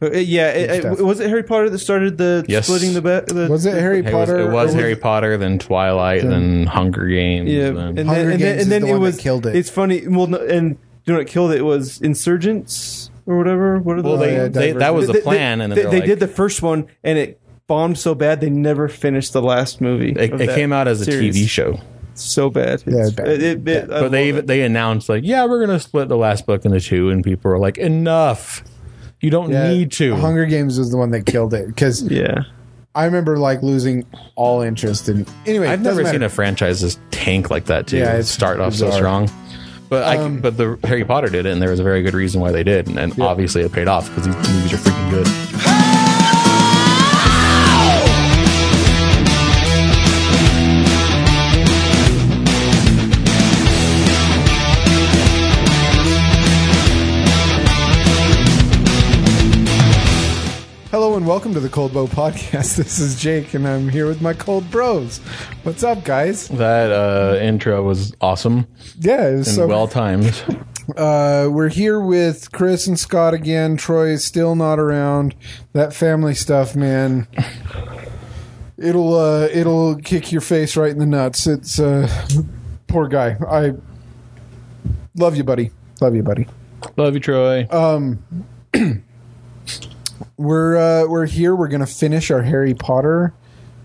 Uh, yeah, it, it- stuff. was it Harry Potter that started the Yes. splitting the, ba- the Was it Harry It was, Potter? it or was Harry Potter, then Twilight, then Hunger Games. Yeah, then- and then, and Hunger Games then, is and then the it one that was killed it. It's funny. Well, no, and you know what killed it? It was Insurgents or whatever. What are well, the, they, yeah, they, that Divergent. was the plan, and then they, they're they like- did the first one, and it bombed so bad they never finished the last movie. It, of it that came out as a series. TV show, So bad. Yeah, bad. It, it, it, I but they love even, they announced like, yeah, we're gonna split the last book into two, and people were like, enough, you don't Yeah, need to. Hunger Games was the one that killed it because it. yeah. I remember like losing all interest in. Anyway, I've never seen a franchise just tank like that too. Yeah, Yeah, it's start off so bizarre. strong. But I, but the Harry Potter did it, and there was a very good reason why they did, and, and obviously it paid off because these movies are freaking good. Hello and welcome to the Cold Bow Podcast. This is Jake, and I'm here with my cold bros. What's up, guys? That uh, intro was awesome Yeah, it was and so well timed. uh, we're here with Chris and Scott again. Troy is still not around. That family stuff, man. It'll uh, it'll kick your face right in the nuts. It's uh, poor guy. I love you, buddy. Love you, buddy. Love you, Troy. We're uh, we're here. We're gonna finish our Harry Potter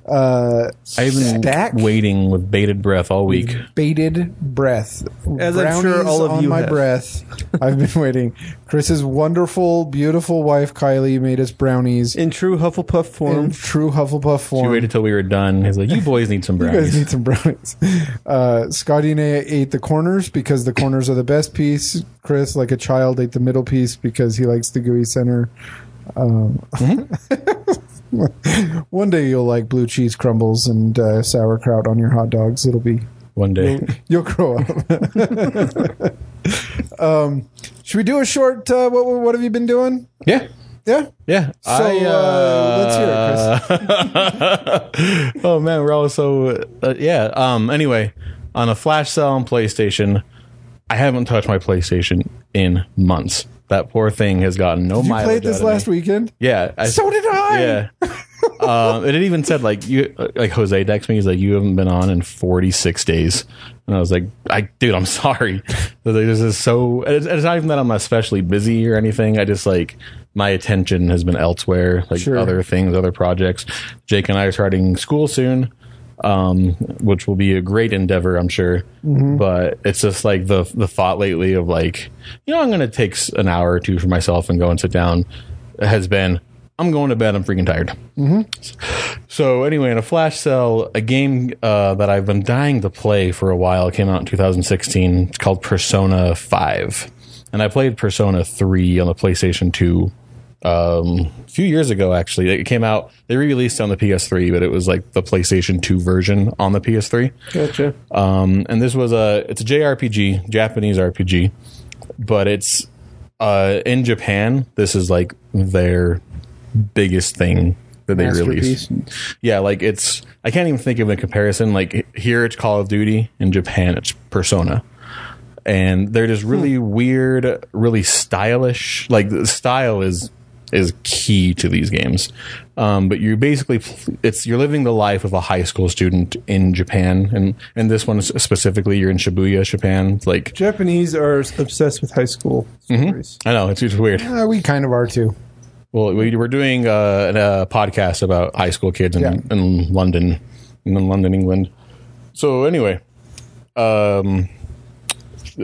uh, I've been stack Mm-hmm. waiting with bated breath all week. bated breath. As I'm sure Brownies all of on you my have. breath. I've been waiting. Chris's wonderful, beautiful wife Kylie made us brownies. In true Hufflepuff in form, true Hufflepuff We form. waited till we were done. He's like, "You boys need some you guys brownies." need some brownies. Uh, Scotty and I ate the corners because the corners are the best piece. Chris, like a child, ate the middle piece because he likes the gooey center. Mm-hmm. Um, one day you'll like blue cheese crumbles and uh, sauerkraut on your hot dogs. It'll be One day, you'll grow up. um, should we do a short? Uh, what what have you been doing? yeah, Yeah. yeah. So uh, let's hear it, uh, Chris. oh man, we're all so uh, yeah. Um. Anyway, on a flash sale on PlayStation, I haven't touched my PlayStation in months. That poor thing has gotten no. Did you mileage played this out of me. last weekend? Yeah. I, So did I. Yeah. um, and it even said like you like Jose texted me. He's like, you haven't been on in 46 days, and I was like, I dude, I'm sorry. They're like, This is so. and It's, and it's not even that I'm especially busy or anything. I just like my attention has been elsewhere, like Sure. other things, other projects. Jake and I are starting school soon. Um, which will be a great endeavor, I'm sure. But it's just like the the thought lately of like, you know, I'm gonna take s- an hour or two for myself and go and sit down. Has been, I'm going to bed. I'm freaking tired. So anyway, in a flash sale, a game uh, that I've been dying to play for a while came out in 2016. It's called Persona 5, and I played Persona 3 on the PlayStation 2 um, a few years ago. Actually, it came out. They re-released it on the PS3, but it was like the PlayStation 2 version on the PS3. gotcha. Um, and this was a it's a JRPG, Japanese RPG, but it's uh, in Japan. This is like their biggest thing that they release. Yeah, like it's I can't even think of a comparison. Like here it's Call of Duty, in Japan it's Persona. And they're just really weird, really stylish. Like the style is is key to these games. Um, but you basically it's you're living the life of a high school student in Japan and and this one specifically you're in Shibuya, Japan. Like Japanese are obsessed with high school Mm-hmm. stories. I know it's, it's weird. Uh, we kind of are too. Well, we were doing uh, an- a podcast about high school kids in, Yeah. in London, in London, England. So anyway, um,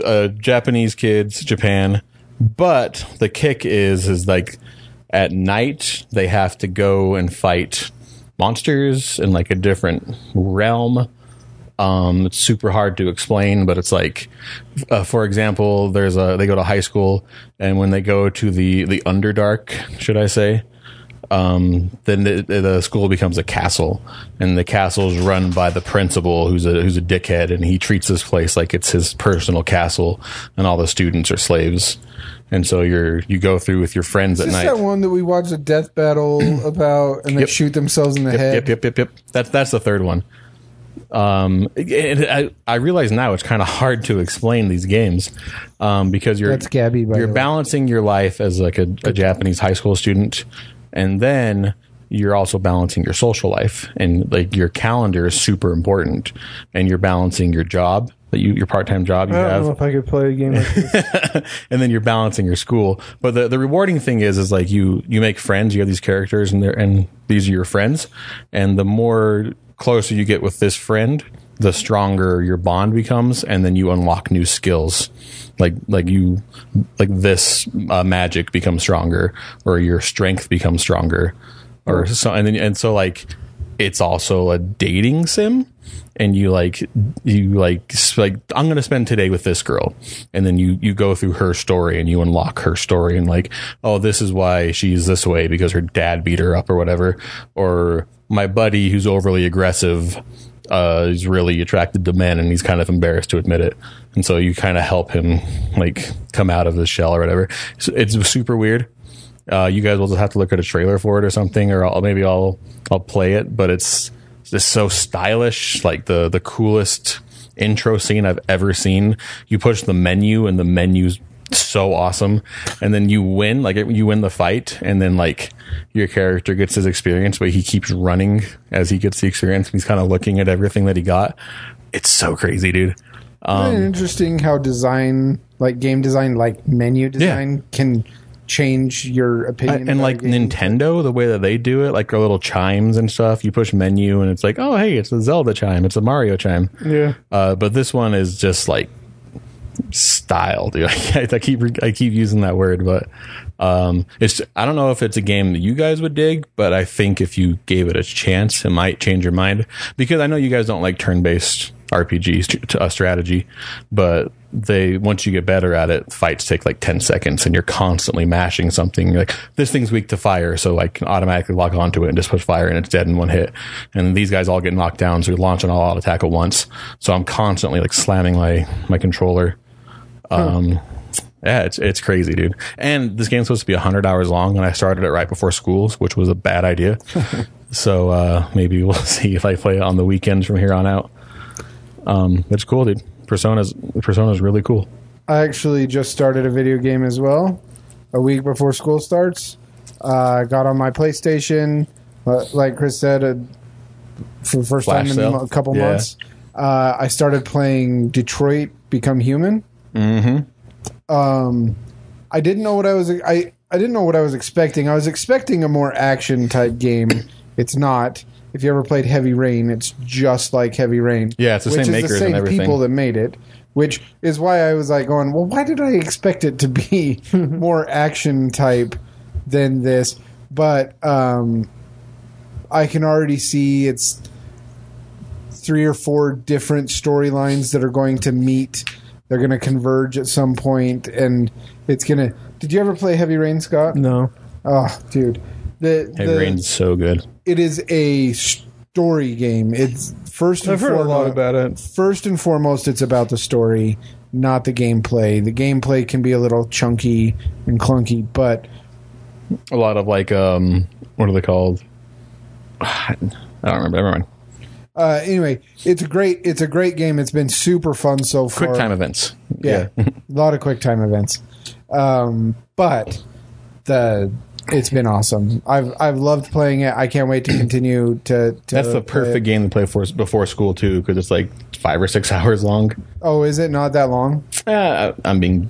uh, Japanese kids, Japan, but the kick is is like at night they have to go and fight monsters in like a different realm. Um, it's super hard to explain, but it's like, uh, for example, there's a they go to high school, and when they go to the the underdark, should I say, um, then the, the school becomes a castle, and the castle is run by the principal, who's a who's a dickhead, and he treats this place like it's his personal castle, and all the students are slaves, and so you're you go through with your friends at Is night. that one that we watched a death battle about and they Yep. shoot themselves in the head? Yep, yep, yep, yep. That's that's the third one. Um, and I, I realize now it's kind of hard to explain these games um, because you're That's Gabby, by you're the way. balancing your life as like a, a Japanese high school student, and then you're also balancing your social life and like your calendar is super important, and you're balancing your job that you your part time job you I don't have know if I could play a game like this. and then you're balancing your school. But the, the rewarding thing is is like you you make friends. You have these characters, and they're and these are your friends. And the more closer you get with this friend, the stronger your bond becomes, and then you unlock new skills. Like like you like this uh, magic becomes stronger, or your strength becomes stronger, or so. And then and so like it's also a dating sim and you like you like s- like i'm gonna spend today with this girl and then you you go through her story and you unlock her story and like oh this is why she's this way because her dad beat her up or whatever or my buddy who's overly aggressive uh is really attracted to men and he's kind of embarrassed to admit it and so you kind of help him like come out of his shell or whatever so it's super weird uh, you guys will just have to look at a trailer for it or something, or I'll, maybe I'll I'll play it. But it's just so stylish, like the the coolest intro scene I've ever seen. You push the menu, and the menu's so awesome. And then you win, like you win the fight, and then like your character gets his experience, but he keeps running as he gets the experience. He's kind of looking at everything that he got. It's so crazy, dude. Isn't um, it interesting how design, like game design, like menu design, can change your opinion. and about like a game? Nintendo, the way that they do it, like our little chimes and stuff. You push menu, and it's like, oh hey, it's a Zelda chime, it's a Mario chime. Yeah. Uh, but this one is just like style, dude. I, keep I keep using that word, but um, it's I don't know if it's a game that you guys would dig, but I think if you gave it a chance, it might change your mind because I know you guys don't like turn-based RPGs st- to, uh, strategy, but they once you get better at it, fights take like ten seconds, and you're constantly mashing something. You're like this thing's weak to fire, so I can automatically lock onto it and just push fire, and it's dead in one hit. And these guys all get knocked down, so you launch an all-out attack at once. So I'm constantly like slamming my my controller. Yeah, it's it's crazy, dude. And this game's supposed to be hundred hours long, and I started it right before school, which was a bad idea. so uh, maybe we'll see if I play it on the weekends from here on out. Um, it's cool, dude. Persona's Persona's really cool. I actually just started a video game as well, a week before school starts. Uh, got on my PlayStation, uh, like Chris said, uh, for the first time Flash in sale. a couple Yeah. months. Uh, I started playing Detroit Become Human. Mm-hmm. Um, I didn't know what I was I, I didn't know what I was expecting. I was expecting a more action type game. It's not. If you ever played Heavy Rain, it's just like Heavy Rain. Yeah, it's the which same is makers the and same everything. people that made it, which is why I was like going, well, why did I expect it to be more action type than this? But um, I can already see it's three or four different storylines that are going to meet. They're going to converge at some point, and it's going to. Did you ever play Heavy Rain, Scott? No. Oh, dude, the, It the- rain's so good. It is a story game. It's first. And I've heard a lot foremost- about it. First and foremost, it's about the story, not the gameplay. The gameplay can be a little chunky and clunky, but A lot of like, um, what are they called? I don't remember. Never mind. uh, anyway, it's a great. It's a great game. It's been super fun so far. Quick time events. yeah, a lot of quick time events um, but the it's been awesome i've i've loved playing it i can't wait to continue to, to That's the play it. perfect game to play for before school too, because it's like five or six hours long. oh is it not that long Uh, I'm being.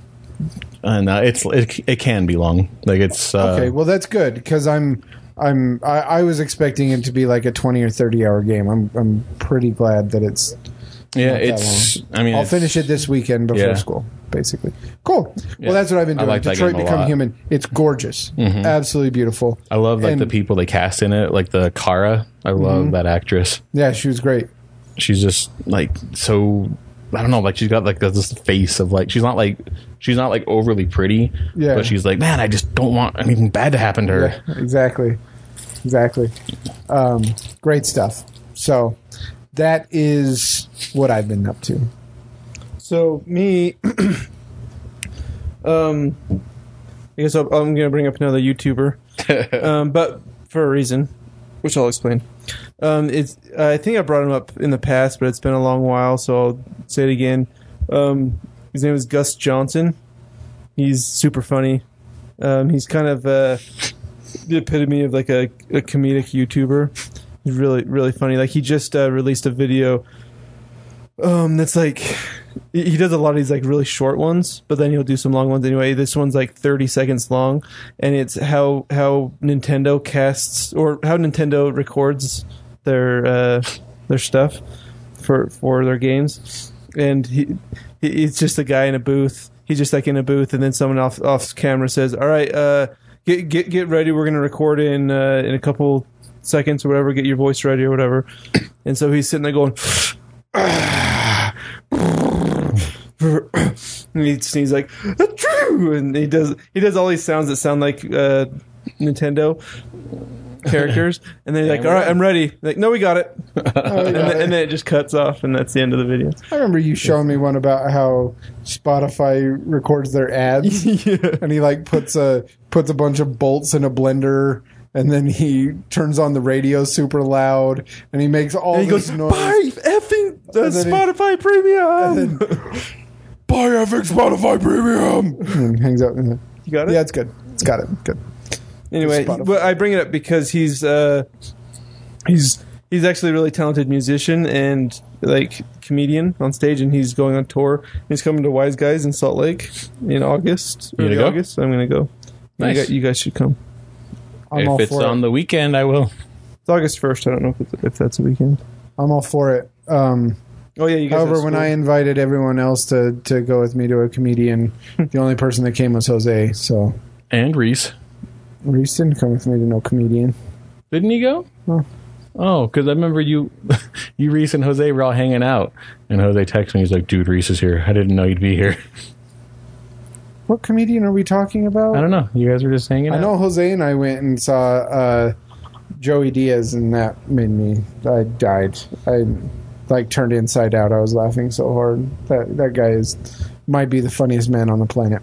Uh, no, it's it, it can be long. Like it's uh, okay well that's good because i'm i'm I, I was expecting it to be like a 20 or 30 hour game i'm i'm pretty glad that it's yeah. that It's I mean i'll it's- finish it this weekend before Yeah. school basically cool well that's what i've been I doing like that detroit game a become lot. Mm-hmm. human it's gorgeous absolutely beautiful I love like the and- Mm-hmm. people they cast in it, like the Kara. I love that actress. yeah she was great She's just like so. I don't know, like she's got like this face of like she's not like she's not like overly pretty, Yeah. But she's like, man, I just don't want anything bad to happen to her. Yeah, exactly. Exactly. Um, great stuff. So that is what I've been up to. So me, um, I guess I'll, I'm going to bring up another YouTuber, um, but for a reason. which I'll explain. Um, it's I think I brought him up in the past, but it's been a long while, so I'll say it again. Um, his name is Gus Johnson. He's super funny. Um, he's kind of uh, the epitome of like a, a comedic YouTuber. He's really really funny. Like he just uh, released a video. Um, that's like he he does a lot of these like really short ones, but then he'll do some long ones anyway. This one's like 30 seconds long, and it's how how Nintendo casts or how Nintendo records their uh, their stuff for for their games. And he, he it's just a guy in a booth. He's just like in a booth, and then someone off off camera says, "All right, uh, get get get ready. We're gonna record in uh, in a couple seconds or whatever. Get your voice ready or whatever." And so he's sitting there going. and he sneezes like true and he does he does all these sounds that sound like uh nintendo characters and then he's like all right i'm ready like no we got it Oh, and, then, and then it just cuts off and that's the end of the video I remember you showing me one about how Spotify records their ads, and he like puts a puts a bunch of bolts in a blender, and then he turns on the radio super loud, and he makes all and he this goes noise. buy effing the And then he- spotify premium And then, Buy FX Spotify Premium. and hangs up. and- you got it Yeah, it's good. It's got it. Good. anyway Spotify. but i bring it up because he's uh he's he's actually a really talented musician and like comedian on stage and he's going on tour he's coming to wise guys in salt lake in august You gonna early go? august i'm gonna go Nice. you, guys, you guys should come I'm all if it's for on it. the weekend, I will. it's august 1st i don't know if, it's, if that's a weekend I'm all for it. Um, oh yeah you guys however, have when school. I invited everyone else to to go with me to a comedian, the only person that came was Jose. So And Reese. Reese didn't come with me to no comedian. Didn't he go? No. Oh, because I remember you, you Reese and Jose were all hanging out, and Jose texted me. He's like, "Dude, Reese is here. I didn't know you'd be here. What comedian are we talking about? I don't know. You guys were just hanging I out. know Jose and I went and saw uh, Joey Diaz, and that made me. I died. I like turned inside out. I was laughing so hard. That that guy is might be the funniest man on the planet.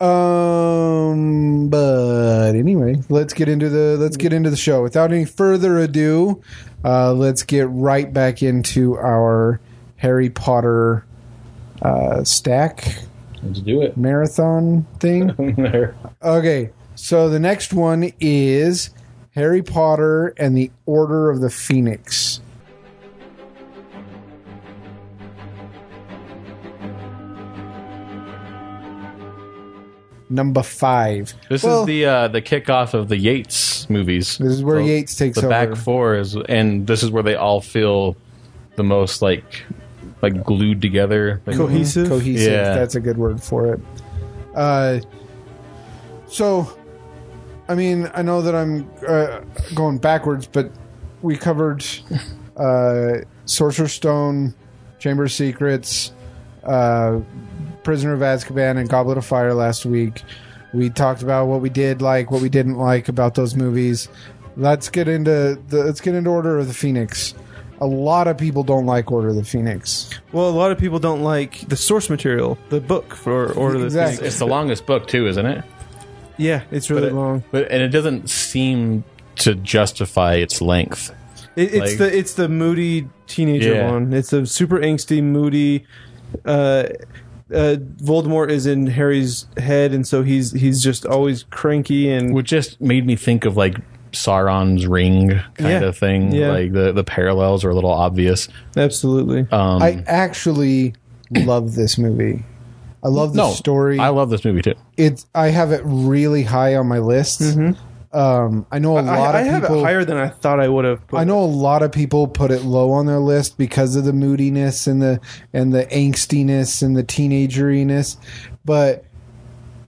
Um, but anyway, let's get into the let's get into the show. Without any further ado, uh, let's get right back into our Harry Potter uh, stack Let's do it. marathon thing. there. Okay, so the next one is Harry Potter and the Order of the Phoenix. Number five. This Well, is the uh, the kickoff of the Yates movies. This is where Yates takes the over. back four is, and this is where they all feel the most like like glued together. Like, cohesive cohesive. Yeah. That's a good word for it. Uh, so, I mean, I know that I'm uh, going backwards, but we covered uh, Sorcerer's Stone, Chamber of Secrets, uh, Prisoner of Azkaban, and Goblet of Fire last week. We talked about what we did like, what we didn't like about those movies. Let's get into the, let's get into Order of the Phoenix. A lot of people don't like Order of the Phoenix. well a lot of people don't like the source material the book for or the Exactly. It's, it's the longest book too, isn't it? yeah it's really long But and it doesn't seem to justify its length. It, it's Like- the it's the moody teenager Yeah. one. It's a super angsty, moody. Uh, uh, Voldemort is in Harry's head, and so he's he's just always cranky and which just made me think of like Sauron's ring kind Yeah. of thing. Yeah. Like the, the parallels are a little obvious. absolutely. Um, I actually love this movie. I love the no story. I love this movie too. it. I have it really high on my list. Um, I know a Mm-hmm. I, lot I of have people. it higher than I thought I would have. but- I know a lot of people put it low on their list because of the moodiness and the and the angstiness and the teenageriness, but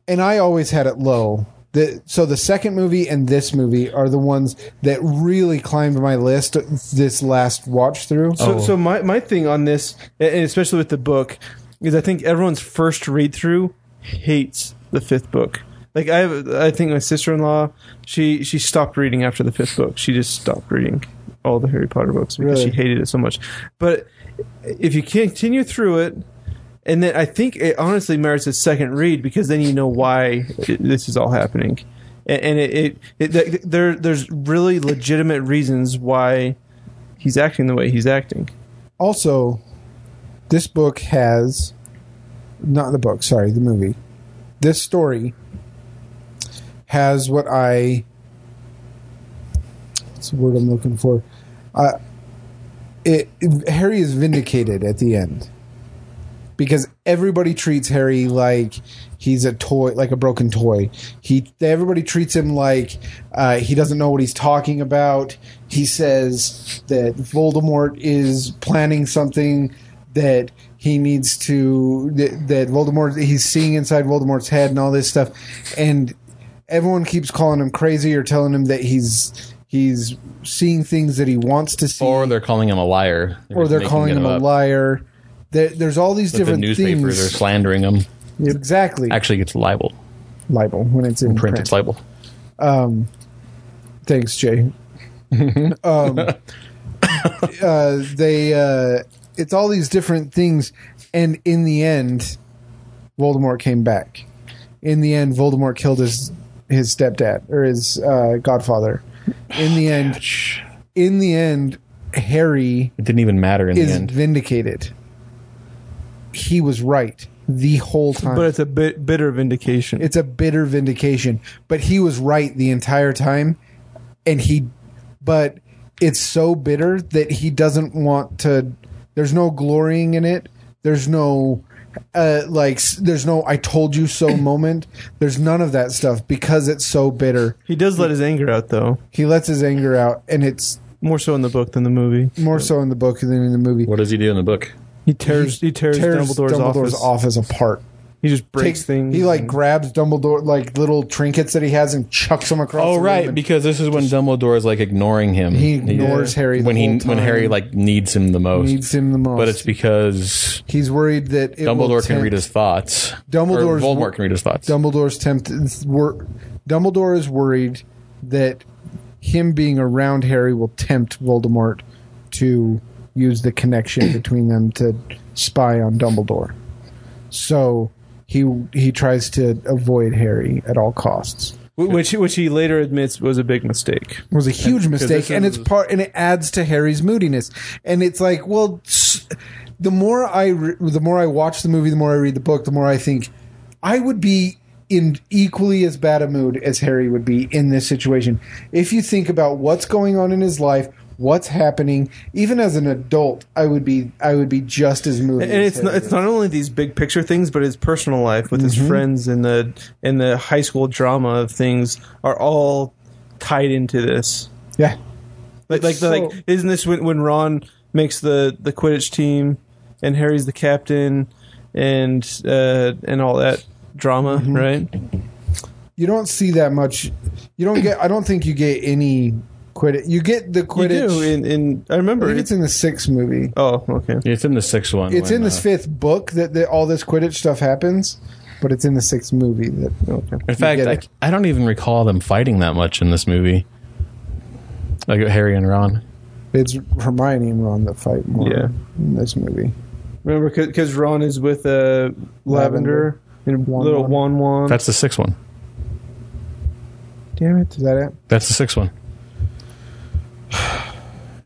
and I always had it low. The, so the second movie and this movie are the ones that really climbed my list this last watch through. So, so my, my thing on this, and especially with the book, is I think everyone's first read through hates the fifth book. Like I have, I think my sister in law, she she stopped reading after the fifth book. She just stopped reading all the Harry Potter books because Really? she hated it so much. But if you continue through it, and then I think it honestly merits a second read because then you know why this is all happening. and, and it, it, it th- there there's really legitimate reasons why he's acting the way he's acting. Also, this book has not the book, sorry, the movie. This story has what I what's the word I'm looking for? Uh, it, it- Harry is vindicated at the end because everybody treats Harry like he's a toy, like a broken toy. He everybody treats him like uh, he doesn't know what he's talking about. He says that Voldemort is planning something that he needs to that, that Voldemort he's seeing inside Voldemort's head and all this stuff, and everyone keeps calling him crazy or telling him that he's he's seeing things that he wants to see or they're calling him a liar, or just they're making calling it him a up. liar. There, there's all these But different the newspapers are things. slandering him. exactly Actually, it's libel. libel when it's in Print, print. it's libel. Um, thanks, Jay. um, uh, they uh, it's all these different things, and in the end, Voldemort came back. In the end, Voldemort killed his his stepdad or his uh, godfather. In the end, It in the end, Harry didn't even matter in the is end. vindicated. He was right the whole time. But it's a bit bitter vindication. it's a bitter vindication, but he was right the entire time, and he, but it's so bitter that he doesn't want to. There's no glorying in it. There's no, uh, like, s- there's no "I told you so" moment. There's none of that stuff because it's so bitter. he does let his anger out though, He lets his anger out, and it's more so in the book than the movie. more so in the book than in the movie. What does he do in the book? He tears he, tears, Dumbledore's, office. office apart. He just breaks takes- things. He like and- grabs Dumbledore like little trinkets that he has and chucks them across. Oh the room right, and because this is when Dumbledore is like ignoring him. he ignores Harry the when he whole when time. Harry like needs him the most. needs him the most. but it's because he's worried that it will Dumbledore can tempt- read his thoughts. Dumbledore's- or Voldemort can read his thoughts. Dumbledore's tempt. Wor- Dumbledore is worried that him being around Harry will tempt Voldemort to use the connection between them to spy on Dumbledore. So he he tries to avoid Harry at all costs. which which he later admits was a big mistake. was a huge mistake, this and it's is- part, and it adds to Harry's moodiness. And it's like, well, s- the more I, re- the more I watch the movie, the more I read the book, the more I think I would be in equally as bad a mood as Harry would be in this situation. If you think about what's going on in his life, what's happening, even as an adult, I would be, I would be just as moody. and as it's not, Harry it's not only these big picture things, but his personal life with his friends and the and the high school drama of things are all tied into this. is. yeah. Like like the, So- like isn't this when when Ron makes the the Quidditch team and Harry's the captain and uh, and all that drama, right? you don't see that much. You don't get. I don't think you get any Quidditch. You get the You Quidditch. do in, in I I remember think it's in the sixth movie. oh okay. it's in the sixth one. It's when, in this uh, fifth book that, that all this Quidditch stuff happens, but it's in the sixth movie that okay. in fact, get I, it. I don't even recall them fighting that much in this movie. Like Harry and Ron. it's Hermione and Ron that fight more Yeah. in this movie. Remember because Ron is with uh, Lavender. Lavender and Wan little Wan Wan. Wan. That's the sixth one. Damn it! Is that it? That's the sixth one.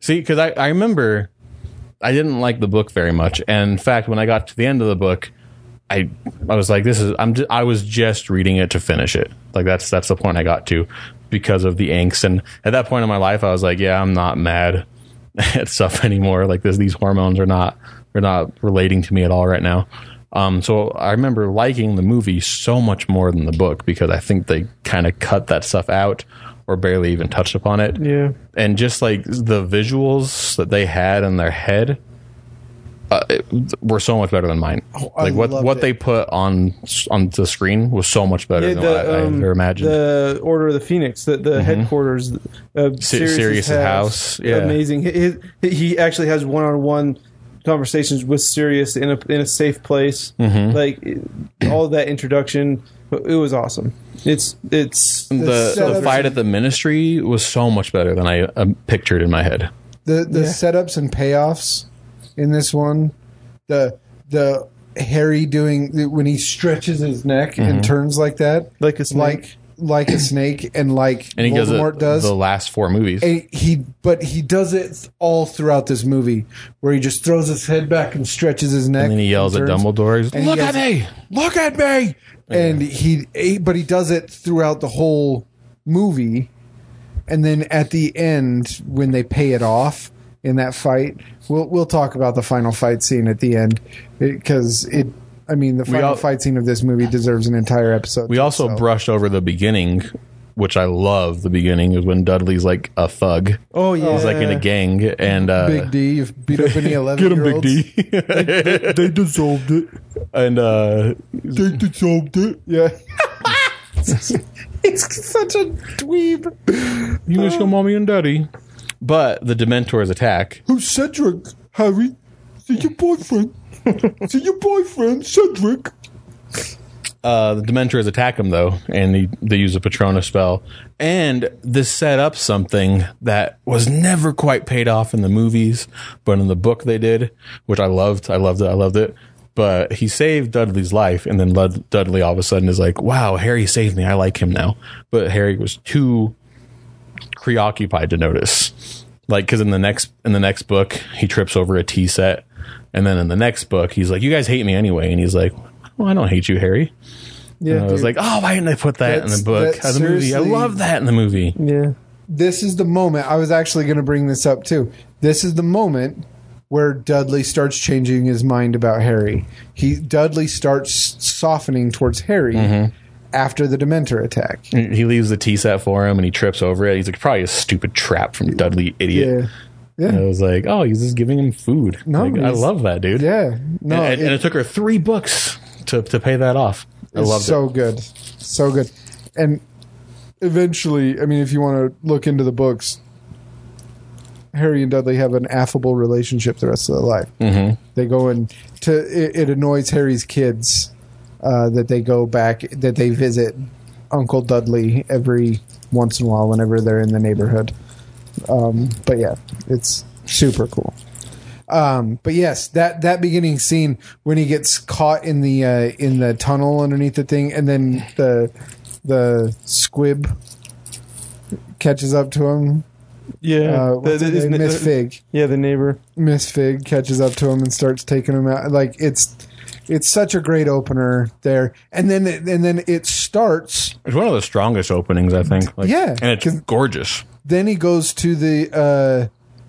See, because I, I remember I didn't like the book very much, and in fact, when I got to the end of the book, I I was like, this is I'm ju- I was just reading it to finish it. Like that's that's the point I got to because of the angst, and at that point in my life, I was like, yeah, I'm not mad at stuff anymore. Like this, these hormones are not are not relating to me at all right now. Um, so I remember liking the movie so much more than the book because I think they kind of cut that stuff out or barely even touched upon it yeah. and just like the visuals that they had in their head uh, it, were so much better than mine. Oh, I like what loved what it. they put on s- on the screen was so much better Yeah, than what I, um, I ever imagined. Mm-hmm. The Order of the Phoenix, the, the headquarters, uh, Sirius's, Sirius's house, yeah. amazing. He, he- he actually has one-on-one conversations with Sirius in a in a safe place. Mm-hmm. Like it- all that introduction, it was awesome. It's it's the the, setups- fight at the ministry was so much better than I um, pictured in my head. The the Yeah. setups and payoffs in this one, the the Harry doing when he stretches his neck and turns like that, like a snake. like like a snake and like and he Voldemort does does. it the last four movies. And he but he does it all throughout this movie where he just throws his head back and stretches his neck and then he yells at turns. Dumbledore. He's, and he Look at me! Look at me! and he, he but he does it throughout the whole movie and then at the end when they pay it off in that fight we'll we'll talk about the final fight scene at the end because it, I mean the final all- fight scene of this movie deserves an entire episode We also brushed over the beginning, which I love. The beginning is when Dudley's like a thug. Oh yeah, He's like in a gang, and uh, Big D you've beat up any 11 Get him, year olds Big D. they dissolved it and uh, they dissolved it yeah He's such a dweeb. you miss your mommy and daddy. But the Dementors attack. Who's Cedric? Harry? Is your boyfriend? Is your boyfriend Cedric? Uh, the Dementors attack him though, and he, they use a Patronus spell. And this set up something that was never quite paid off in the movies, but in the book they did, which I loved. I loved it. I loved it. But he saved Dudley's life, and then Lud- Dudley all of a sudden is like, "Wow, Harry saved me. I like him now." But Harry was too preoccupied to notice. Like, because in the next in the next book, he trips over a tea set, and then in the next book, he's like, "You guys hate me anyway," and he's like, "Well, I don't hate you, Harry." Yeah, And I was dude. like, oh, why didn't they put that in That's- the book? that's Or the movie. I seriously- love that in the movie. yeah. this is the moment. I was actually going to bring this up too. This is the moment where Dudley starts changing his mind about Harry. He Dudley starts softening towards Harry Mm-hmm. after the Dementor attack. He leaves the tea set for him and he trips over it. He's like, probably a stupid trap from Dudley, idiot. Yeah, yeah, And I was like, oh, he's just giving him food. No, Like, I he's- love that, dude. yeah. No, and, and it, it- took her three books to, to pay that off. I It's loved so it. good, so good, and eventually, I mean, if you want to look into the books, Harry and Dudley have an affable relationship the rest of their life. Mm-hmm. They go and to it, it annoys Harry's kids uh, that they go back that they visit Uncle Dudley every once in a while whenever they're in the neighborhood. Um, but yeah, it's super cool. Um, but yes, that that beginning scene when he gets caught in the uh, in the tunnel underneath the thing, and then the the squib catches up to him. Yeah, Uh, what's That- her that is name? na- Miss Fig. Yeah, the neighbor. Miss Fig catches up to him and starts taking him out. Like it's it's such a great opener there, and then it, and then it starts. It's one of the strongest openings, I think. Like, Yeah, And it's 'cause- gorgeous. Then he goes to the uh,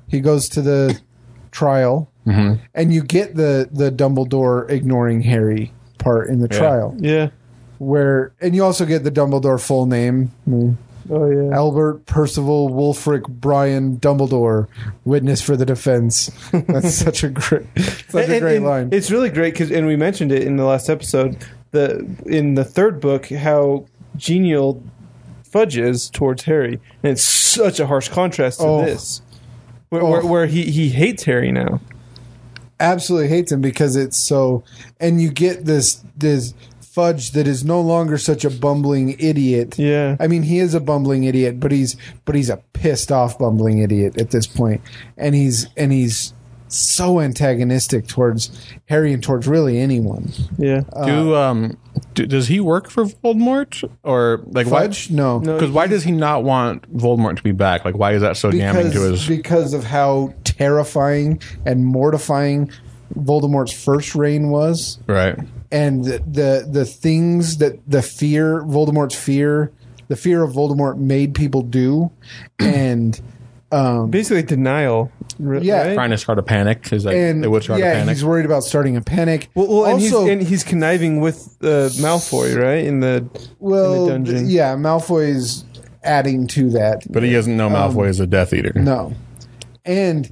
he goes to the trial, Mm-hmm. and you get the the Dumbledore ignoring Harry part in the trial. Yeah. where and you also get the Dumbledore full name Oh yeah. Albert Percival Wulfric Brian Dumbledore witness for the defense that's such a great such And- a and- great and line It's really great because, and we mentioned it in the last episode, the in the third book how genial Fudge is towards Harry, and it's such a harsh contrast to Oh. this, where, Oh. where, where he he hates Harry now. absolutely hates him because it's so and you get this this fudge that is no longer such a bumbling idiot Yeah. I mean, he is a bumbling idiot, but he's but he's a pissed off bumbling idiot at this point, and he's and he's so antagonistic towards Harry and towards really anyone. yeah. do, Uh, um, do, does he work for Voldemort? Or, like, Fudge, no, No, Because why does he not want Voldemort to be back? Like, why is that so damning because to his. because of how terrifying and mortifying Voldemort's first reign was. right. and the, the the things that the fear Voldemort's fear the fear of Voldemort made people do and um, Basically denial. r- Yeah. right? Trying to start a panic. Is like, and they would start yeah a panic. he's worried about starting a panic Well, well and, also he's, and he's conniving with uh, Malfoy, right? In the well in the dungeon. th- yeah Malfoy's adding to that But he doesn't know Malfoy is a Death Eater. um, no and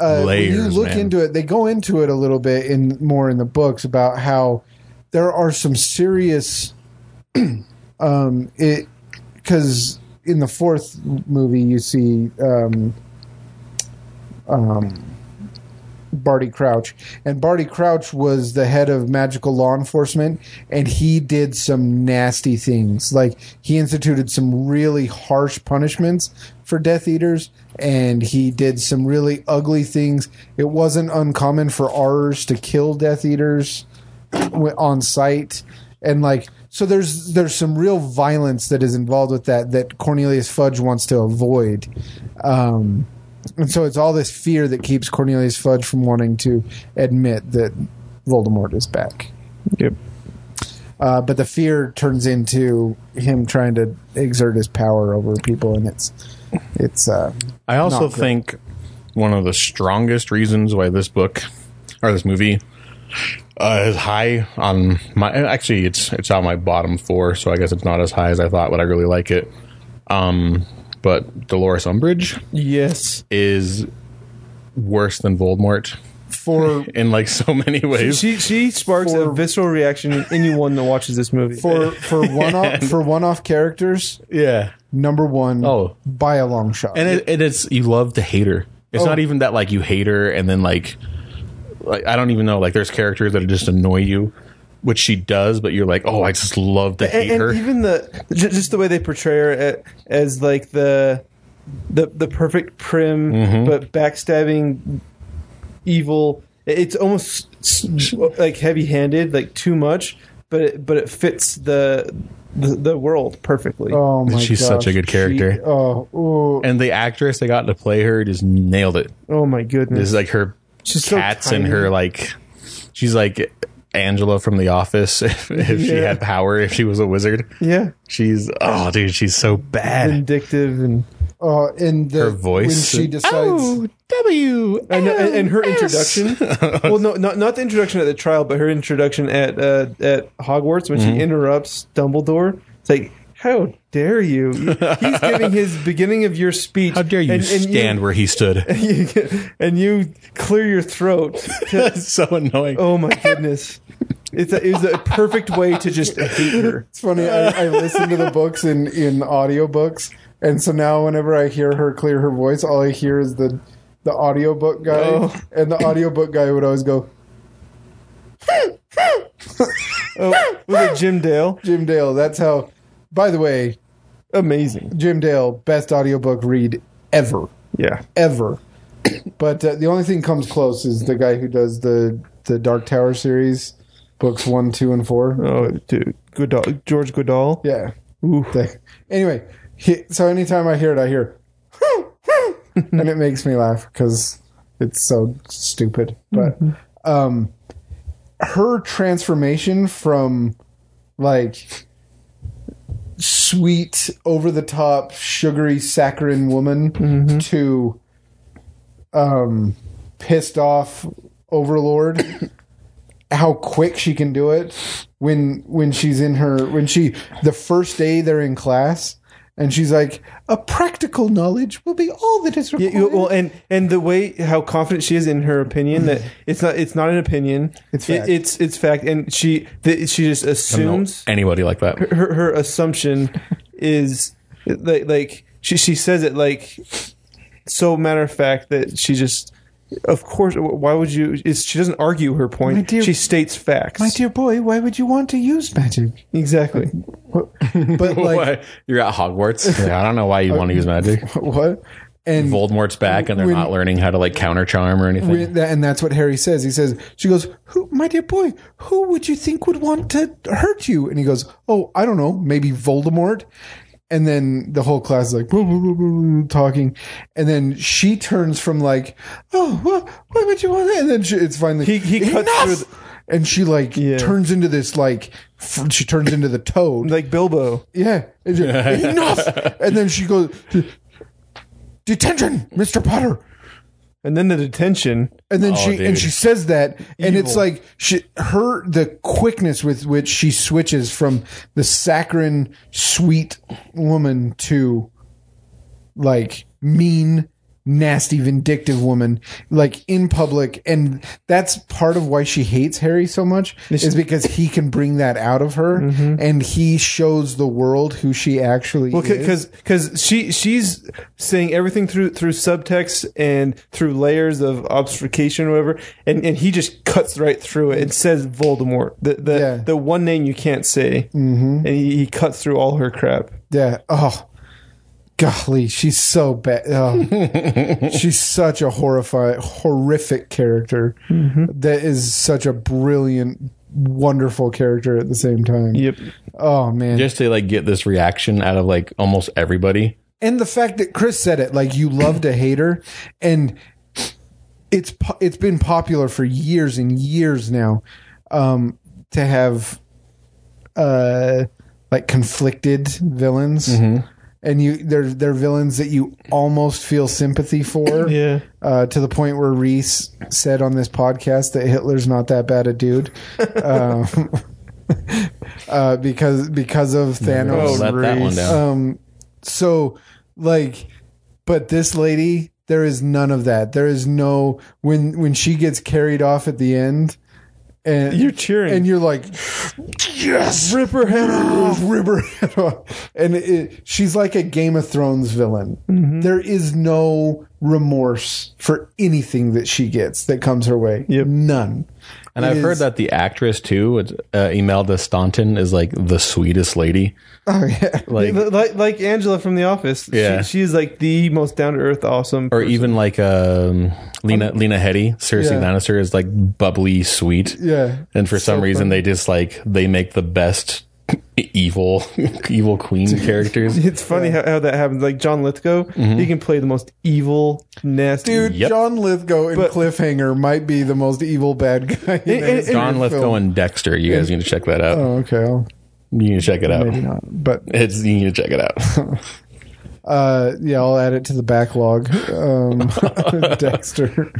uh, when you Layers, look man. into it they go into it a little bit in more in the books about how there are some serious um it because in the fourth movie you see um, um, Barty Crouch, and Barty Crouch was the head of magical law enforcement, and he did some nasty things. Like he instituted some really harsh punishments for Death Eaters, and he did some really ugly things. It wasn't uncommon for R's to kill Death Eaters w- on site and like So there's there's some real violence that is involved with that that Cornelius Fudge wants to avoid. Um, and so it's all this fear that keeps Cornelius Fudge from wanting to admit that Voldemort is back. Yep. Uh, but the fear turns into him trying to exert his power over people, and it's it's uh, I also Not good. think one of the strongest reasons why this book or this movie uh, is high on my actually it's it's on my bottom four, so I guess it's not as high as I thought, but I really like it. Um, but Dolores Umbridge Yes. is worse than Voldemort for in like so many ways. She she sparks a For- visceral reaction in anyone that watches this movie. for for one off for one off characters. yeah, Number one, Oh. by a long shot. and it, it is you love to hate her. It's not even that like you hate her and then like, like I don't even know like there's characters that just annoy you, which she does, but you're like oh I just love to hate and, and her. even the ju- just the way they portray her a- as like the the the perfect prim Mm-hmm. but backstabbing evil it- it's almost s- s- like heavy-handed like too much but it, but it fits the the, the world perfectly oh my She's such a gosh. good character. She- oh, ooh. and the actress they got to play her just nailed it. oh my This goodness is like her She's so cats and tiny. her like she's like Angela from The Office if, if she Yeah. had power if she was a wizard. yeah She's oh dude she's so bad. vindictive and Oh, and the, Her voice. when she decides. Oh. W and, and, and her introduction well no not, not the introduction at the trial but her introduction at uh, at hogwarts when Mm-hmm. she interrupts dumbledore it's like how dare you he's giving his beginning of your speech How dare you and, and stand where he stood? you, and you clear your throat to- That's so annoying. oh my goodness it's a, it was a perfect way to just hate her It's funny. I, I listen to the books in in audiobooks, and so now whenever I hear her clear her voice, all I hear is the the audiobook guy, Oh. and the audiobook guy would always go, oh was it jim dale "Jim Dale." That's how. By the way, amazing Jim Dale, best audiobook read ever, yeah ever. But uh, the only thing comes close is the guy who does the the Dark Tower series, books one, two, and four. oh dude Goodall, george goodall Yeah. Ooh. They- Anyway, he, so anytime I hear it, I hear, and it makes me laugh because it's so stupid. But um, her transformation from like sweet, over the top, sugary, saccharine woman to um, pissed off overlord how quick she can do it when when she's in her when she the first day they're in class and she's like a practical knowledge will be all that is Yeah, required you- well, and and the way how confident she is in her opinion that it's not it's not an opinion. Mm-hmm. It's It- fact. it's it's fact, and she the, she just I don't know assumes anybody like that. her her assumption is like like she she says it like so matter of fact that she just of course why would you is she doesn't argue her point My dear- she states facts my dear boy why would you want to use magic exactly What- but like Why? You're at Hogwarts. Yeah, I don't know why you Uh, want to use magic. what and Voldemort's back, and they're When- not learning how to like counter charm or anything. we- that- and that's what harry says he says she goes who my dear boy who would you think would want to hurt you and he goes oh i don't know maybe voldemort and then the whole class is like "Blah, blah, blah, blah," talking and then she turns from like oh well, why would you want that and then she, it's finally He- he cuts "Enough!" through the- and she like Yeah. turns into this like f- she turns into the toad like Bilbo yeah. And she- Enough. And then she goes, detention, Mr. Potter. and then the detention And then she dude. and she says that, and it's like she, her the quickness with which she switches from the saccharine sweet woman to like mean, nasty, vindictive woman, like in public, and that's part of why she hates Harry so much is because he can bring that out of her, and he shows the world who she actually Well, is. because because she she's saying everything through through subtext and through layers of obfuscation or whatever, and, and he just cuts right through it and says Voldemort, the the, Yeah. the one name you can't say, mm-hmm. and he, he cuts through all her crap. Yeah. Oh, golly, she's so bad. Oh. she's such a horrifying, horrific character that is such a brilliant, wonderful character at the same time. Yep. Oh man. just to like get this reaction out of like almost everybody. and the fact that Chris said it, like you love to hate her, and it's po- it's been popular for years and years now um, to have uh, like conflicted villains, and you they're they're villains that you almost feel sympathy for, Yeah. uh, to the point where Reese said on this podcast that Hitler's not that bad a dude. um, Uh, because because of Thanos, let that one Oh, Reese. down. um so like but this lady there is none of that there is no when when she gets carried off at the end and You're cheering. and you're like yes rip her head off rip her head off and it, she's like a game of thrones villain There is no remorse for anything that she gets that comes her way Yep. none And It I've heard is- that the actress too, it's, uh, Imelda Staunton, is like the sweetest lady. oh yeah Like, Li- like like Angela from The Office. Yeah. She, she's like the most down to earth, awesome. or even like um, Lena Lena Headey, Cersei Yeah. Lannister is like bubbly sweet, yeah and for some So reason funny. they just like they make the best evil evil queen characters. it's funny how, how that happens. Like John Lithgow, he can play the most evil, nasty Dude, Yep. John Lithgow in But- Cliffhanger might be the most evil bad guy. And- in and- every John Lithgow film. and Dexter, you guys need to check that out. Oh, okay. Well, You need to check it out. maybe not. But It's you need to check it out. uh, yeah, I'll add it to the backlog. Um, Dexter.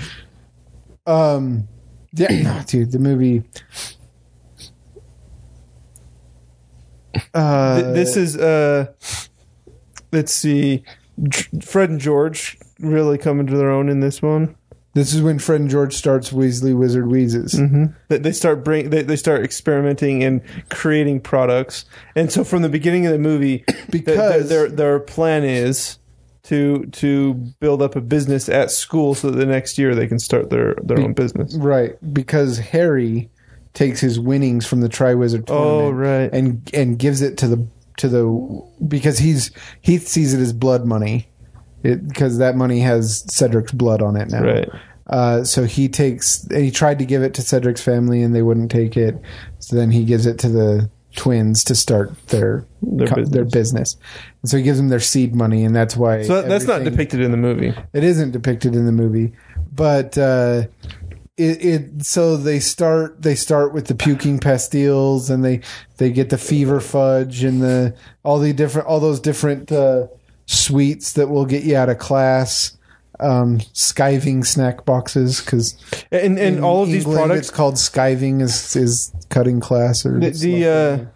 Um, yeah, no, dude, the movie. Uh, Th- this is uh let's see Dr- fred and george really coming to their own in this one this is when Fred and George starts Weasley Wizard Wheezes. They- they start bring they, they start experimenting and creating products and so from the beginning of the movie th- th- Because- their, their plan is to to build up a business at school so that the next year they can start their their own business Right, because Harry takes his winnings from the Triwizard Tournament. Oh, right. and and gives it to the to the because he's he sees it as blood money, it because that money has Cedric's blood on it now. Right. Uh, so he takes and he tried to give it to Cedric's family and they wouldn't take it. So then he gives it to the twins to start their Their business. their business. And so he gives them their seed money and that's why so that, that's not everything- depicted in the movie it isn't depicted in the movie but uh it, it so they start they start with the puking pastilles and they they get the fever fudge and the all the different all those different uh sweets that will get you out of class um skiving snack boxes because and and all of these products it's called skiving is is cutting class or the, the uh,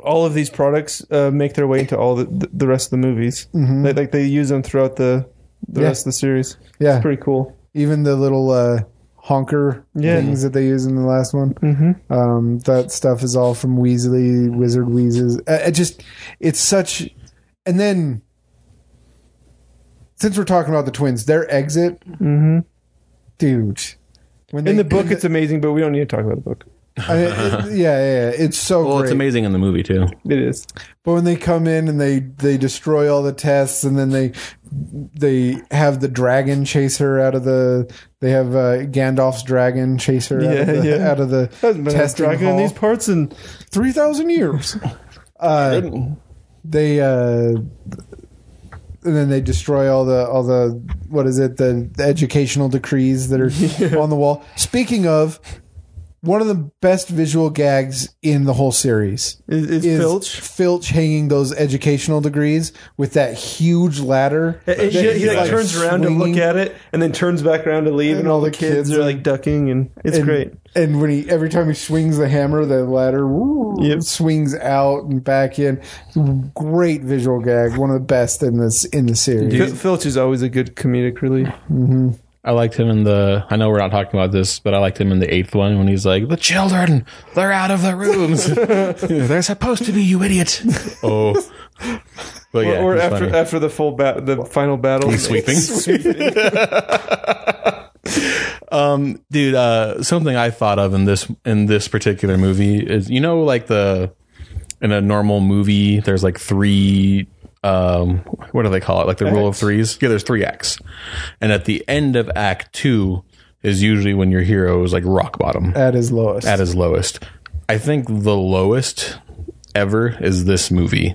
all of these products uh, make their way into all the the rest of the movies. Like, like they use them throughout the the Yeah. rest of the series. yeah It's pretty cool. even the little uh, honker Yeah. things that they use in the last one. Mm-hmm. Um, that stuff is all from Weasley, Wizard Wheezes. Uh, it just, it's such. And then, since we're talking about the twins, their exit, dude. When Mm-hmm. In they- the book, it's amazing, but we don't need to talk about the book. I- it- yeah, yeah, yeah, it's so well, great. it's amazing in the movie too. It is. But when they come in and they they destroy all the tests, and then they they have the dragon chase her out of the they have uh, Gandalf's dragon chase her out, of the, Yeah, yeah. out of the Hasn't been a testing dragon in hall. these parts, and three thousand years. Uh, they uh, and then they destroy all the all the what is it the, the educational decrees that are on the wall. Speaking of. One of the best visual gags in the whole series is, is, is Filch. Filch. hanging those educational degrees with that huge ladder. He, that he, he's, like, turns around to look swinging. at it, and then turns back around to leave, and, all the kids, are like ducking, and it's and, great. And when he every time he swings the hammer, the ladder woo, Yep. swings out and back in. Great visual gag, one of the best in this in the series. Fil- Filch is always a good comedic relief. I liked him in the. I know we're not talking about this, but I liked him in the eighth one when he's like, "The children, they're out of their rooms. they're supposed to be, you idiot." Oh, but yeah, or he's after funny. after the full bat, the final battle, He's sweeping. um, dude, uh, something I thought of in this in this particular movie is you know like the in a normal movie there's like three um what do they call it like the rule of threes yeah there's three acts and at the end of act two is usually when your hero is like rock bottom at his lowest. at his lowest. I think the lowest ever is this movie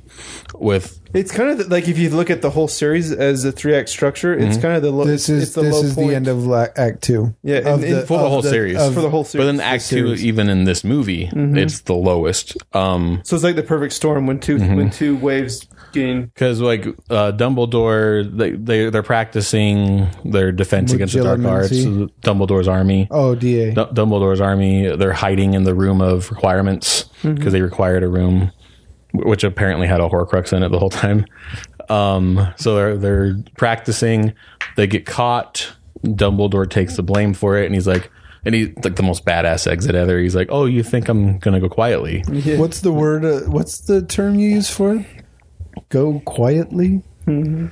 with It's kind of the, like if you look at the whole series as a three act structure, Mm-hmm. it's kind of the low. this it's is the this low is point. the end of la- Act Two. Yeah, and- of and for the of whole series. of- for the whole series. but then act 2 even in this movie Mm-hmm. it's the lowest um so it's like the perfect storm when 2 Mm-hmm. when two waves gain. because like uh, Dumbledore, they, they they're practicing their defense against the dark arts. Legitimacy. Dumbledore's army, oh, DA. D- Dumbledore's army, they're hiding in the room of requirements because Mm-hmm. they required a room, w- which apparently had a Horcrux in it the whole time. Um, so they're they're practicing. They get caught. Dumbledore takes the blame for it, and he's like, and he's like the most badass exit ever. He's like, oh, you think I'm gonna go quietly? What's the word? Uh, what's the term you use for it? Go quietly Dude,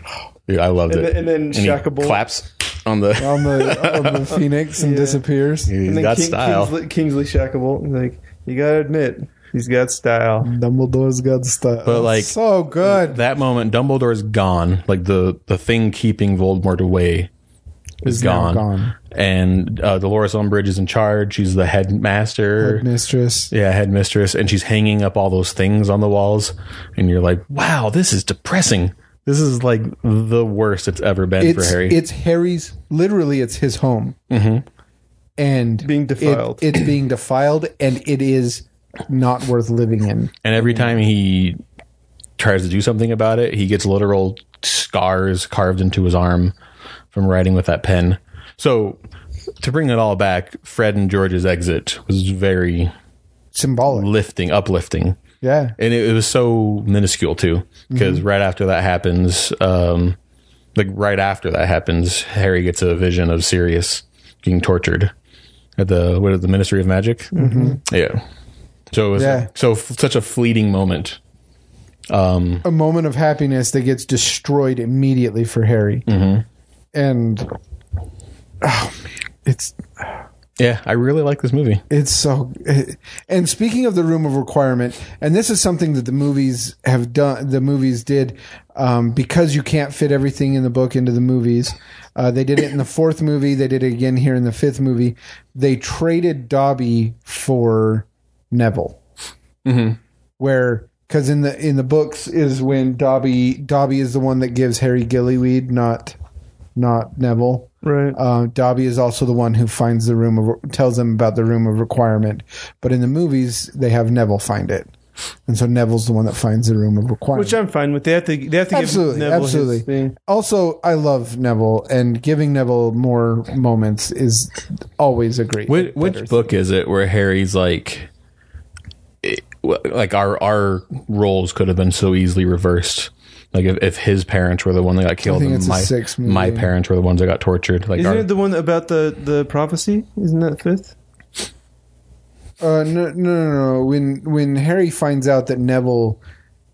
I loved And it. then- and then he Shacklebolt- claps on the. on the, on the phoenix and disappears. He's and then got King- style. Kingsley, Kingsley Shacklebolt, like you gotta admit, he's got style. Mm-hmm. Dumbledore's got style. But, like, so good. that moment, Dumbledore's gone. Like the the thing keeping Voldemort away is now gone. gone. And uh, Dolores Umbridge is in charge. She's the headmaster. Mistress. yeah, headmistress, and she's hanging up all those things on the walls. And you're like, wow, this is depressing. This is like the worst it's ever been It's for Harry. Mm-hmm. it's Harry's literally it's his home. And Being it- defiled. it's being defiled and it is not worth living in. and every time he tries to do something about it, he gets literal scars carved into his arm from writing with that pen. So to bring it all back, Fred and George's exit was very Symbolic. lifting, uplifting. Yeah. and it, it was so minuscule too because right after that happens um like right after that happens harry gets a vision of sirius being tortured at the what is it, the ministry of magic mm-hmm. yeah so it was Yeah. so f- such a fleeting moment a moment of happiness that gets destroyed immediately for Harry. Mm-hmm. And oh man, it's yeah i really like this movie it's so. And speaking of the room of requirement, and this is something that the movies have done. The movies did um, because you can't fit everything in the book into the movies. Uh, they did it in the fourth movie. They did it again here in the fifth movie. They traded Dobby for Neville, where because in the in the books is when Dobby Dobby is the one that gives Harry Gillyweed, not not Neville. Right. Uh, Dobby is also the one who finds the room of, tells them about the room of requirement. But in the movies, they have Neville find it, and so Neville's the one that finds the room of requirement. Which I'm fine with. They have to. They have to absolutely, give Neville absolutely. his thing. Also, I love Neville, and giving Neville more moments is always a great. Which, better which book is it where Harry's like, it, wh- like our our roles could have been so easily reversed. Like if, if his parents were the one that got killed, think and it's a my sixth movie. my parents were the ones that got tortured. Like Isn't our- it the one about the the prophecy? Isn't that fifth? Uh, no, no, no, no. When when Harry finds out that Neville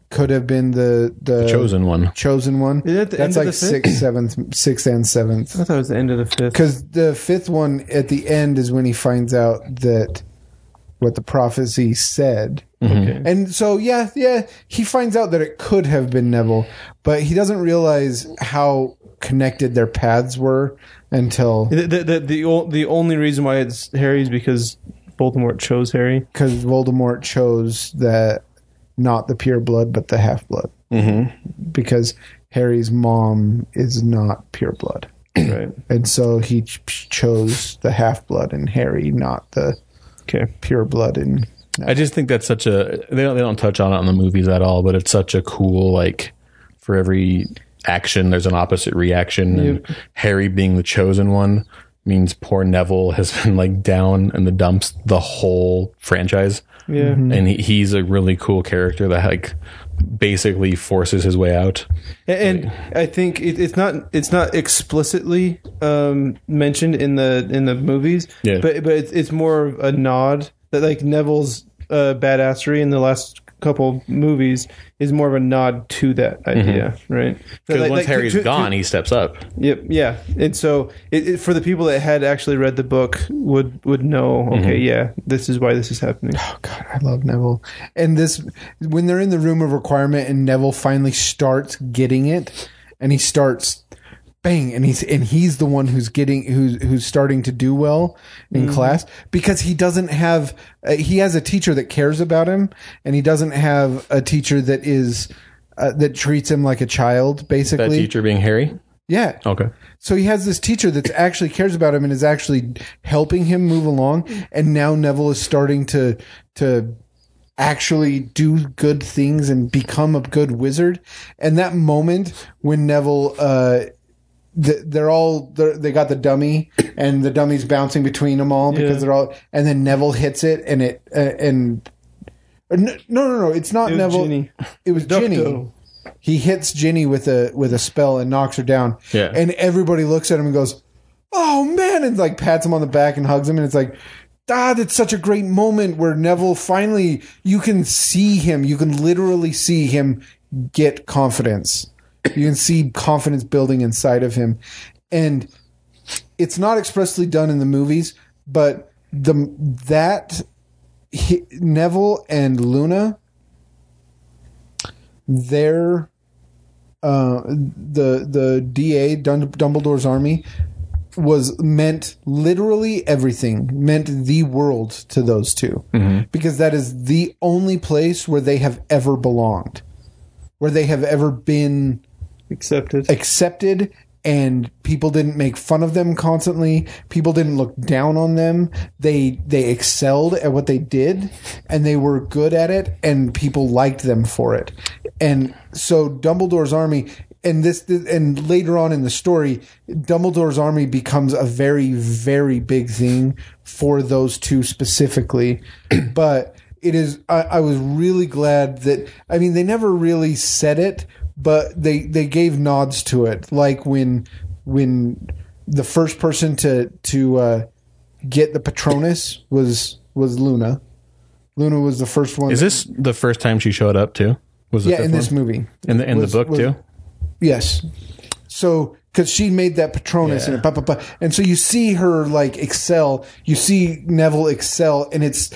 could have been the the, chosen one. chosen one, Is that the that's end of like the fifth? sixth, seventh, sixth and seventh. I thought it was the end of the fifth. Because the fifth one at the end is when he finds out that what the prophecy said. Mm-hmm. Okay. And so, yeah, yeah, he finds out that it could have been Neville, but he doesn't realize how connected their paths were until The the the, the, ol- the only reason why it's Harry is because Voldemort chose Harry. because Voldemort chose that not the pure blood, but the half blood. Mm-hmm. Because Harry's mom is not pure blood. right. And so he ch- chose the half blood in Harry, not the Okay. pure blood in I just think that's such a they don't they don't touch on it in the movies at all, but it's such a cool like for every action there's an opposite reaction and Harry being the chosen one means poor Neville has been like down in the dumps the whole franchise. Yeah. And he, he's a really cool character that like basically forces his way out. And and I think it, it's not it's not explicitly um, mentioned in the in the movies, Yeah. but but it's, it's more of a nod that like Neville's uh, badassery in the last couple movies is more of a nod to that idea, right? Like- Because Mm-hmm. once like, to- Harry's to- to- gone, he steps up. Yep. Yeah. And so, it, it, for the people that had actually read the book, would would know. Okay. Mm-hmm. Yeah. This is why this is happening. Oh God, I love Neville. And this, when they're in the room of requirement, and Neville finally starts getting it, and he starts bang and he's and he's the one who's getting who's who's starting to do well in class because he doesn't have uh, he has a teacher that cares about him and he doesn't have a teacher that is uh, that treats him like a child That basically teacher being Harry. yeah Okay. so he has this teacher that actually cares about him and is actually helping him move along. And now Neville is starting to to actually do good things and become a good wizard. And that moment when Neville, uh, th- they're all they're, they got the dummy and the dummy's bouncing between them all because Yeah. they're all. And then Neville hits it and it uh, and. or No, no, no, no! It's not It was Neville. Ginny. It was Ginny Ducto. he hits Ginny with a with a spell and knocks her down. Yeah. And everybody looks at him and goes, "Oh man!" and like pats him on the back and hugs him. And it's like, ah, that's such a great moment where Neville finally you can see him. You can literally see him get confidence. You can see confidence building inside of him, and it's not expressly done in the movies, but the that he, Neville and Luna their uh, the the DA Dun- Dumbledore's army was meant literally everything meant the world to those 2 because that is the only place where they have ever belonged where they have ever been Accepted. accepted and people didn't make fun of them constantly people didn't look down on them they they excelled at what they did and they were good at it and people liked them for it and so dumbledore's army and this this- and later on in the story dumbledore's army becomes a very very big thing for those two specifically but it is I, I was really glad that i mean they never really said it but they they gave nods to it like when when the first person to to uh get the patronus was was luna luna was the first one Is this the first time she showed up too? Was the yeah fifth in this one? movie in the in was- the book was- too? Yes. So, because she made that Patronus and Yeah. pa, pa, pa. and so you see her like excel. You see Neville excel, and it's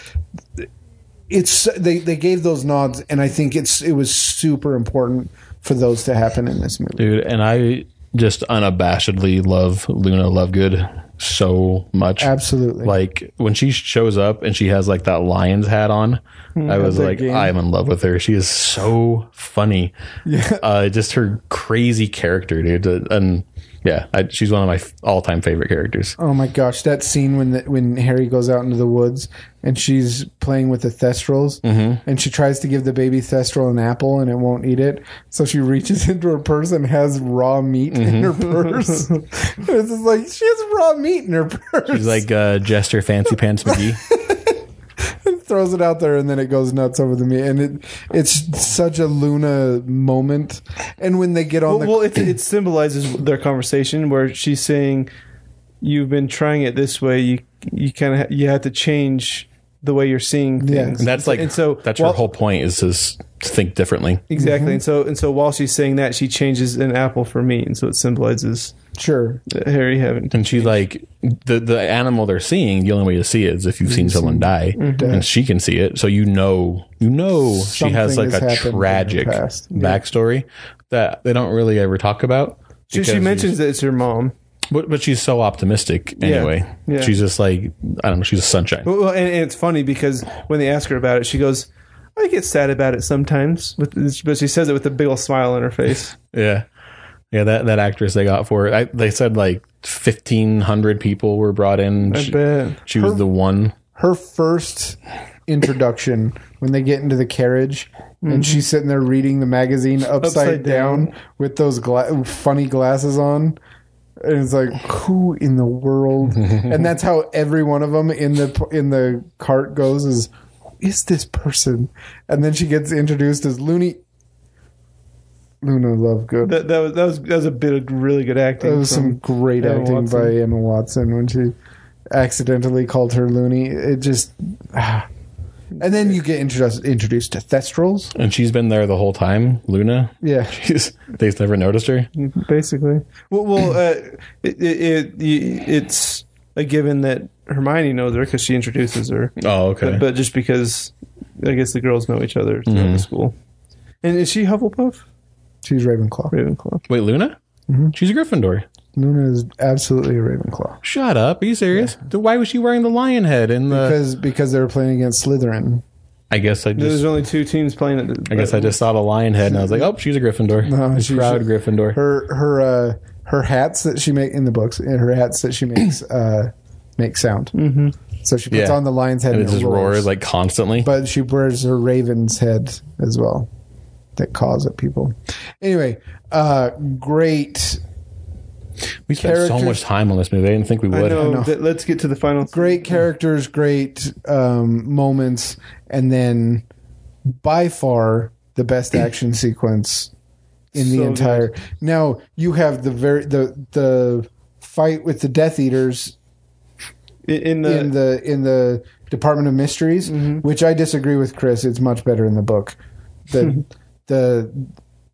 it's they they gave those nods, and I think it's it was super important for those to happen in this movie. Dude, and I just unabashedly love Luna Lovegood so much. Absolutely. Like when she shows up and she has like that lion's hat on, I was like, I'm in love with her. She is so funny. Yeah. Uh, just her crazy character, dude. And yeah, I, she's one of my all time favorite characters. Oh my gosh, that scene when the, when Harry goes out into the woods and she's playing with the thestrals, and she tries to give the baby thestral an apple and it won't eat it, so she reaches into her purse and has raw meat in her purse. it's just like she has raw meat in her purse. She's like uh, Jester Fancy Pants McGee. throws it out there and then it goes nuts over the meat, and it it's such a Luna moment. And when they get on the well, well it, it symbolizes their conversation where she's saying, "You've been trying it this way. You you kind of ha- you have to change the way you're seeing Yeah. things." And that's like and so that's while- her whole point is to s- to think differently. Mm-hmm. exactly. And so and so while she's saying that, she changes an apple for me, and so it symbolizes sure, that Harry having. And she's like the the animal they're seeing. The only way to see it is if you've seen someone die, and she can see it. So you know, you know, she has Something like has a happened in her tragic past. Yeah. backstory that they don't really ever talk about. She, she because- mentions that it's her mom. but, but she's so optimistic anyway. Yeah. She's just like I don't know. She's a sunshine. Well, well, and, and it's funny because when they ask her about it, she goes, "I get sad about it sometimes," with, but she says it with a big old smile on her face. Yeah, yeah. That that actress they got for it. I, they said like fifteen hundred people were brought in. I she, bet. she was the one. her first introduction when they get into the carriage and she's sitting there reading the magazine upside, Upside down, down. with those gla- funny glasses on and it's like who in the world and that's how every one of them in the in the cart goes is who is this person and then she gets introduced as looney luna lovegood That, that was that was that was a bit of really good acting. that was from- some great Emma acting Watson. by Emma Watson when she accidentally called her loony. It just. ah. And then you get introduced introduced to Thestrals. And she's been there the whole time, Luna. Yeah. She's, they've never noticed her. basically. Well, well, uh, it, it, it it's a given that Hermione knows her because she introduces her, Oh, okay. but, but just because I guess the girls know each other throughout Mm-hmm. the school. And is she Hufflepuff? She's Ravenclaw. Ravenclaw. Mm-hmm. Wait, Luna? She's a Gryffindor. Luna is absolutely a Ravenclaw Shut up. Are you serious? Then Why was she wearing the lion head? And the because because they were playing against Slytherin. I guess I just There's only two teams playing at the. I guess I just saw the lion head and I was like, oh, she's a Gryffindor. No, she's she's- proud Gryffindor. Her her uh, her hats that she make in the books and her hats that she makes uh, make sound. Mm-hmm. So she puts Yeah. on the lion's head and and, it just roars like constantly. but she wears her raven's head as well that caws at people. Anyway, uh, great we spent so characters- much time on this movie. I didn't think we I would. know. That, let's get to the final. great characters, great um, moments, and then by far the best action sequence in the So entire. Now you have the very the the fight with the Death Eaters in, in the, in the in the Department of Mysteries, Mm-hmm. which I disagree with Chris. It's much better in the book. The the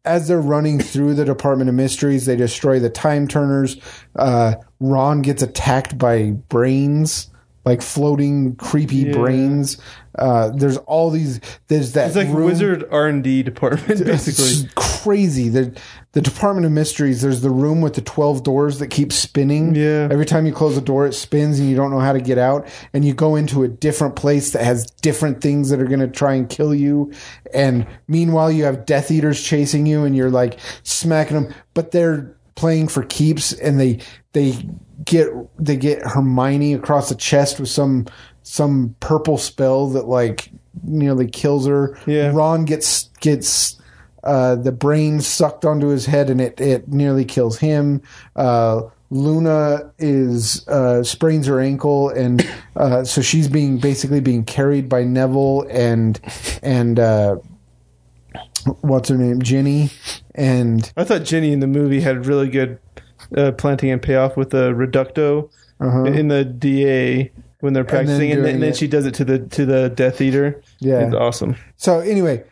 as they're running through the Department of Mysteries, they destroy the time turners. Uh, Ron gets attacked by brains, like floating creepy brains. Uh, there's all these. There's that. it's like room- wizard R and D department it's basically. crazy. The the Department of Mysteries. There's the room with the twelve doors that keep spinning. Yeah. Every time you close a door, it spins, and you don't know how to get out. And you go into a different place that has different things that are going to try and kill you. And meanwhile, you have Death Eaters chasing you, and you're like smacking them, but they're playing for keeps, and they they get they get Hermione across the chest with some some purple spell that like nearly kills her. Yeah. Ron gets gets uh, the brain sucked onto his head and it, it nearly kills him. Uh, Luna is uh, sprains her ankle and uh, so she's being basically being carried by Neville and and uh, what's her name Ginny and I thought Jenny in the movie had really good uh, planting and payoff with the reducto in the DA when they're Uh-huh. then practicing, and then, and then, doing it. she does it to the to the Death Eater. Yeah. it's awesome. So anyway,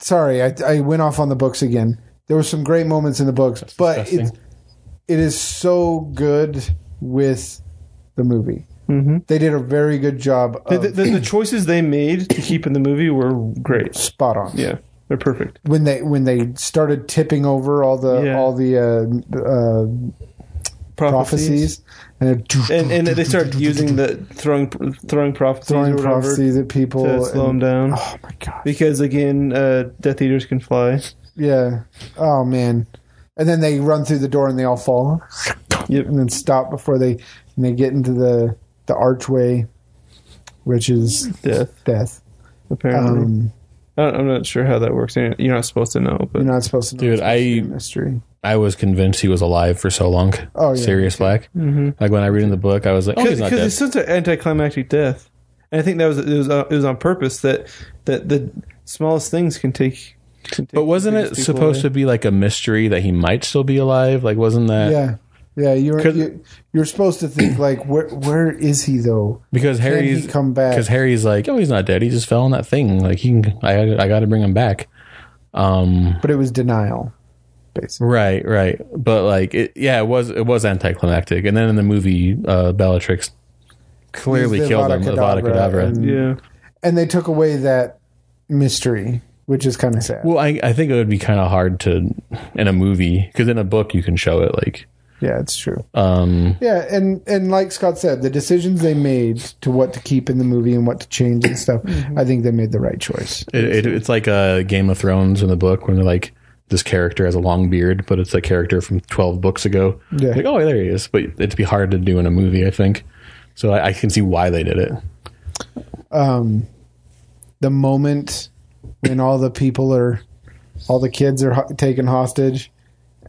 sorry, I, I went off on the books again. There were some great moments in the books, but disgusting. it's, it is so good with the movie. Mm-hmm. They did a very good job. Of The, the, the choices they made to keep in the movie were great. spot on. Yeah, they're perfect. When they when they started tipping over all the Yeah. all the uh, uh, prophecies, and, it- and and they started using the throwing throwing prophecies or throwing whatever prophecies at people. to slow them and- down Oh my god. because again, uh, Death Eaters can fly. Yeah. Oh man. And then they run through the door and they all fall. Yep. And then stop before they and they get into the the archway, which is Death death. apparently. Um, I don't, I'm not sure how that works. You're you're not supposed to know, but you're not supposed to. Know Dude, it's supposed to be I- a mystery. I was convinced he was alive for so long. Oh, yeah. Sirius Black. Mm-hmm. Like when I read in the book, I was like, oh, he's not because dead. it's such an anticlimactic death, and I think that was it was uh, it was on purpose that that the smallest things can take. Can take But wasn't it supposed to be like a mystery that he might still be alive? Like, wasn't that Yeah. Yeah, you're Uh, 'Cause- you, you're supposed to think like where where is he though? because Harry's come back? Because Harry's like, oh, he's not dead. He just fell in that thing. Like he, can, I, I got to bring him back. Um, But it was denial, basically. right, right. But like, it, yeah, it was it was anticlimactic. And then in the movie, uh, Bellatrix clearly Used the killed him. Avada Avada Kedavra Kedavra. and- Yeah, And they took away that mystery, which is kind of sad. Well, I, I think it would be kind of hard to in a movie because in a book you can show it. Like, yeah, it's true. um, Yeah, and and like Scott said, the decisions they made to what to keep in the movie and what to change and stuff, Mm-hmm. I think they made the right choice. it, it, it's like a Game of Thrones in the book when they're like. This character has a long beard, but it's a character from twelve books ago. Yeah. Like, oh, there he is. But it'd be hard to do in a movie, I think. So I, I can see why they did it. Um, the moment when all the people are, all the kids are ho- taken hostage,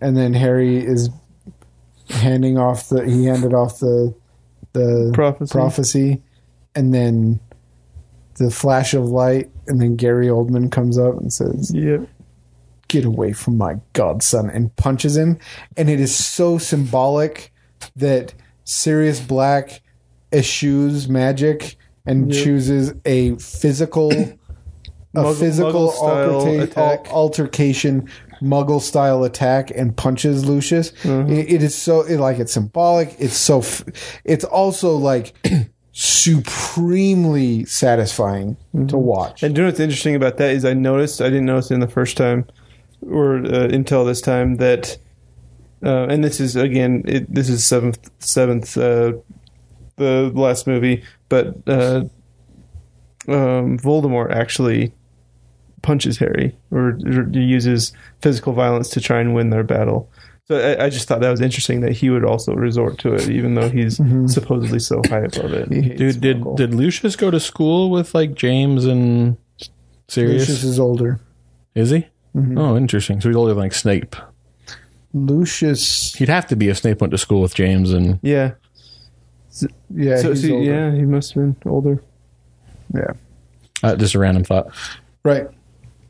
and then Harry is handing off the he handed off the the Prophecy. prophecy, and then the flash of light, and then Gary Oldman comes up and says, yeah. get away from my godson and punches him and it is so symbolic that Sirius Black eschews magic and chooses a physical a Muggle- physical Muggle-style alterta- attack. al- altercation muggle style attack and punches Lucius Mm-hmm. It- it is so it, like it's symbolic it's so f- it's also like supremely satisfying to watch Mm-hmm. And do you know what's interesting about that is I noticed I didn't notice in the first time or uh, until this time that Uh, and this is again, it, this is seventh, seventh, uh, the last movie. But uh, um, Voldemort actually punches Harry or, or uses physical violence to try and win their battle. So I, I just thought that was interesting that he would also resort to it, even though he's Mm-hmm. supposedly so high above it. Dude, did did Lucius go to school with like James and Sirius? Lucius is Mm-hmm. older. is he? Oh, interesting. So he's older than like Snape. Lucius, He'd have to be if Snape went to school with James and Yeah. yeah, so he's see, older. yeah, he must have been older. yeah. uh, just a random thought. Right.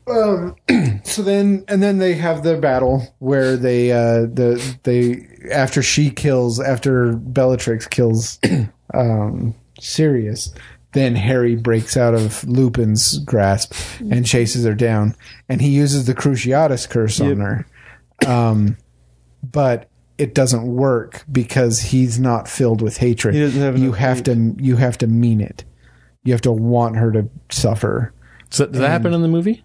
Um, so then, and then they have the battle where they, uh, the they after she kills after Bellatrix kills um, Sirius, then Harry breaks out of Lupin's grasp and chases her down, and he uses the Cruciatus curse on her, um, but it doesn't work because he's not filled with hatred. He doesn't have you enough have to you have to mean it. You have to want her to suffer. Does that, does that Mm. happen in the movie?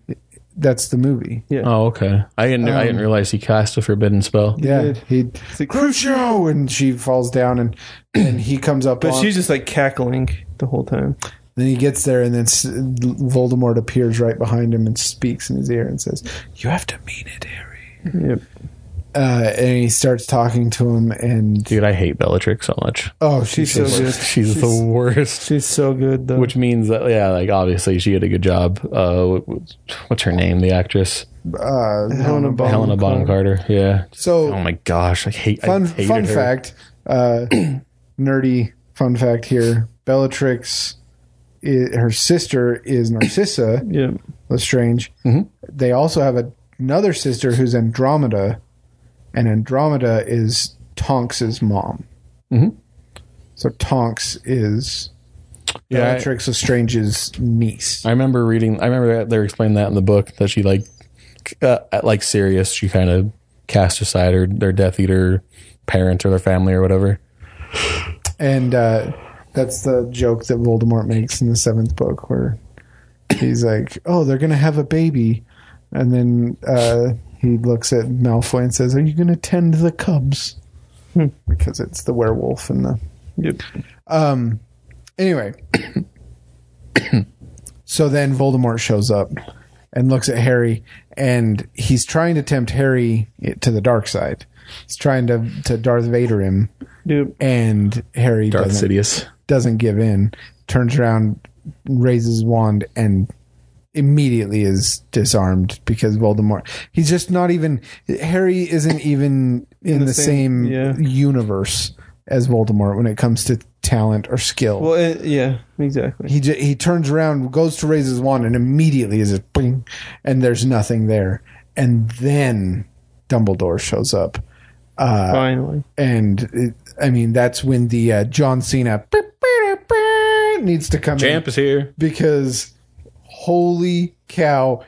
That's the movie. Oh, okay. I didn't. I didn't realize he cast a forbidden spell. Um, Yeah, did. he like, Crucio, and she falls down, and and he comes up. But on, she's just like cackling the whole time. then he gets there, and then S- Voldemort appears right behind him and speaks in his ear and says, "You have to mean it, Harry." Yep. Uh, and he starts talking to him, and Dude, I hate Bellatrix so much. oh, she's, She's so just- good. She's the worst. She's so good though. Which means that yeah, like obviously she did a good job. Uh, wh- wh- what's her name? The actress uh, Helena Bonham Helena Bonham Carter. Yeah. so Oh my gosh, I hate. fun I hated fun her. fact, uh, nerdy fun fact here: Bellatrix, i her sister is Narcissa. Yep. Lestrange. Mhm. They also have a- another sister who's Andromeda, and Andromeda is Tonks's mom. Mhm. So Tonks is Yeah, I- Bellatrix Lestrange's niece. I remember reading. I remember that they were explaining that in the book that she like, uh, like Sirius, she kind of cast aside her their Death Eater parent or their family or whatever. and uh, that's the joke that Voldemort makes in the seventh book, where he's like, "Oh, they're gonna have a baby," and then uh, he looks at Malfoy and says, "Are you gonna tend the cubs?" Because it's the werewolf and the Yep. Um. Anyway, so then Voldemort shows up and looks at Harry, and he's trying to tempt Harry to the dark side. He's trying to to Darth Vader him, Yep. and Harry Darth doesn't Sidious. doesn't give in. Turns around, raises his wand, and immediately is disarmed because Voldemort. He's just not even. Harry isn't even in, the, the same, same- yeah. universe as Voldemort when it comes to talent or skill. Well, uh, yeah, exactly. he j- he turns around, goes to raise his wand, and immediately is a bing, and there's nothing there. And then Dumbledore shows up. Uh, Finally, and it, I mean that's when the uh, John Cena needs to come in is here. because holy cow,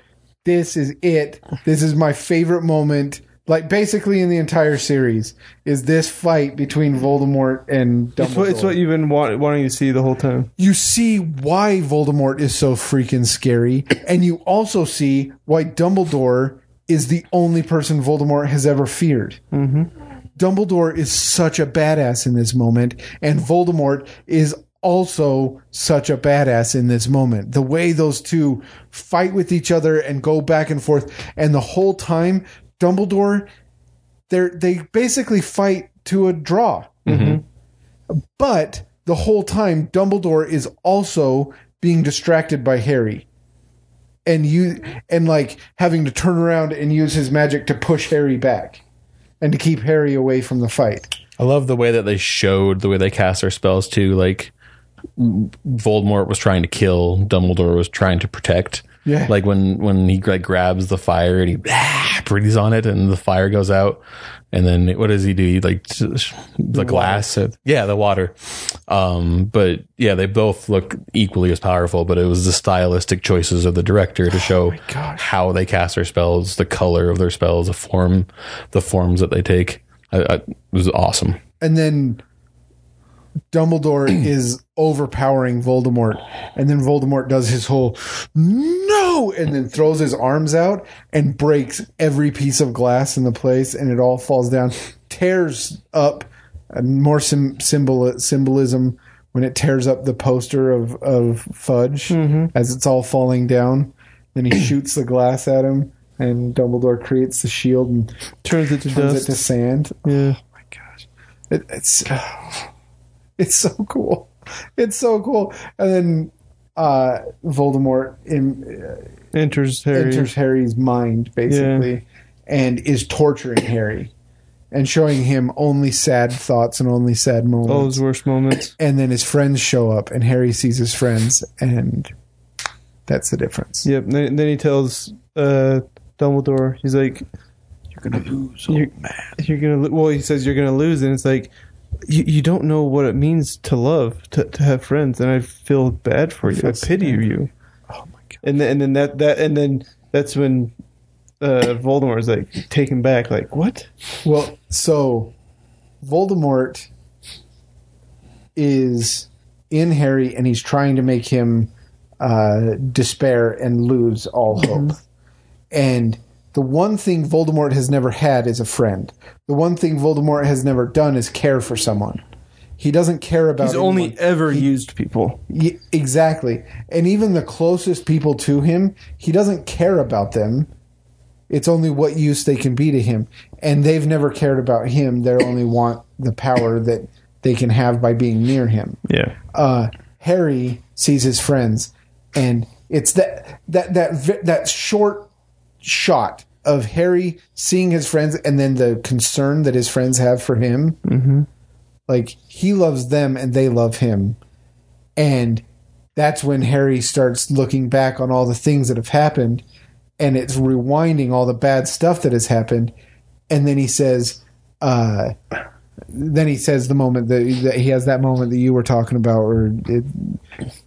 this is it. This is my favorite moment. Like basically in the entire series is this fight between Voldemort and Dumbledore. it's what, it's what you've been wa- wanting to see the whole time. you see why Voldemort is so freaking scary, and you also see why Dumbledore is the only person Voldemort has ever feared. Mm-hmm. Dumbledore is such a badass in this moment, and Voldemort is also such a badass in this moment. The way those two fight with each other and go back and forth, and the whole time, Dumbledore, they they basically fight to a draw. But the whole time, Dumbledore is also being distracted by Harry. And you and like having to turn around and use his magic to push Harry back and to keep Harry away from the fight. I love the way that they showed the way they cast their spells too. Like Voldemort was trying to kill, Dumbledore was trying to protect. Yeah. Like when when he like grabs the fire and he ah, breathes on it and the fire goes out. And then what does he do? He like t- the glass. Yeah, the water. Um, but yeah, they both look equally as powerful, but it was the stylistic choices of the director to show how they cast their spells, the color of their spells, the form, the forms that they take. I, I, it was awesome. And then Dumbledore is overpowering Voldemort. And then Voldemort does his whole no and then throws his arms out and breaks every piece of glass in the place and it all falls down. tears up and more sym symbol symbolism when it tears up the poster of of Fudge as it's all falling down. Then he shoots the glass at him, and Dumbledore creates the shield and Turns it to turns dust. it to sand. yeah. Oh my gosh, it, it's it's so cool. It's so cool. And then uh, Voldemort in, Enters Harry. enters Harry's mind basically and is torturing Harry and showing him only sad thoughts and only sad all moments. his worst moments. And then his friends show up and Harry sees his friends and that's the difference. Yep. And then, then he tells uh, Dumbledore, he's like, You're gonna lose. you, are gonna lo- well he says you're gonna lose and it's like you, you don't know what it means to love to, to have friends and i feel bad for you i Feels pity bad. you Oh my god. and then, and then that that and then that's when uh voldemort's like taken back like what Well, so Voldemort is in Harry and he's trying to make him uh, despair and lose all Mm-hmm. hope. And the one thing Voldemort has never had is a friend. The one thing Voldemort has never done is care for someone. He doesn't care about. he's only anyone. ever used people Ye- exactly. And even the closest people to him, he doesn't care about them. It's only what use they can be to him. And they've never cared about him. They only want the power that they can have by being near him. yeah Uh, Harry sees his friends, and it's that that that vi- that short shot of Harry seeing his friends, and then the concern that his friends have for him. Like he loves them, and they love him, and that's when Harry starts looking back on all the things that have happened, and it's rewinding all the bad stuff that has happened, and then he says. Uh, then he says the moment that, that he has that moment that you were talking about, or it,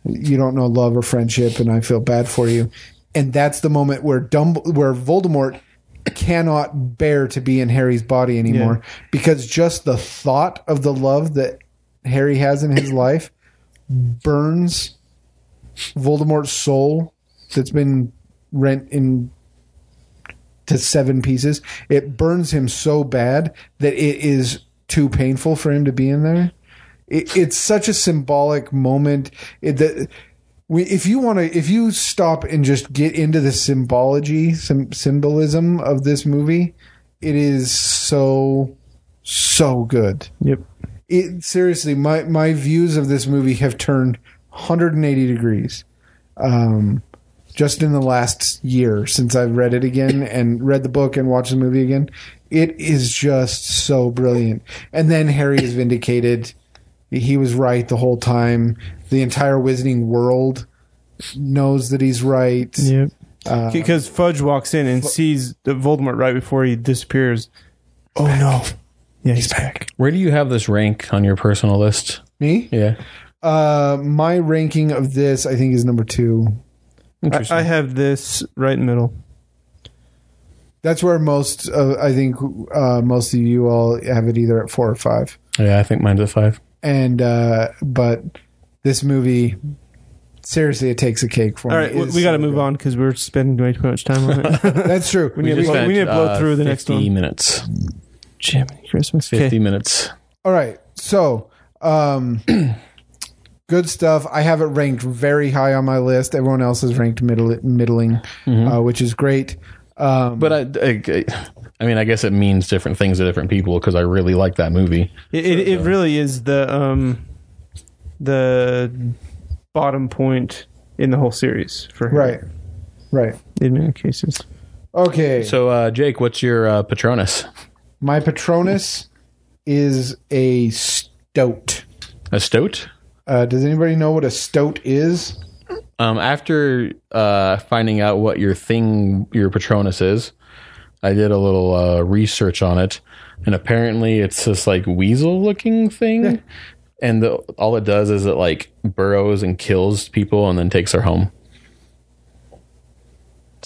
you don't know love or friendship, and I feel bad for you. And that's the moment where Dumb- where Voldemort cannot bear to be in Harry's body anymore because just the thought of the love that Harry has in his life burns Voldemort's soul that's been rent in to seven pieces. It burns him so bad that it is too painful for him to be in there. It, it's such a symbolic moment. It, that we, if you want to, if you stop and just get into the symbology, some symbolism of this movie, it is so so good yep it seriously my my views of this movie have turned 180 degrees um just in the last year since I've read it again and read the book and watched the movie again it is just so brilliant and then Harry is vindicated he was right the whole time the entire wizarding world knows that he's right yep Uh, because fudge walks in and sees the voldemort right before he disappears oh no yeah he's back Where do you have this rank on your personal list? me Yeah. uh my ranking of this I think is number 2 I, I have this right in the middle That's where most of I think uh, most of you all have it either at four or five. yeah, I think mine's at five. And uh, but this movie, seriously, it takes a cake for All me. right, we, It is we got to so move good. on because we're spending way too much time on it. That's true. We need- just we need to blow through the next 50 one. minutes. Jiminy Christmas. 50 minutes. all right, so um, good stuff. I have it ranked very high on my list. Everyone else is ranked middle, middling, Mm-hmm. uh, which is great. Um, But I, I, I mean, I guess it means different things to different people because I really like that movie. It, it, it really is the um the bottom point in the whole series for Harry, right, right. in many cases. Okay, So, uh, Jake, what's your uh, Patronus? my Patronus is a stoat. A stoat? Uh, does anybody know what a stoat is? Um, after uh, finding out what your thing, your Patronus is, I did a little uh, research on it, and apparently it's this like weasel-looking thing, and the, all it does is it like burrows and kills people and then takes her home.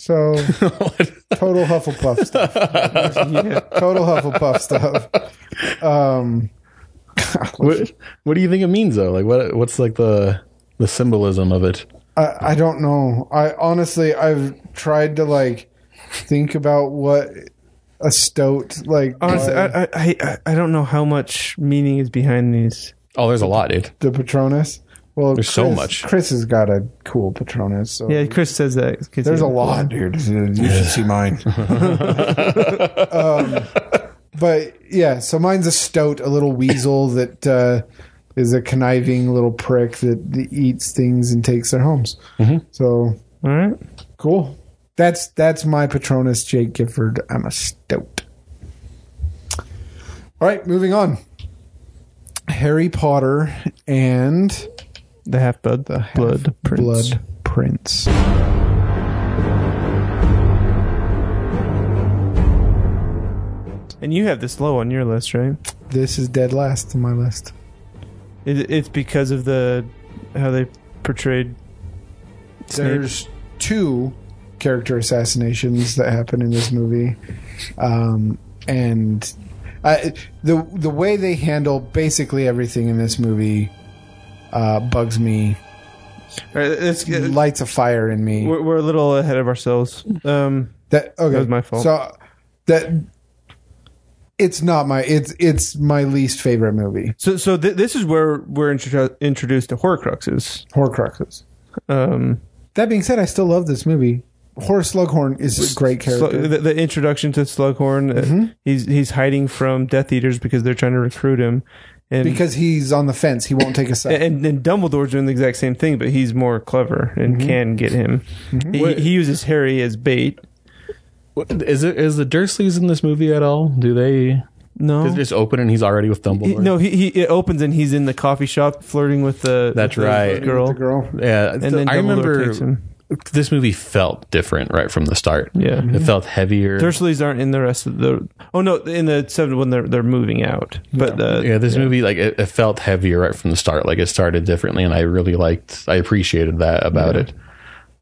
So total Hufflepuff stuff. Total Hufflepuff stuff. Um, What, what do you think it means though? Like, what what's like the the symbolism of it? I, I don't know. I honestly, I've tried to like think about what a stoat like Honestly, uh, I, I I I don't know how much meaning is behind these. Oh, there's a lot, dude. the Patronus. Well, There's Chris, so much. Chris has got a cool Patronus. So Yeah, Chris says that. 'cause There's he- a lot, dude. You should see mine. um, but yeah, so mine's a stoat, a little weasel that uh, is a conniving little prick that, that eats things and takes their homes. So All right. cool. That's that's my Patronus, Jake Gifford. I'm a stoat. All right, moving on. Harry Potter and The half blood. The blood prince. Blood Prince. And you have this low on your list, right? This is dead last on my list. It, it's because of the how they portrayed. Snape. There's two character assassinations that happen in this movie, um, and I, the the way they handle basically everything in this movie uh, bugs me, All right, let's get- lights a fire in me. uh, we're, we're a little ahead of ourselves. Um, That okay. That was my fault. So that it's not my it's it's my least favorite movie. so so th- this is where we're intro- introduced to Horcruxes. Horcruxes. Um, That being said, I still love this movie. Horace Slughorn is a Slu- great character. Mm-hmm. the, the introduction to Slughorn. uh, He's he's hiding from Death Eaters because they're trying to recruit him, and because he's on the fence, he won't take a side. and, and Dumbledore's doing the exact same thing, but he's more clever and Mm-hmm. can get him. He, he uses Harry as bait. What- Is it is the Dursleys in this movie at all? Do they? No, Is it just open and he's already with He- Dumbledore? no, he, he it opens and he's in the coffee shop flirting with the That's with the right. girl. The girl. Yeah, And then I Dumbledore remember takes him. this movie felt different right from the start. Yeah. it felt heavier. Dursleys aren't in the rest of the. Oh no, in the seven when they're they're moving out. But uh, yeah, this movie like it, it felt heavier right from the start. Like it started differently, and I really liked. I appreciated that about it.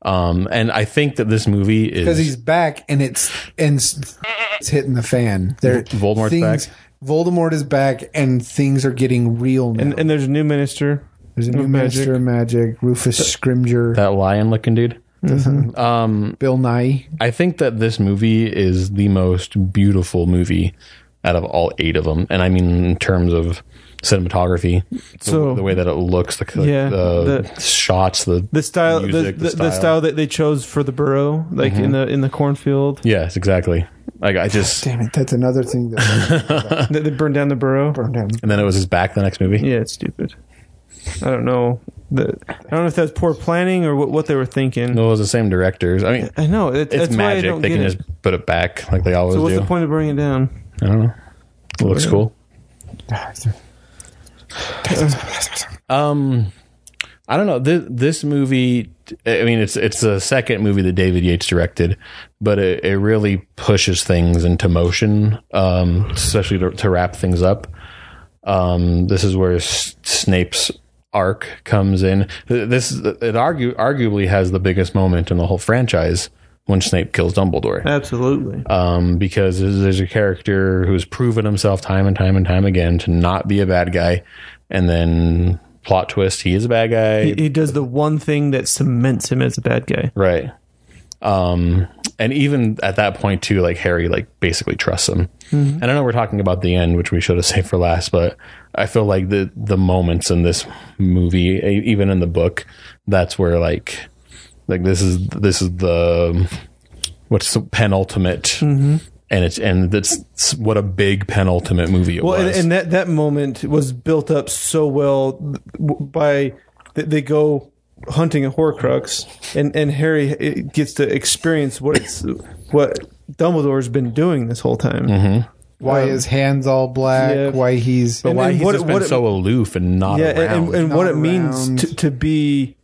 Um, and I think that this movie is because he's back and it's and s- it's hitting the fan. There, Voldemort's things, back? Voldemort is back, and things are getting real now. and, and there's a new minister. There's a new of Minister of Magic, Rufus Scrimgeour, that lion looking dude. Um, Bill Nye. I think that this movie is the most beautiful movie out of all eight of them, and I mean in terms of cinematography, So- the, the way that it looks, the, the, Yeah, the shots, the The style, Music, the, the, the the, style. style that they chose for the burrow, like in the in the cornfield, yes, exactly. Like I just, Damn it, that's another thing that they, they burned down the burrow. burned him. and then it was his back the next movie. Yeah, it's stupid. I don't know. The, I don't know if that's poor planning or what, what they were thinking. It was the same directors. I mean, I know it, it's that's why I magic. don't They get can it. just put it back like they always So what's do. the point of bringing it down? I don't know. It looks cool. Um, I don't know. This, this movie, I mean, it's it's the second movie that David Yates directed, but it, it really pushes things into motion, um, especially to, to wrap things up. Um, this is where S- Snape's arc comes in. Th- This it argu- arguably has the biggest moment in the whole franchise when Snape kills Dumbledore Absolutely. um, because there's there's a character who's proven himself time and time and time again to not be a bad guy, and then plot twist, he is a bad guy, he, he does the one thing that cements him as a bad guy. right? Um, and even at that point too, like Harry, like basically trusts him. Mm-hmm. And I know we're talking about the end, which we should have saved for last, but I feel like the the moments in this movie, e- even in the book, that's where like like this is this is the what's the penultimate Mm-hmm. and it's and that's it's what a big penultimate movie it Well, and, was and that that moment was built up so well w- by th- they go hunting a Horcrux, and and Harry eh, gets to experience what it's what Dumbledore's been doing this whole time. Mm-hmm. Why his hands all black? yeah. Why he's And- why and he's what just it- been what it- so aloof and not Yeah, around and, and, and Not what it means to, around. to be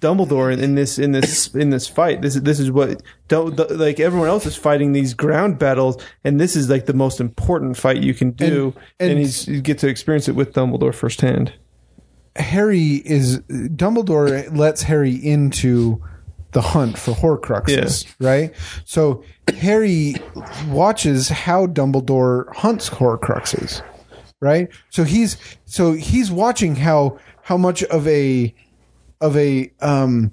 Dumbledore in, in this in this in this fight. This is this is what don't the- like everyone else is fighting these ground battles, and this is like the most important fight you can do, and, And- and- he's, you get to experience it with Dumbledore firsthand. Harry is Dumbledore lets Harry into the hunt for Horcruxes, right? So Harry watches how Dumbledore hunts Horcruxes, right? So he's so he's watching how how much of a of a um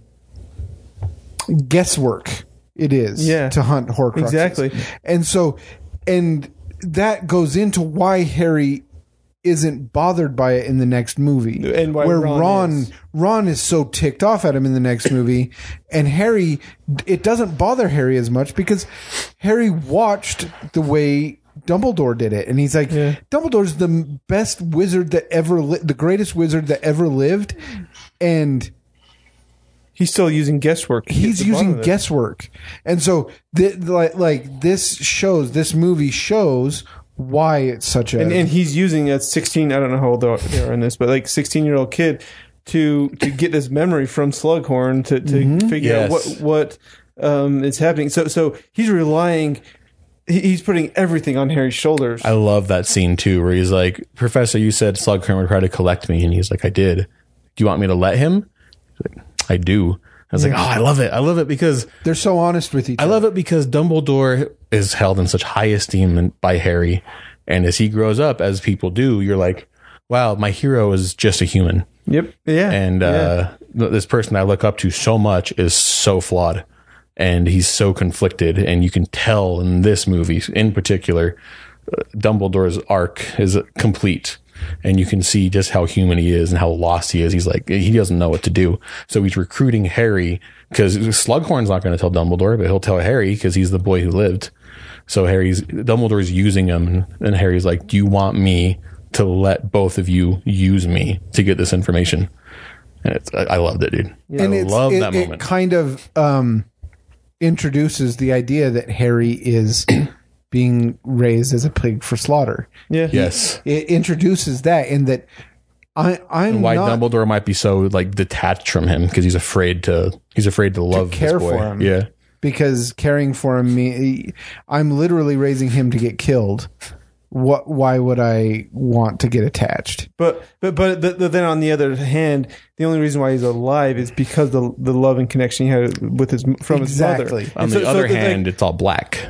guesswork it is Yeah. to hunt Horcruxes. Exactly. And so and that goes into why Harry isn't bothered by it in the next movie And why where Ron Ron Ron is. is. so ticked off at him in the next movie and Harry it doesn't bother Harry as much because Harry watched the way Dumbledore did it and he's like Dumbledore's the best wizard that ever li- the greatest wizard that ever lived and He's still using guesswork. to get he's to the bottom using of it. guesswork and so th- like, like this shows this movie shows why it's such a and, and he's using a 16 i don't know how old they are in this but like 16 year old kid to to get this memory from slughorn to, to Mm-hmm. figure Yes. out what what um is happening so so he's relying he- he's putting everything on harry's shoulders I love that scene too, where he's like, Professor, you said Slughorn would try to collect me. And he's like, I did. Do you want me to let him? He's like, I do. I was like, oh, I love it. I love it because they're so honest with each I other love it because Dumbledore is held in such high esteem and- by Harry. And as he grows up, as people do, you're like, wow, my hero is just a human. yep yeah And uh, th- this person I look up to so much is so flawed. And he's so conflicted. And you can tell in this movie in particular, uh, Dumbledore's arc is complete. And you can see just how human he is and how lost he is. He's like, he doesn't know what to do. So he's recruiting Harry because Slughorn's not going to tell Dumbledore, but he'll tell Harry because he's the boy who lived. So Harry's Dumbledore's using him, and Harry's like, "Do you want me to let both of you use me to get this information?" And it's, I, I loved it, dude. and I it's- love it, that it moment. kind of um, introduces the idea that Harry is being raised as a pig for slaughter. yeah yes, It introduces that, and that I, I'm why not Dumbledore might be so like detached from him because he's afraid to he's afraid to love this care boy. for him. Yeah, because caring for him, me, I'm literally raising him to get killed. What? Why would I want to get attached? but but but th- th- then on the other hand the only reason why he's alive is because the the love and connection he had with his m- from Exactly. his mother on And the so- so other it's like- Oh hand, it's all black.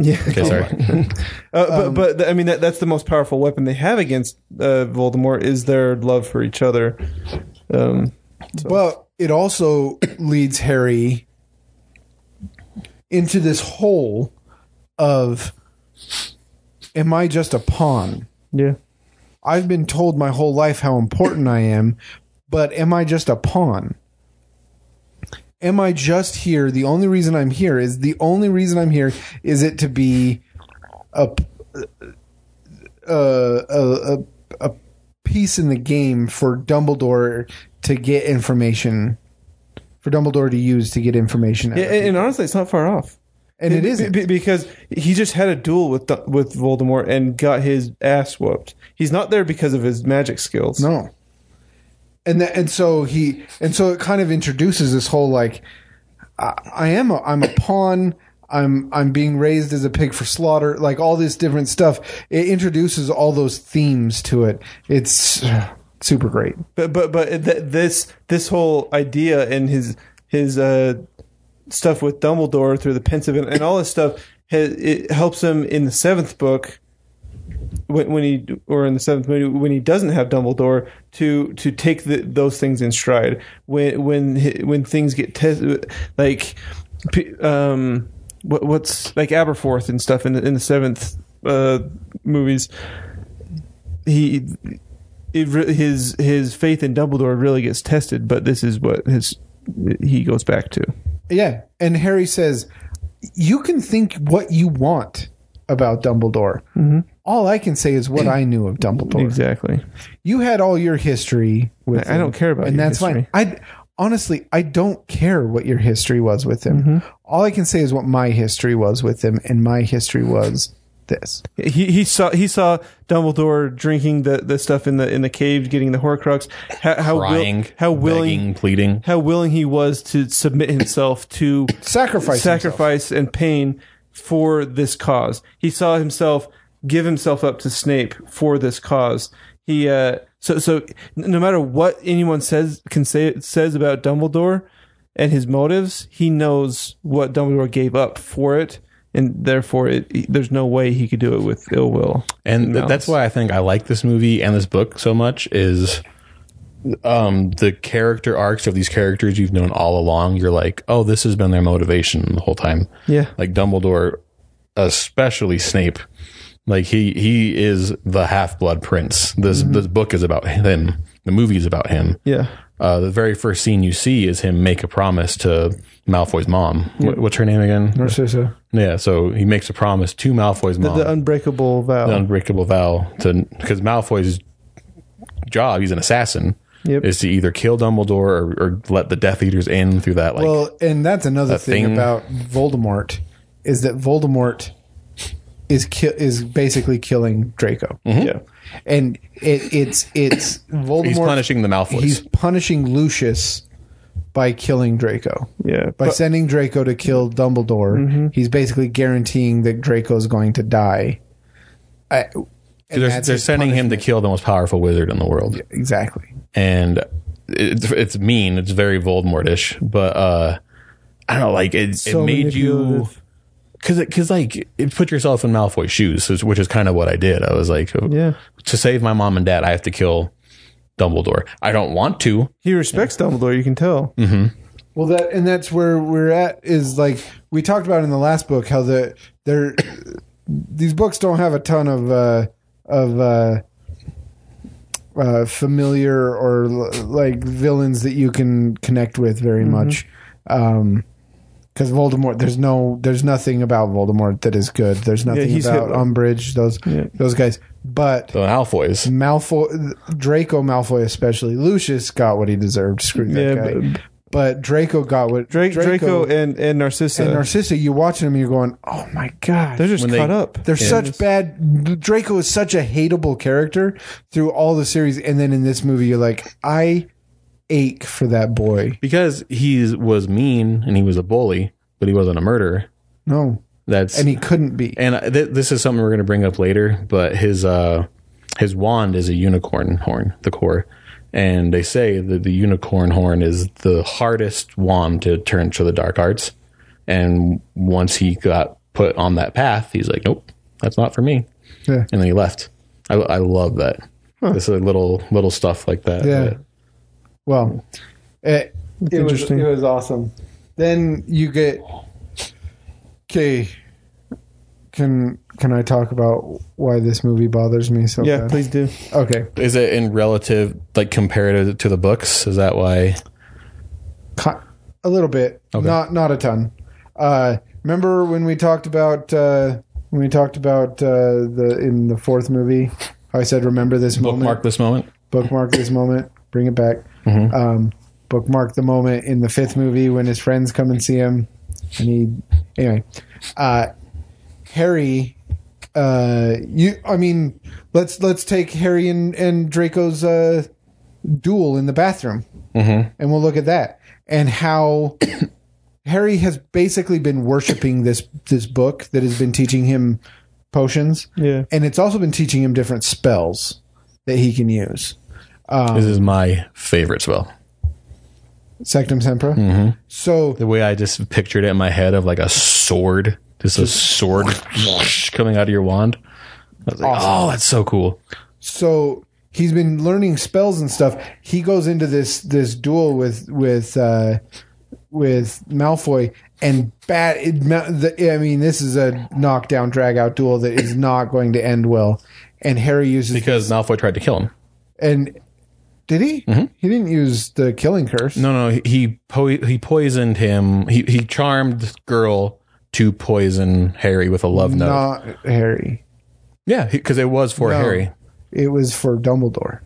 yeah Okay, sorry. Uh, Um, but but I mean that that's the most powerful weapon they have against uh, Voldemort is their love for each other. Um, Well, it also leads Harry into this hole of am I just a pawn? yeah, I've been told my whole life how important I am, but am I just a pawn? Am I just here? The only reason I'm here is the only reason I'm here is it to be a a a, a, a piece in the game for Dumbledore to get information for Dumbledore to use to get information. out of and, and honestly, it's not far off. And it isn't. Be- be- because he just had a duel with Du- with Voldemort and got his ass whooped. He's not there because of his magic skills. No. And that, and so he and so it kind of introduces this whole like I, I am a, I'm a pawn. I'm I'm being raised as a pig for slaughter. Like all this different stuff. It introduces all those themes to it. It's uh, super great. but but but th- this this whole idea and his his uh, stuff with Dumbledore through the pensive and, and all this stuff has, it helps him in the seventh book when, when he or in the seventh movie when he doesn't have Dumbledore to to take the, those things in stride when when he- when things get tested like p- um what, what's like Aberforth and stuff in the in the seventh uh, movies he it re- his his faith in Dumbledore really gets tested, but this is what his he goes back to. Yeah. And Harry says, "You can think what you want about Dumbledore. All I can say is what I knew of Dumbledore. Exactly. you had all your history with I- I him, don't care about and your that's history. fine i honestly i don't care what your history was with him Mm-hmm. all i can say is what my history was with him and my history was this He he saw he saw Dumbledore drinking the, the stuff in the in the cave, getting the Horcrux. How, how will- Crying, how willing, begging, pleading. how willing he was to submit himself to Sacrifice sacrifice and pain for this cause. He saw himself give himself up to Snape for this cause. He uh, so so n- no matter what anyone says can say says about Dumbledore and his motives, he knows what Dumbledore gave up for it. And therefore, it, there's no way he could do it with ill will. and th- malice. that's why I think I like this movie and this book so much is um the character arcs of these characters you've known all along you're like oh this has been their motivation the whole time Yeah. like dumbledore especially Snape. Like he he is the half blood prince. This this book is about him. The movie is about him. Mm-hmm. Yeah. Uh, the very first scene you see is him make a promise to Malfoy's mom. Wh- what's her name again? Narcissa. Yeah, so he makes a promise to Malfoy's mom, The uh, unbreakable vow. the unbreakable vow, to because Malfoy's job, he's an assassin, Yep. is to either kill Dumbledore or, or let the Death Eaters in through that like Well, and that's another thing, thing. about Voldemort is that Voldemort is ki- is basically killing Draco, Yeah. and it, it's it's Voldemort. Mm-hmm. he's punishing the Malfoys. He's punishing Lucius by killing Draco. Yeah. By But- sending Draco to kill Dumbledore, Mm-hmm. he's basically guaranteeing that Draco's going to die. I, and they're that's they're his sending him to kill the most powerful wizard in the world, punishment. exactly. and it's it's mean. It's very Voldemortish, but uh, I don't know. Like it, So it made you manipulative. because because like it put yourself in Malfoy's shoes, is- which is kind of what I did. I was like, "Oh, Yeah. to save my mom and dad, I have to kill Dumbledore. I don't want to. He respects Dumbledore. You can tell. Well, that and that's where we're at is like we talked about in the last book how the there these books don't have a ton of uh, of uh, uh, familiar or l- like villains that you can connect with very Mm-hmm. much. Um 'cause because Voldemort, there's no, there's nothing about Voldemort that is good. There's nothing he's about Hitler. Umbridge, those Yeah. those guys. But The Malfoys. Malfoy, Draco Malfoy, especially Lucius, got what he deserved. Screw that Yeah, guy. but- But, Draco got what Drake, Draco, and and Narcissa. and Narcissa. You watching him, you're going, "Oh my god, they're just when they- caught up. they're such bad." Draco is such a hateable character through all the series, and then in this movie, you're like, "I ache for that boy." Because he was mean and he was a bully, but he wasn't a murderer. No, That's and he couldn't be. and I- th- this is something we're going to bring up later but his uh his wand is a unicorn horn the core and they say that the unicorn horn is the hardest wand to turn to the dark arts and once he got put on that path he's like nope that's not for me Yeah. and then he left i, I love that this is little little stuff like that Yeah. that- Well, it, it was interesting. it was awesome. Then you get okay. Can can I talk about why this movie bothers me so? yeah, bad? please do. Okay, is it in relative like comparative to the books is that why Ki- a little bit, not not a ton. Uh, remember when we talked about uh, when we talked about uh, the in the fourth movie? How I said, remember this moment. bookmark this moment bookmark this moment, bring it back. Um, bookmark the moment in the fifth movie when his friends come and see him, and he anyway. Uh, Harry, uh, you. I mean, let's let's take Harry and and Draco's uh, duel in the bathroom, and we'll look at that and how. Harry has basically been worshiping this this book that has been teaching him potions, Yeah. and it's also been teaching him different spells that he can use. this is my favorite spell Sectum Sempra. So the way I just pictured it in my head of like a sword, just a sword coming out of your wand. I was like, oh, that's so cool. so he's been learning spells and stuff. He goes into this this duel with with uh, with Malfoy and bat. It, Ma- the, I mean, this is a knockdown drag out duel that is not going to end well. And Harry uses Because Malfoy tried to kill him. and did he? He didn't use the killing curse. No, no, he- he po- he poisoned him. He he charmed the girl to poison Harry with a love note. not Harry. Yeah, because it was for No. Harry. It was for Dumbledore.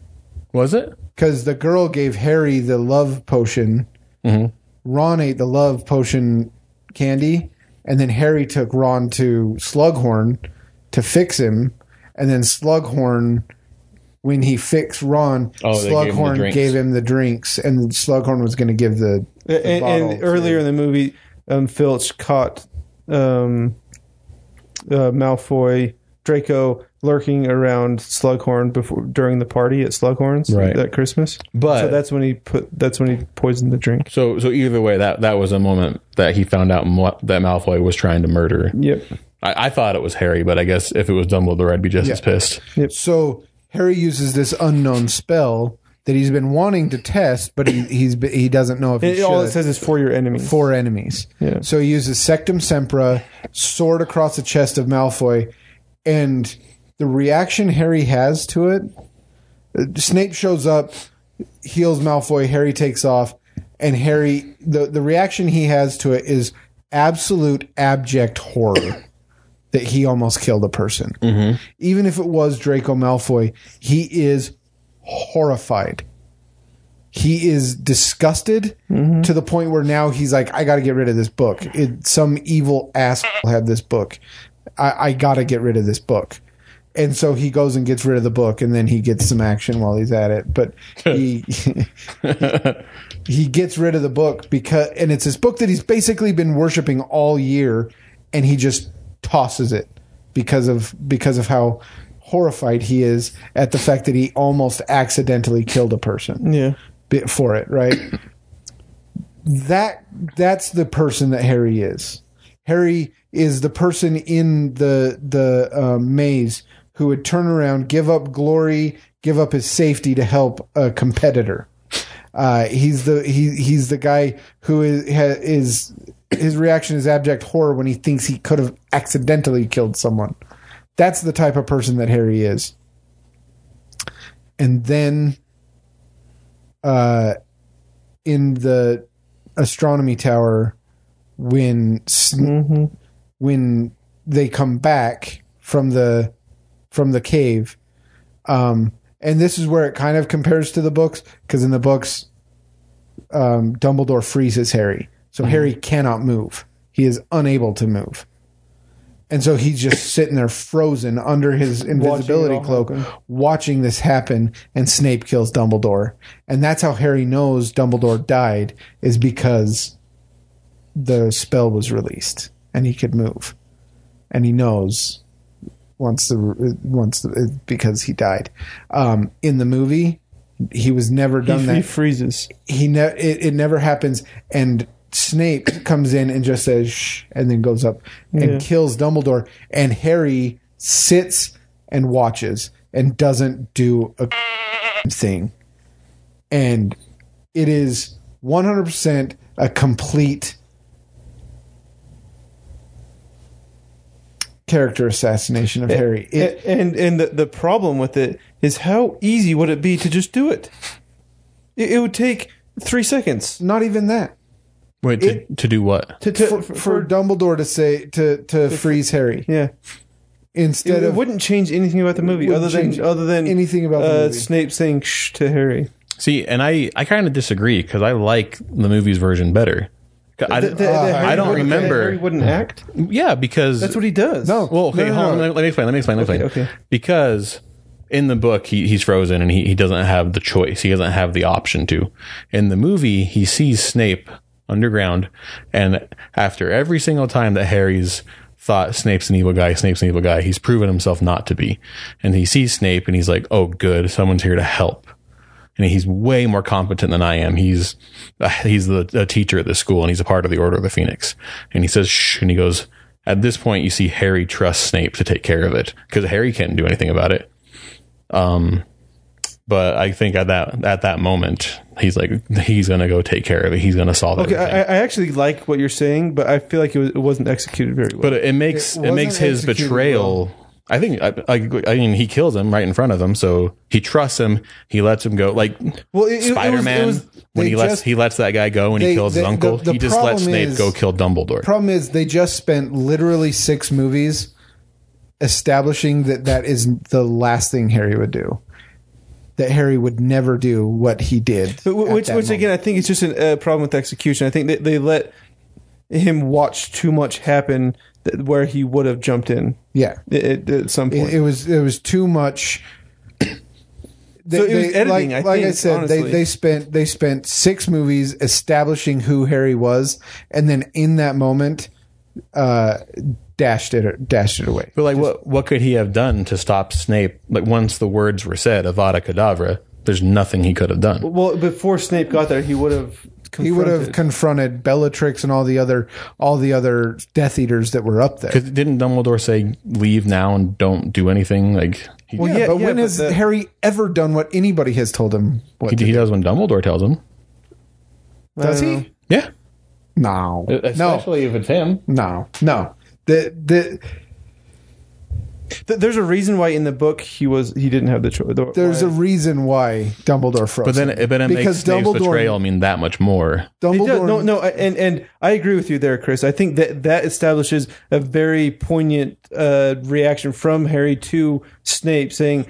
Was it? because the girl gave Harry the love potion. Mm-hmm. Ron ate the love potion candy, and then Harry took Ron to Slughorn to fix him, and then Slughorn. When he fixed Ron, Oh, they gave him the Slughorn gave him, drinks. the drinks, and Slughorn was going to give the, the And, bottle and to- earlier in the movie, um, Filch caught um, uh, Malfoy, Draco lurking around Slughorn before during the party at Slughorn's Right. that Christmas. But- so that's when he put. That's when he poisoned the drink. So so either way, that that was a moment that he found out Ma- that Malfoy was trying to murder. Yep. I, I thought it was Harry, but I guess if it was Dumbledore, I'd be just as pissed. So Harry uses this unknown spell that he's been wanting to test, but he he's be- he doesn't know if he It, should. all it says is for your enemies. four enemies. Yeah. So he uses Sectum Sempra, sword across the chest of Malfoy, and the reaction Harry has to it. uh, Snape shows up, heals Malfoy. Harry takes off, and Harry the the reaction he has to it is absolute abject horror. That he almost killed a person. Mm-hmm. Even if it was Draco Malfoy, he is horrified he is disgusted to the point where now he's like, I got to get rid of this book. It, some evil asshole had this book. I, I got to get rid of this book. And so he goes and gets rid of the book, and then he gets some action while he's at it. But he he gets rid of the book because, and it's this book that he's basically been worshiping all year, and he just tosses it because of because of how horrified he is at the fact that he almost accidentally killed a person Yeah. bit for it, right? that that's the person that Harry is. Harry is the person in the the uh, maze who would turn around, give up glory, give up his safety to help a competitor. Uh, he's the he he's the guy who is ha, is his reaction is abject horror when he thinks he could have accidentally killed someone. That's the type of person that Harry is. And then uh, in the astronomy tower when Sn- when they come back from the from the cave um and this is where it kind of compares to the books because in the books um dumbledore freezes harry so Mm-hmm. harry cannot move he is unable to move and so he's just sitting there frozen under his invisibility all cloak happen. watching this happen and snape kills dumbledore and that's how harry knows dumbledore died is because the spell was released and he could move and he knows once the once the, because he died um, in the movie he was never He, done he that freezes. he ne- it, it never happens and snape comes in and just says shh and then goes up and Yeah. kills dumbledore and harry sits and watches and doesn't do a thing and it is 100% a complete character assassination of harry it, A- and and the, the problem with it is how easy would it be to just do it? It, it would take three seconds. not even that Wait, to, to do what? To, to, for, for Dumbledore to say to to freeze Harry yeah, it, instead it of wouldn't change anything about the movie wouldn't other than change other than anything about the uh, movie. Snape saying shh to Harry. See, and I, I kind of disagree because I like the movie's version better. 'Cause I, That- that- that I Harry don't wouldn't- that remember. Harry wouldn't act. yeah, because That's what he does. No. Well, okay, no, hold on. no. Let, let me explain. Let me explain. Let me Okay, explain. okay. Because in the book, he, he's frozen and he, he doesn't have the choice. He doesn't have the option to. In the movie, he sees Snape underground, and after every single time that Harry's thought Snape's an evil guy, Snape's an evil guy, he's proven himself not to be. And he sees Snape and he's like, oh, good, someone's here to help and he's way more competent than I am. He's uh, he's the a teacher at the school, and he's a part of the Order of the Phoenix. And he says, "Shh," and he goes. At this point, you see Harry trusts Snape to take care of it because Harry can't do anything about it. Um, but I think at that at that moment, he's like he's gonna go take care of it. He's gonna solve Okay, everything. I, I I actually like what you're saying, but I feel like it, was, it wasn't executed very well. but it makes It it, makes wasn't his executed betrayal. I think I, I, I mean he kills him right in front of him, so he trusts him. He lets him go, like Well, it- it- it was- it Spider Man. was- When they he lets just- he lets that guy go and they- he kills the- his uncle, the- the he just problem lets Snape is- go kill Dumbledore. problem is they just spent literally six movies establishing that that is the last thing Harry would do. That Harry would never do what he did. But wh- at which, that which again, I think it's just a uh, problem with execution. I think that they let him watch too much happen that, where he would have jumped in moment. yeah, at, at- at some point. it, it was it was too much. They, So it was editing, like, I like I think, said, they, honestly. they spent they spent six movies establishing who Harry was, and then in that moment, uh, dashed it dashed it away. but like, what what could he have done to stop Snape? Like once the words were said, Avada Kedavra, there's nothing he could have done. well, before Snape got there, he would have he would have confronted Bellatrix and all the other all the other Death Eaters that were up there. Because didn't Dumbledore say leave now and don't do anything? Like he, Well, Yeah, yeah, but yeah, when but has the- Harry ever done what anybody has told him? What he, to he do? does when Dumbledore tells him. Does I don't he? Yeah, Uh, No, no, E-, if it's him. no, no. The the Th- there's a reason why in the book he was he didn't have the choice. there's a reason why Dumbledore froze. But then, him. but then it makes Snape's betrayal mean that much more. It Dumbledore, does, no, no, I- and and I agree with you there, Chris. I think that that establishes a very poignant uh, reaction from Harry to Snape, saying,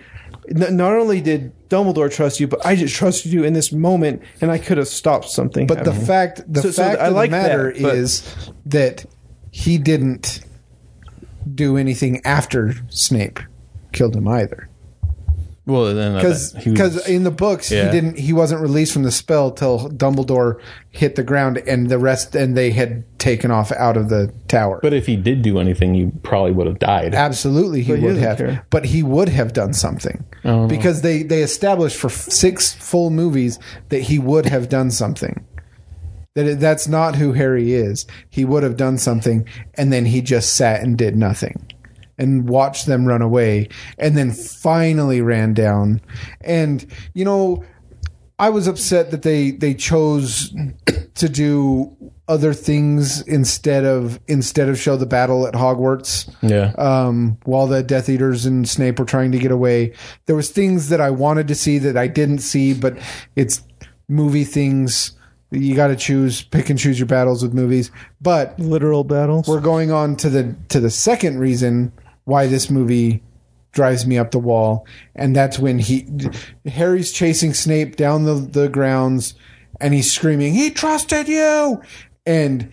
"N- "Not only did Dumbledore trust you, but I just trusted you in this moment, and I could have stopped something." But the happening." fact the So- so fact I of like the matter that, but- is that he didn't do anything after Snape killed him either. Well, then Because uh, he was- in the books Yeah. he didn't he wasn't released from the spell till Dumbledore hit the ground and the rest and they had taken off out of the tower. But if he did do anything, you probably would have died. Absolutely, he But he would doesn't have. care. But he would have done something don't know. because they they established for f- six full movies that he would have done something. That it- that's not who Harry is. He would have done something, and then he just sat and did nothing, and watched them run away, and then finally ran down. And you know, I was upset that they they chose to do other things instead of instead of show the battle at Hogwarts Yeah. um, while the Death Eaters and Snape were trying to get away. There was things that I wanted to see that I didn't see, but it's movie things. You got to choose, pick and choose your battles with movies. But literal battles. we're going on to the to the second reason why this movie drives me up the wall, and that's when he Harry's chasing Snape down the the grounds, and he's screaming, "He trusted you!" and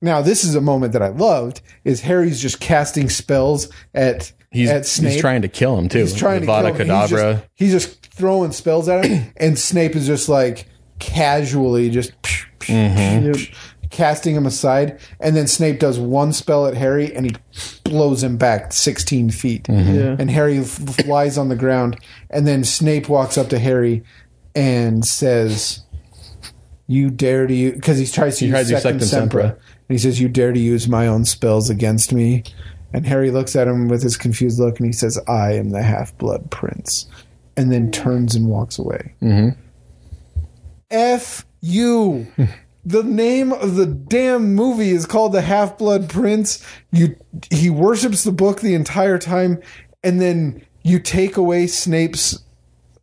now this is a moment that I loved is Harry's just casting spells at he's at Snape. he's trying to kill him too. He's trying to Avada kill him. He's Kedavra. just- He's just, throwing spells at him, and Snape is just like casually just psh, psh, psh, psh, casting him aside. And then Snape does one spell at Harry, and he blows him back sixteen feet. Yeah. And Harry f- flies on the ground, and then Snape walks up to Harry and says. You dare to use because he tries to tries use to use Sectum Sectum Sempra, Sempra. and he says, "You dare to use my own spells against me." And Harry looks at him with his confused look, and he says, "I am the half blood prince," and then turns and walks away. F you. The name of the damn movie is called The Half Blood Prince. You he worships the book the entire time, and then you take away Snape's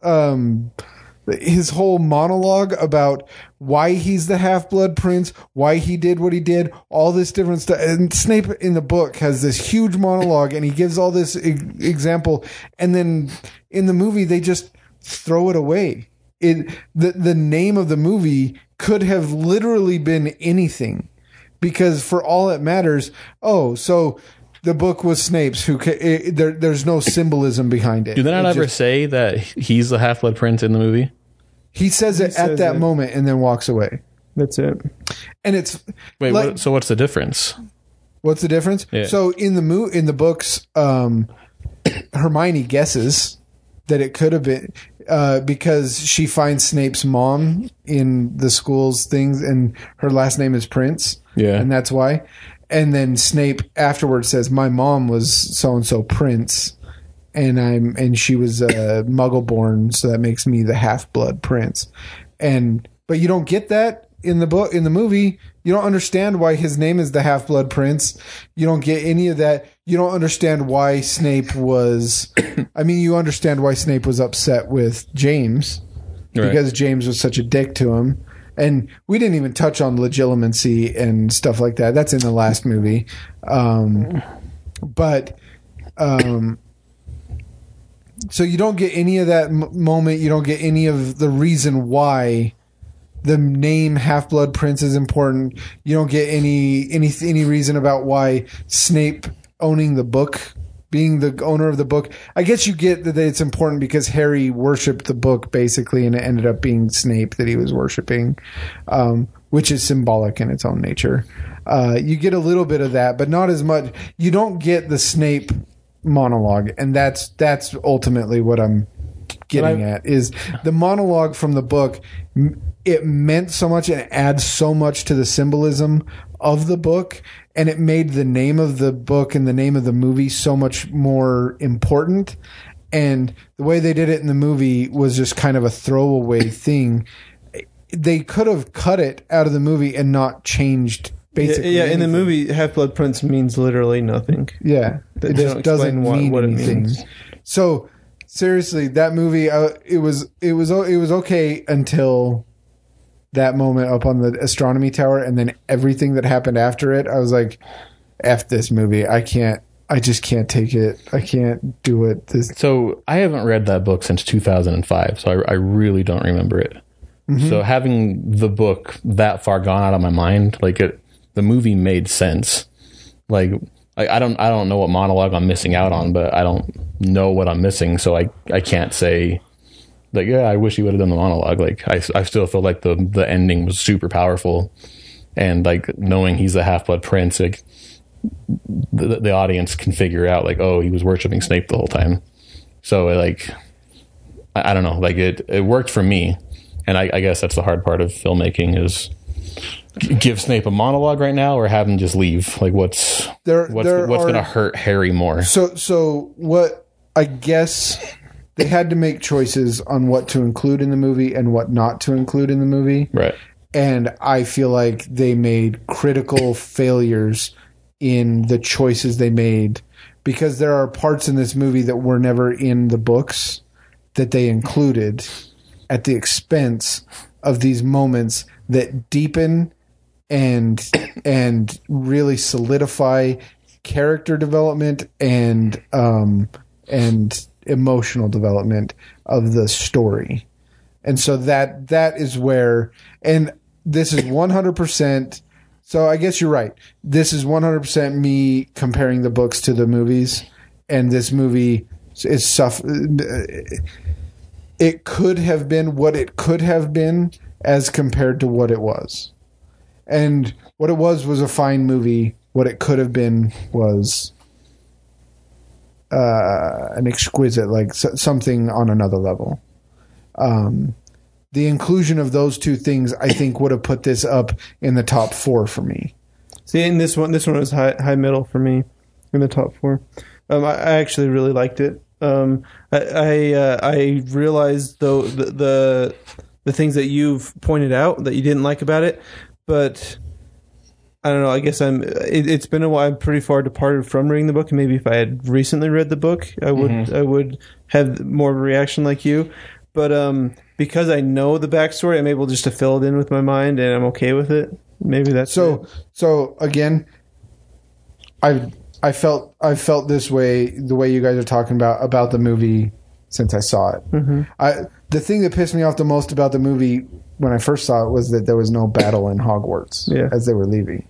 um his whole monologue about why he's the half blood prince, why he did what he did, all this different stuff. And Snape in the book has this huge monologue and he gives all this e- example. And then in the movie, they just throw it away. It, the, the name of the movie could have literally been anything because for all it matters, oh, so the book was Snape's who ca- it, there, there's no symbolism behind it. Do they not It ever just- say that he's the Half Blood Prince in the movie? he says it at says that it. moment and then walks away. That's it. and it's Wait, like, what, so what's the difference? what's the difference? Yeah. So in the mo- in the books, um, Hermione guesses that it could have been uh, because she finds Snape's mom in the school's things, and her last name is Prince. Yeah. and that's why. And then Snape afterwards says, "My mom was so and so Prince." and I'm and she was a muggle born, so that makes me the half blood prince. And but you don't get that in the book in the movie. You don't understand why his name is the half blood prince. You don't get any of that. You don't understand why Snape was I mean you understand why Snape was upset with James Right. because James was such a dick to him. And we didn't even touch on legitimacy and stuff like that. That's in the last movie. Um, but um, so you don't get any of that m- moment. You don't get any of the reason why the name Half Blood Prince is important. You don't get any any any reason about why Snape owning the book, being the owner of the book. I guess you get that it's important because Harry worshipped the book basically, and it ended up being Snape that he was worshiping, um, which is symbolic in its own nature. Uh, you get a little bit of that, but not as much. You don't get the Snape monologue, and that's that's ultimately what I'm getting at is the monologue from the book. m- It meant so much and it adds so much to the symbolism of the book, and it made the name of the book and the name of the movie so much more important. And the way they did it in the movie was just kind of a throwaway thing. They could have cut it out of the movie and not changed basically. yeah, in the anything. movie, Half Blood Prince means literally nothing. Yeah, They it don't just explain doesn't what- mean what it anything. means. So seriously, that movie, uh, it was it was o- it was okay until that moment up on the astronomy tower, and then everything that happened after it, I was like, "F this movie! I can't. I just can't take it. I can't do it." This So I haven't read that book since 2005, so I, I really don't remember it. So having the book that far gone out of my mind, like it, the movie made sense. Like I, I don't, I don't know what monologue I'm missing out on, but I don't know what I'm missing, so I, I can't say. Like yeah, I wish he would have done the monologue. Like I, I still feel like the the ending was super powerful, and like knowing he's a half blood prince, like the, the audience can figure out like oh he was worshiping Snape the whole time. So like, I, I don't know. Like it, it worked for me, and I, I guess that's the hard part of filmmaking is g- give Snape a monologue right now or have him just leave. Like what's there, what's there what's are, gonna hurt Harry more? So so what I guess they had to make choices on what to include in the movie and what not to include in the movie. Right. and I feel like they made critical failures in the choices they made because there are parts in this movie that were never in the books that they included at the expense of these moments that deepen and and really solidify character development and um and emotional development of the story. And so that that is where and this is 100% so I guess you're right. This is 100% me comparing the books to the movies and this movie is suff- it could have been what it could have been as compared to what it was. And what it was was a fine movie. What it could have been was uh, an exquisite, like s- something on another level Um, the inclusion of those two things, I think, would have put this up in the top four for me. See, in this one, this one was high, high middle for me in the top four. Um, I, I actually really liked it. Um, I I, uh, I realized though the, the the things that you've pointed out that you didn't like about it, but I don't know. I guess I'm. It, it's been a while. I'm pretty far departed from reading the book. and Maybe if I had recently read the book, I would I would have more of a reaction like you. But um, because I know the backstory, I'm able just to fill it in with my mind, and I'm okay with it. Maybe that's it. So, so again, I I felt I felt this way the way you guys are talking about about the movie since I saw it. Mm-hmm. I the thing that pissed me off the most about the movie when I first saw it was that there was no battle in Hogwarts Yeah. as they were leaving.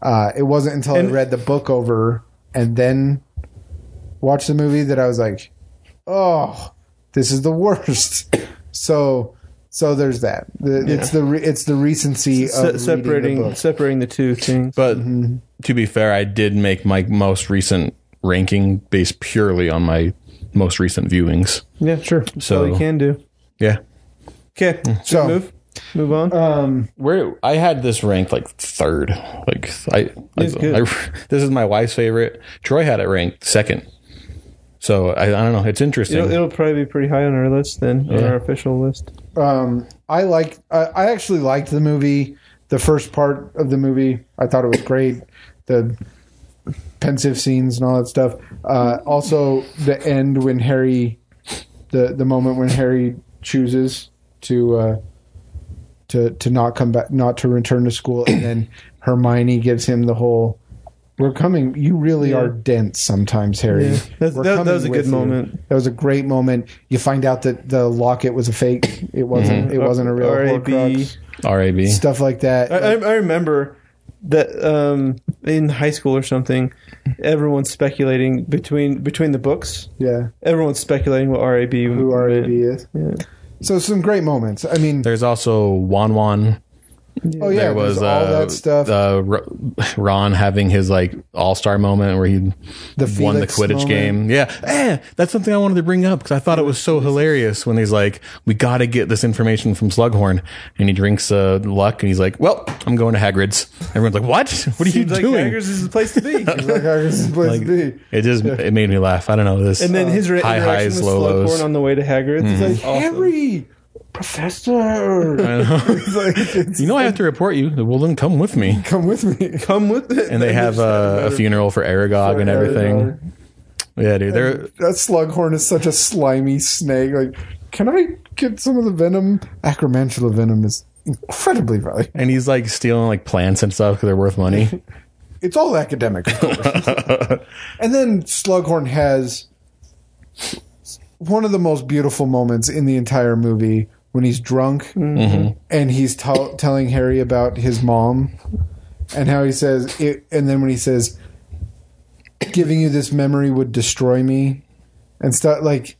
Uh, it wasn't until I And- read the book over and then watched the movie that I was like, oh, this is the worst. So. So there's that. The, It's the re, it's the recency of Se- reading the separating book. separating the two things. But Mm-hmm. to be fair, I did make my most recent ranking based purely on my most recent viewings. yeah, sure. That's So- all you can do. Yeah. Okay, So- so move move on. where I had this ranked like third. Like I, That's like, good. I- this is my wife's favorite. Troy had it ranked second. So I, I don't know. It's interesting. it'll, it'll probably be pretty high on our list then, on our official list. um, I like. I, I actually liked the movie. The first part of the movie, I thought it was great. The pensive scenes and all that stuff. Uh, also, the end when Harry, the the moment when Harry chooses to uh, to to not come back, not to return to school, and then Hermione gives him the whole. We're coming. You really are dense sometimes, Harry. Yeah. That's- We're that- that coming was a with good moment. That was a great moment. You find out that the locket was a fake. It wasn't. It wasn't Mm-hmm. a real R.A.B.. Horcrux. RAB. Stuff like that. I, I, I remember that um, in high school or something, everyone's speculating between between the books. yeah, Everyone's speculating what RAB who meant. RAB is. Yeah. So some great moments. I mean, There's also Wan Wan Oh yeah, there was there's all uh, that stuff. Uh, R- Ron having his like all star moment where he The won the Felix Quidditch moment. game. Yeah, eh, that's something I wanted to bring up because I thought it was so hilarious when he's like, "We got to get this information from Slughorn," and he drinks uh, luck and he's like, "Well, I'm going to Hagrid's." Everyone's like, "What? What are you Seems like doing?" Haggers is the place to be. like how this is supposed to be. it just it made me laugh. I don't know this. And then his re- high interaction highs, with low lows. Slughorn on the way to Hagrid's Mm-hmm. is like, Harry, Professor, I don't know. It's like, it's- you know, I have to report you. Well, then come with me. come with me. come with it. And they have uh, a funeral for Aragog and everything. Yeah, dude. They're That Slughorn is such a slimy snake. Like, can I get some of the venom? Acromantula venom is incredibly valuable. and he's like stealing like plants and stuff because they're worth money. It's all academic, of course. and then Slughorn has one of the most beautiful moments in the entire movie when he's drunk and he's t- telling Harry about his mom and how he says it, and then when he says giving you this memory would destroy me and stuff like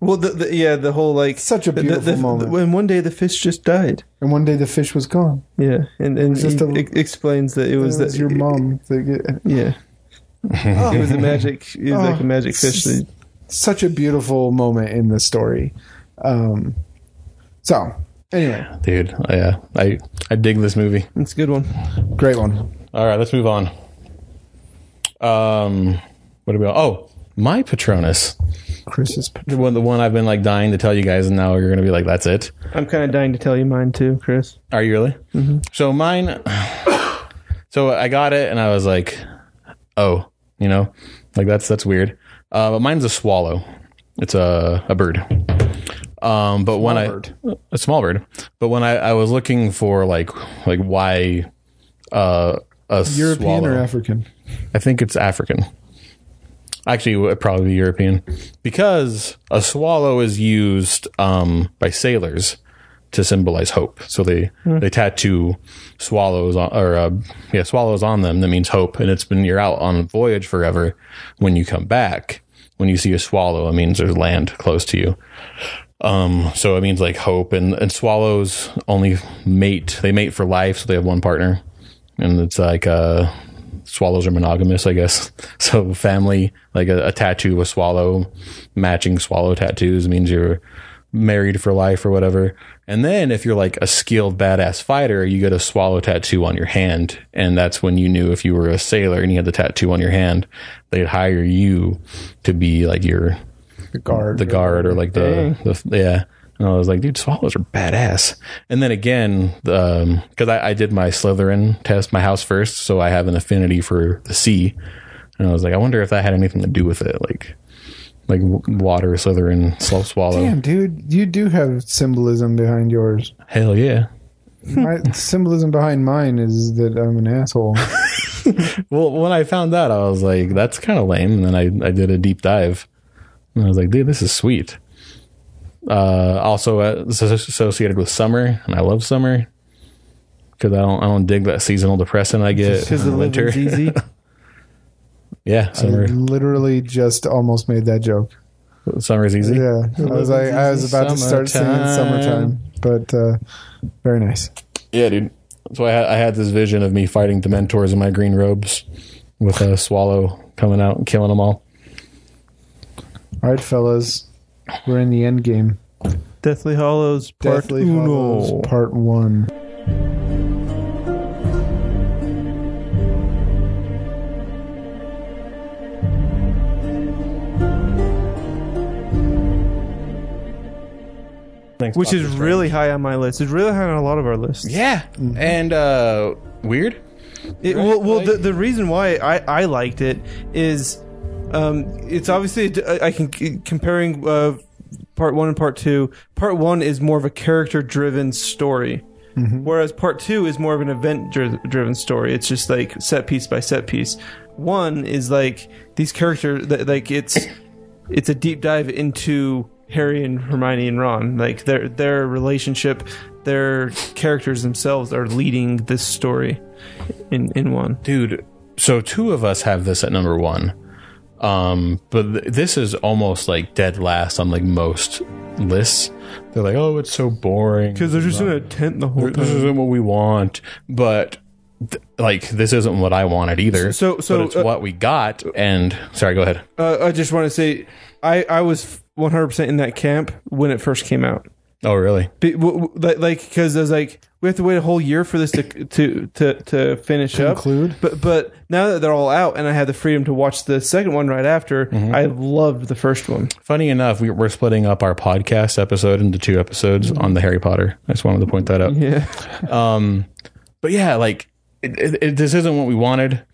Well, the, the, yeah, the whole like Such a the- the, beautiful the, moment. When one day the fish just died. and one day the fish was gone Yeah, and and just he a- ex- explains that it it was was, that your mom that get- Yeah, it was a magic. It was like a Oh. magic fish. That, such a beautiful moment in the story um so anyway Dude, oh, yeah, I I dig this movie. it's a good one. Great one. All right, let's move on. Um, what do we? Oh, my Patronus, Chris's the one the one I've been like dying to tell you guys, and now you're gonna be like, that's it. I'm kind of dying to tell you mine too, Chris. Are you really? Mm-hmm. So mine. so I got it, and I was like, oh, you know, like that's that's weird. Uh, but mine's a swallow. It's a a bird. Um, but when bird. I a small bird, but when I, I was looking for like like why uh, a European swallow. or African? I think it's African. Actually, it would probably be European because a swallow is used um, by sailors to symbolize hope. So they they tattoo swallows on, or uh, yeah swallows on them that means hope, and it's been you're out on a voyage forever. When you come back, when you see a swallow, it means there's land close to you. Um, so it means like hope, and, and swallows only mate. They mate for life, so they have one partner, and it's like uh, swallows are monogamous, I guess. So family, like a, a tattoo, a swallow, matching swallow tattoos means you're married for life or whatever. And then if you're like a skilled badass fighter, you get a swallow tattoo on your hand. And that's when you knew if you were a sailor and you had the tattoo on your hand, they'd hire you to be like your The guard. the guard or like the, the yeah. And I was like, dude, swallows are badass. And then again, because I, I did my Slytherin test, my house first, so I have an affinity for the sea. And I was like, I wonder if that had anything to do with it, like like w- water, Slytherin, slow swallow. Damn, dude, you do have symbolism behind yours. Hell yeah. My symbolism behind mine is that I'm an asshole. Well, when I found that, I was like, that's kind of lame. And then I, I did a deep dive and I was like, dude, this is sweet. Uh, also uh, it's as- associated with summer, and I love summer because I don't I don't dig that seasonal depressant I get Because in the winter. living's easy. yeah, I summer literally just almost made that joke. summer is easy. Yeah, I was like, I was about to start singing Summertime. "Summertime," but uh, very nice. Yeah, dude. So I had, I had this vision of me fighting the mentors in my green robes with a swallow coming out and killing them all. All right, fellas, we're in the end game. Deathly Hollows Part Deathly Uno. Hollows, Part One. Thanks, Which Doctor is Strange. really Mm-hmm. high on my list. It's really high on a lot of our lists. yeah, and uh, weird. It, well, well the, the reason why I, I liked it is um, it's obviously I I can comparing uh, part one and part two. Part one is more of a character driven story, whereas part two is more of an event dri- driven story. It's just like set piece by set piece. One is like these characters like it's it's a deep dive into Harry and Hermione and Ron. Like their their relationship, their characters themselves are leading this story in in one. dude so two of us have this at number one Um, but th- this is almost like dead last on like most lists. They're like, oh, it's so boring Because they're just in a tent the whole this time. isn't what we want, but th- like this isn't what I wanted either. So- so, but it's uh, what we got. And sorry, go ahead. Uh, I just want to say, I, I was 100% in that camp when it first came out. Oh, really? Be- w- w- like- Like, because I was like, we have to wait a whole year for this to to to, to finish up. Conclude? But but now that they're all out, and I had the freedom to watch the second one right after, Mm-hmm. I loved the first one. Funny enough, we, we're splitting up our podcast episode into two episodes on the Harry Potter. I just wanted to point that out. Yeah, Um, but yeah, like it, it, it, this isn't what we wanted.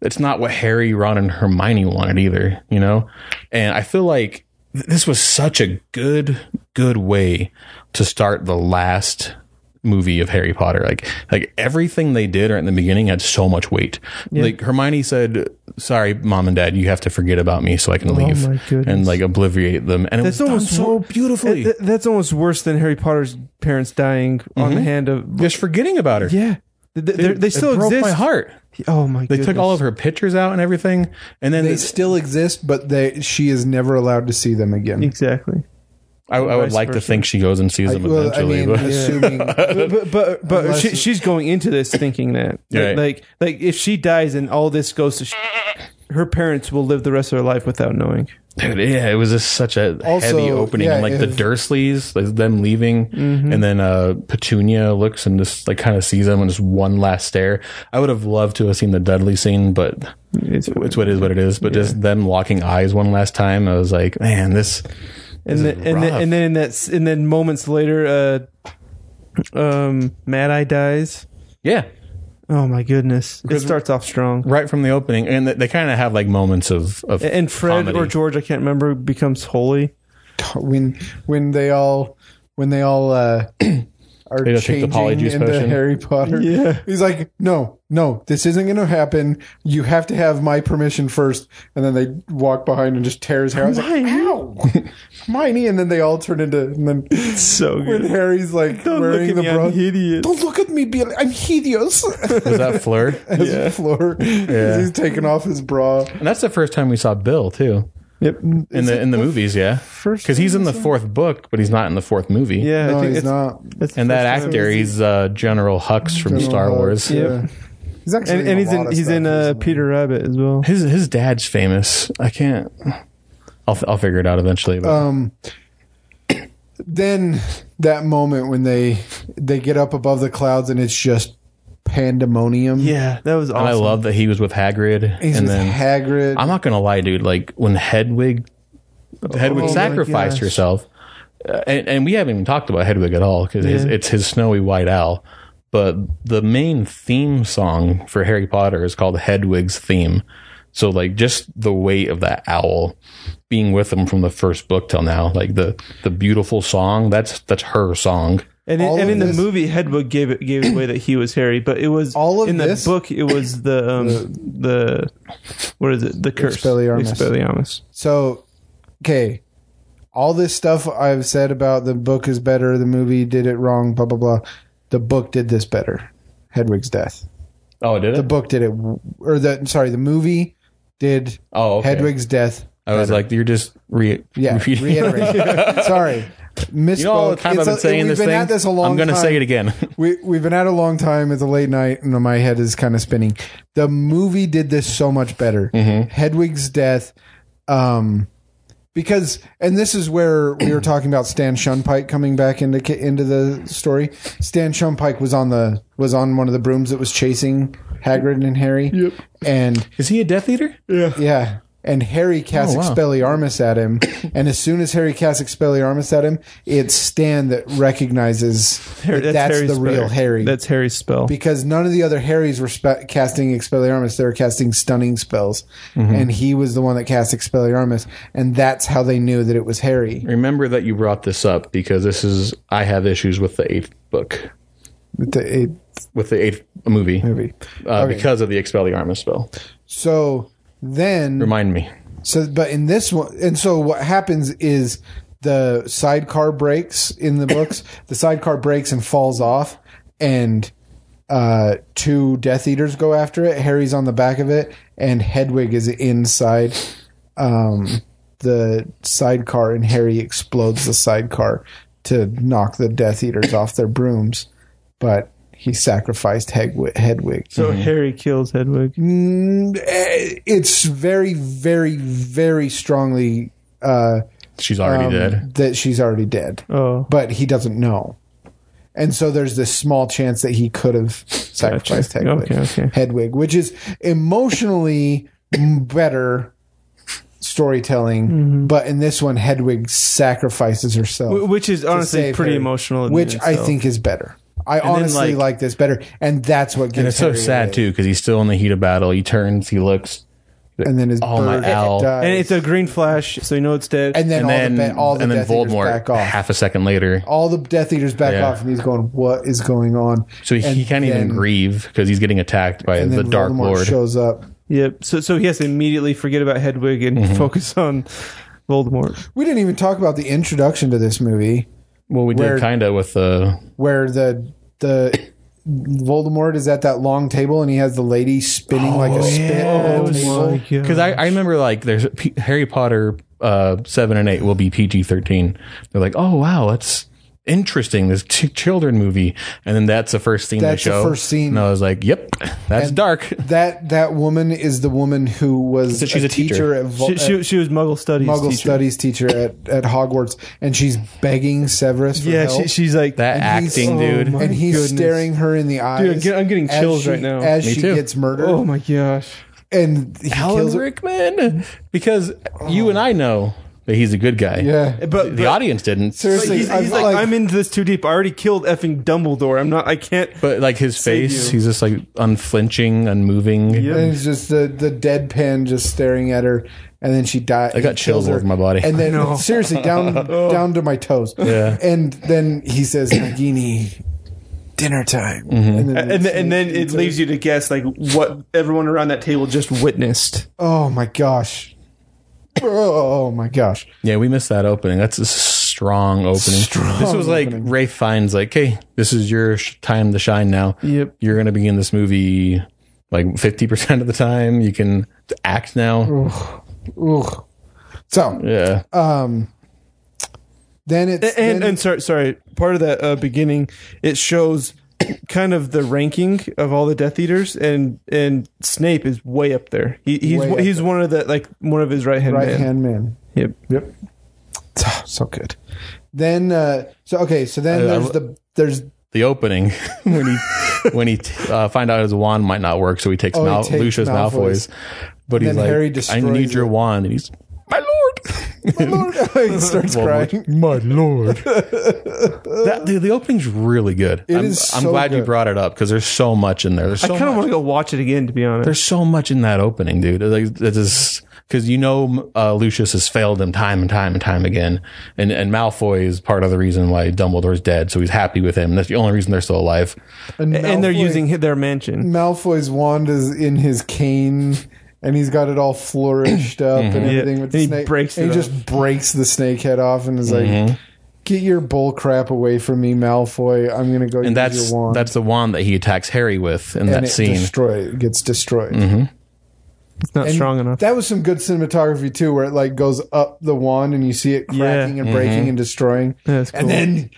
It's not what Harry, Ron, and Hermione wanted either, you know. And I feel like th- this was such a good, good way to start the last movie of Harry Potter. Like, like everything they did right in the beginning had so much weight. Like Hermione said, "Sorry, mom and dad, you have to forget about me so I can leave," Oh my goodness. and like obliviate them. And it That's was done almost so wor- beautifully. Th- that's almost worse than Harry Potter's parents dying on the hand of. just forgetting about her. Yeah, Th- th- they're- they, Mm-hmm. It still broke exist. my heart. Oh my! They took all of her pictures out and everything, and then They still exist, but they she is never allowed to see them again. exactly. I, I would vice like to versa. think she goes and sees I, them well, I eventually. mean, but assuming but but but, but Unless- she, she's going into this thinking that Yeah, right. like like if she dies and all this goes to sh- her parents will live the rest of their life without knowing. dude, yeah, it was just such a Also, heavy opening. yeah, and like the if- Mm-hmm. Dursleys, like them leaving, and then uh, Petunia looks and just like kind of sees them and just one last stare. I would have loved to have seen the Dudley scene, but It's, it's what it is what it is. But just them locking eyes one last time, I was like, man, this. and then, and then rough. and then in that s- and then moments later, uh, um, Mad Eye dies. Yeah, Oh my goodness! It starts off strong. right from the opening, and they, they kind of have like moments of of And Fred comedy. or George, I can't remember, becomes holy. when when they all when they all uh, are They all take the changing polyjuice into potion. Harry Potter. Yeah. he's like, no, no, this isn't going to happen. You have to have my permission first. And then they walk behind and just tear his hair. I was like, Hermione. ow, Hermione. And then they all turn into and then So when good. Harry's like Don't look wearing at the me, I'm bra. hideous. Don't look at me, Billy. I'm hideous. was that Fleur? As Fleur, he's taking off his bra. And that's the first time we saw Bill too Yep. in the in the movies, yeah. First, Because he's in the fourth book, but he's not in the fourth movie. yeah. I No, think he's it's, not. that's the And that first time. actor, he's uh, General Hux from General Star Hux, Wars. yeah. He's actually and, and a he's lot in of he's stuff in uh, recently. Peter Rabbit as well. His his dad's famous. I can't. I'll I'll figure it out eventually. But um then that moment when they they get up above the clouds and it's just pandemonium Yeah, that was awesome. and I love that he was with Hagrid. he's and with then hagrid I'm not gonna lie, dude. Like when Hedwig, Hedwig my sacrificed gosh. herself, uh, and, and we haven't even talked about Hedwig at all because Yeah. it's his snowy white owl. But the main theme song for Harry Potter is called Hedwig's theme. So like just the weight of that owl being with him from the first book till now, like the the beautiful song. That's that's her song. And All in, and of in the this- movie, Hedwig gave it gave it away that he was Harry, but it was All of in the this- book. It was the um, the what is it? The curse. Expelliarmus. Expelliarmus. so okay all this stuff i've said about the book is better the movie did it wrong blah blah blah the book did this better hedwig's death Oh, did the it? book did it w- or the sorry the movie did Oh, okay. hedwig's death I was like, you're just re- Yeah, repeating. Oh, reiterate. Sorry, misspoke. You know, all the time It's I've been a- saying we've this been thing. at this a long I'm gonna time. say it again. We we've been at it a long time. It's a late night, and my head is kind of spinning. The movie did this so much better. Hedwig's death, um, because and this is where we were talking about Stan Shunpike coming back into ki- into the story. Stan Shunpike was on the was on one of the brooms that was chasing Hagrid and Harry. Yep, and is he a Death Eater? yeah. And Harry casts Oh, wow. Expelliarmus at him. And as soon as Harry casts Expelliarmus at him, it's Stan that recognizes Harry- that that's, Harry's the real spell. Harry. That's Harry's spell. because none of the other Harrys were spe- casting Expelliarmus. They were casting stunning spells. And he was the one that cast Expelliarmus. And that's how they knew that it was Harry. remember that you brought this up because this is I have issues with the eighth book, With the eighth with the eighth movie, movie. Uh, Okay. because of the Expelliarmus spell. So then. Remind me. So, but in this one, and so what happens is the sidecar breaks in the books. the sidecar breaks and falls off, and uh, two Death Eaters go after it. Harry's on the back of it, and Hedwig is inside. um, the sidecar, and Harry explodes the sidecar to knock the Death Eaters off their brooms, but he sacrificed Hegwi- Hedwig. So Harry kills Hedwig. Mm, eh, it's very, very, very strongly uh, She's already um, dead. that she's already dead, Oh, but he doesn't know. And so there's this small chance that he could have sacrificed Hedwig, Okay, okay. Hedwig, which is emotionally better storytelling. But in this one, Hedwig sacrifices herself, Mm-hmm. Wh- which is honestly save pretty Harry, emotional. in which I itself. think is better. I then, honestly like- like, this better, and that's what gives. And it's so Harry sad away. too because he's still in the heat of battle. He turns, he looks, And then his Oh, my bird owl. dies. and it's a green flash, so you know it's dead. and then and all then the ba- all the and then Death Eaters Voldemort back off. half a second later. all the Death Eaters back Yeah. off, and he's going, "What is going on?" So he, And he can't even then- grieve because he's getting attacked by And the then Dark Voldemort Lord. shows up. yep. So so he has to immediately forget about Hedwig and Mm-hmm. focus on Voldemort. We didn't even talk about the introduction to this movie, well, we where- did kind of with uh, the where the the Voldemort is at that long table, and he has the lady spinning like Oh, a spit. on the table. because I, I remember like there's P- Harry Potter uh, seven and eight will be PG thirteen. They're like, oh wow, that's interesting. This ch- children movie, and then that's the first scene That's they the show. first scene. and I was like, yep, that's dark. That that woman is the woman who was So she's a teacher. at Vo- She, she, she was Muggle studies. Muggle teacher. studies teacher at, at Hogwarts, and she's begging Severus for Yeah, help. she, she's like That he's- acting, oh dude. my- and he's goodness. staring her in the eyes. Dude, I'm get- I'm getting as chills she- right now. As Me she too. gets murdered, Oh my gosh! and he Alan kills her. Rickman, because you and I know that he's a good guy. Yeah, But, the but- audience didn't. Seriously. but he's, I'm he's like, like- I'm into this too deep. I already killed effing Dumbledore. I'm not. I can't. But like his Save face, you. he's just like unflinching, unmoving. and it's just the the deadpan just staring at her, and then she dies. I got chills all over my body. and then know. seriously down down to my toes. Yeah. and then he says, "Nagini, dinner time," and then, And then, and then it leaves you to guess like what everyone around that table just witnessed. oh my gosh, oh my gosh, Yeah, we missed that opening. That's a strong opening. Strong this was like opening. Ray Fine's like, hey, this is your sh- time to shine now. Yep. You're going to be in this movie like 50% of the time. You can act now. Ugh. So Yeah. um, then it's and then- and sorry, sorry. Part of that uh, beginning, it shows kind of the ranking of all the Death Eaters, and and Snape is way up there. He, he's Way up he's one of the like one of his right hand right man. hand man. Yep. Yep. So, Ah, so good. Then uh, so okay. So then I- I there's lo- the there's the opening when he when he t- uh, find out his wand might not work, so he takes Oh, he Mal- takes Lucius Malfoy's. Malfoy's. But he's then like, Harry I destroys need your it." wand, and he's my lord. my lord. he starts Voldemort. crying. My lord. that, dude, the opening's really good. I'm, is I'm so glad you good. brought it up because there's so much in there. There's so I kind much. of want to go watch it again, to be honest. There's so much in that opening, dude. Like that is because you know uh, Lucius has failed him time and time and time again, and and Malfoy is part of the reason why Dumbledore's dead. So he's happy with him. That's the only reason they're still alive. And, and they're Malfoy- using hi- their mansion. Malfoy's wand is in his cane, and he's got it all flourished up and Yeah, everything with the and he snake. breaks and it he just breaks the snake head off and is like, "Get your bull crap away from me, Malfoy! I'm gonna go use And that's your wand." that's the wand that he attacks Harry with in and that it scene. destroy it gets destroyed. It's not And strong enough. That was some good cinematography too, where it like goes up the wand and you see it cracking Yeah. and breaking Mm-hmm. and destroying. That's cool. And then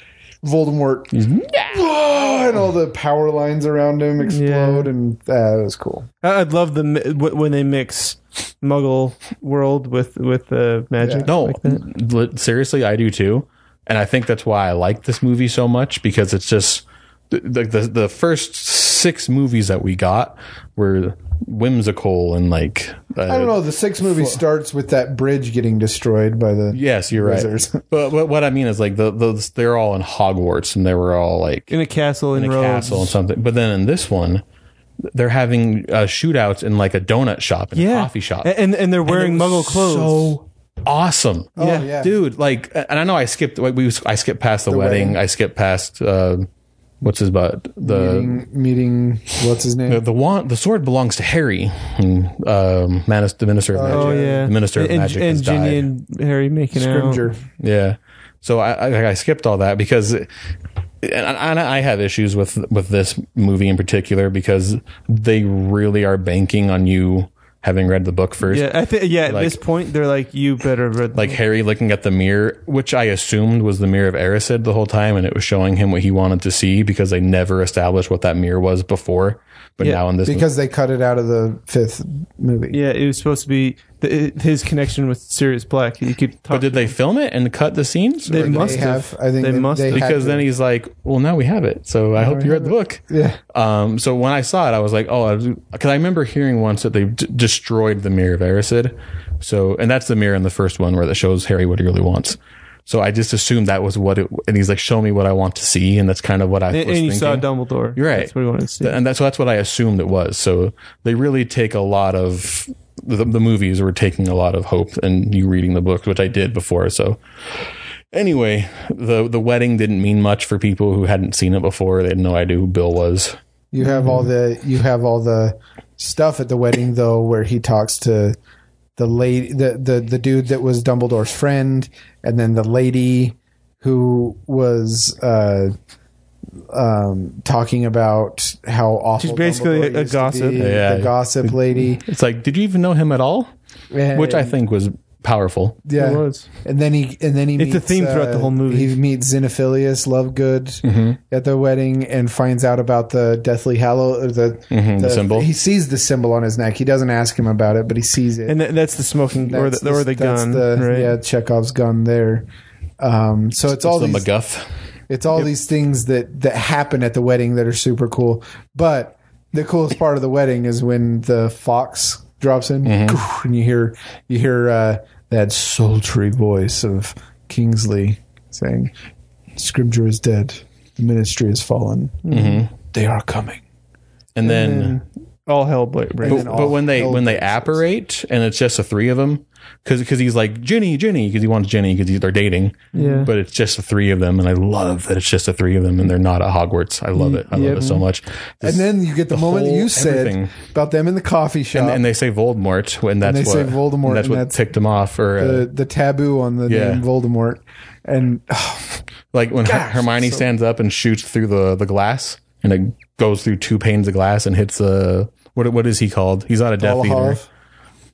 Voldemort Mm-hmm. "Whoa," and all the power lines around him explode, and uh, that was cool. I- I'd love the mi- w- when they mix Muggle world with with uh, magic. No, like that. li- seriously, I do too, and I think that's why I like this movie so much because it's just th- the the, the first six movies that we got were whimsical and like uh, I don't know. The sixth movie starts with that bridge getting destroyed by the. Yes, you're Wizards. right. But, but what I mean is like the, those they're all in Hogwarts and they were all like in in a castle in, a Rhodes. castle and something. But then in this one, they're having uh, shootouts in like a donut shop and yeah, a coffee shop. A- and and they're wearing And it was Muggle clothes. So awesome. yeah, yeah. Dude, like and I know I skipped like, we I skipped past the, wedding. wedding. I skipped past uh, what's his butt the Meeting, meeting, what's his name? the, the wand the sword belongs to Harry, and, um, Manus, the minister of magic. Oh yeah, The minister of and, magic and has Ginny died. and Harry making Scrimger. out. Yeah. So I, I I skipped all that because and I, and I have issues with with this movie in particular because they really are banking on you having read the book first. Yeah, I think yeah. At Like- this point, they're like, you better have read. Like Harry looking at the mirror, which I assumed was the mirror of Erised the whole time, and it was showing him what he wanted to see because they never established what that mirror was before. But Yeah, now in this, because they cut it out of the fifth movie. yeah, it was supposed to be the, it- his connection with Sirius Black. He could talk. but did they film it and cut the scenes? They Or- They must have. have. I think They they, must they have. had because to. then he's like, "Well, now we have it." So I hope we you have read the book. yeah. Um, so when I saw it, I was like, oh, because I, remember hearing once that they d- destroyed the mirror of Erisid. So, and that's the mirror in the first one where it shows Harry what he really wants. So I just assumed that was what it, and he's like, show me what I want to see. And that's kind of what I and, was and you thinking. saw Dumbledore. You're right. That's what he wanted to see. Th- and that's, so that's what I assumed it was. So they really take a lot of the, the movies were taking a lot of hope and you reading the book, which I did before. So anyway, the, the wedding didn't mean much for people who hadn't seen it before. They had no idea who Bill was. You have all the you have all the stuff at the wedding though, where he talks to the lady, the the the dude that was Dumbledore's friend, and then the lady who was uh, um, talking about how awful. She's basically Dumbledore a- a used to gossip. be, Yeah. the gossip lady, It's like, did you even know him at all? Which I think was powerful. yeah. It was. And then he and then he It's a meets, uh, theme throughout the whole movie. He meets Xenophilius Lovegood Mm-hmm. at the wedding and finds out about the Deathly Hallow or the, Mm-hmm, the symbol. He sees the symbol on his neck. He doesn't ask him about it, but he sees it. And th- that's the smoking or the, That's or the that's gun. the- right? Yeah, Chekhov's gun there. Um, so it's all the these MacGuff. it's all these things that that happen at the wedding that are super cool. But the coolest part of the wedding is when the fox drops in Mm-hmm. and you hear you hear uh, that sultry voice of Kingsley saying, "Scripture is dead. The ministry is fallen. Mm-hmm. They are coming." And then, Mm-hmm. All hell break. but, then but all when they hell when they breaks loose. apparate and it's just the three of them, because he's like Jenny, Jenny, because he wants Jenny because they're dating. Yeah. But it's just the three of them, and I love that it's just the three of them, and they're not at Hogwarts. I love it. I love it so much. And This- then you get the, moment whole you said everything. about them in the coffee shop. and, and they say Voldemort when that's they what say Voldemort, and that's uh, and what that's ticked him off, or uh, the, the taboo on the Yeah. name Voldemort, and oh, Like when Her- Hermione stands up and shoots through the, the glass, and it goes through two panes of glass and hits the what what is he called? He's not a Death Eater, Dolohov,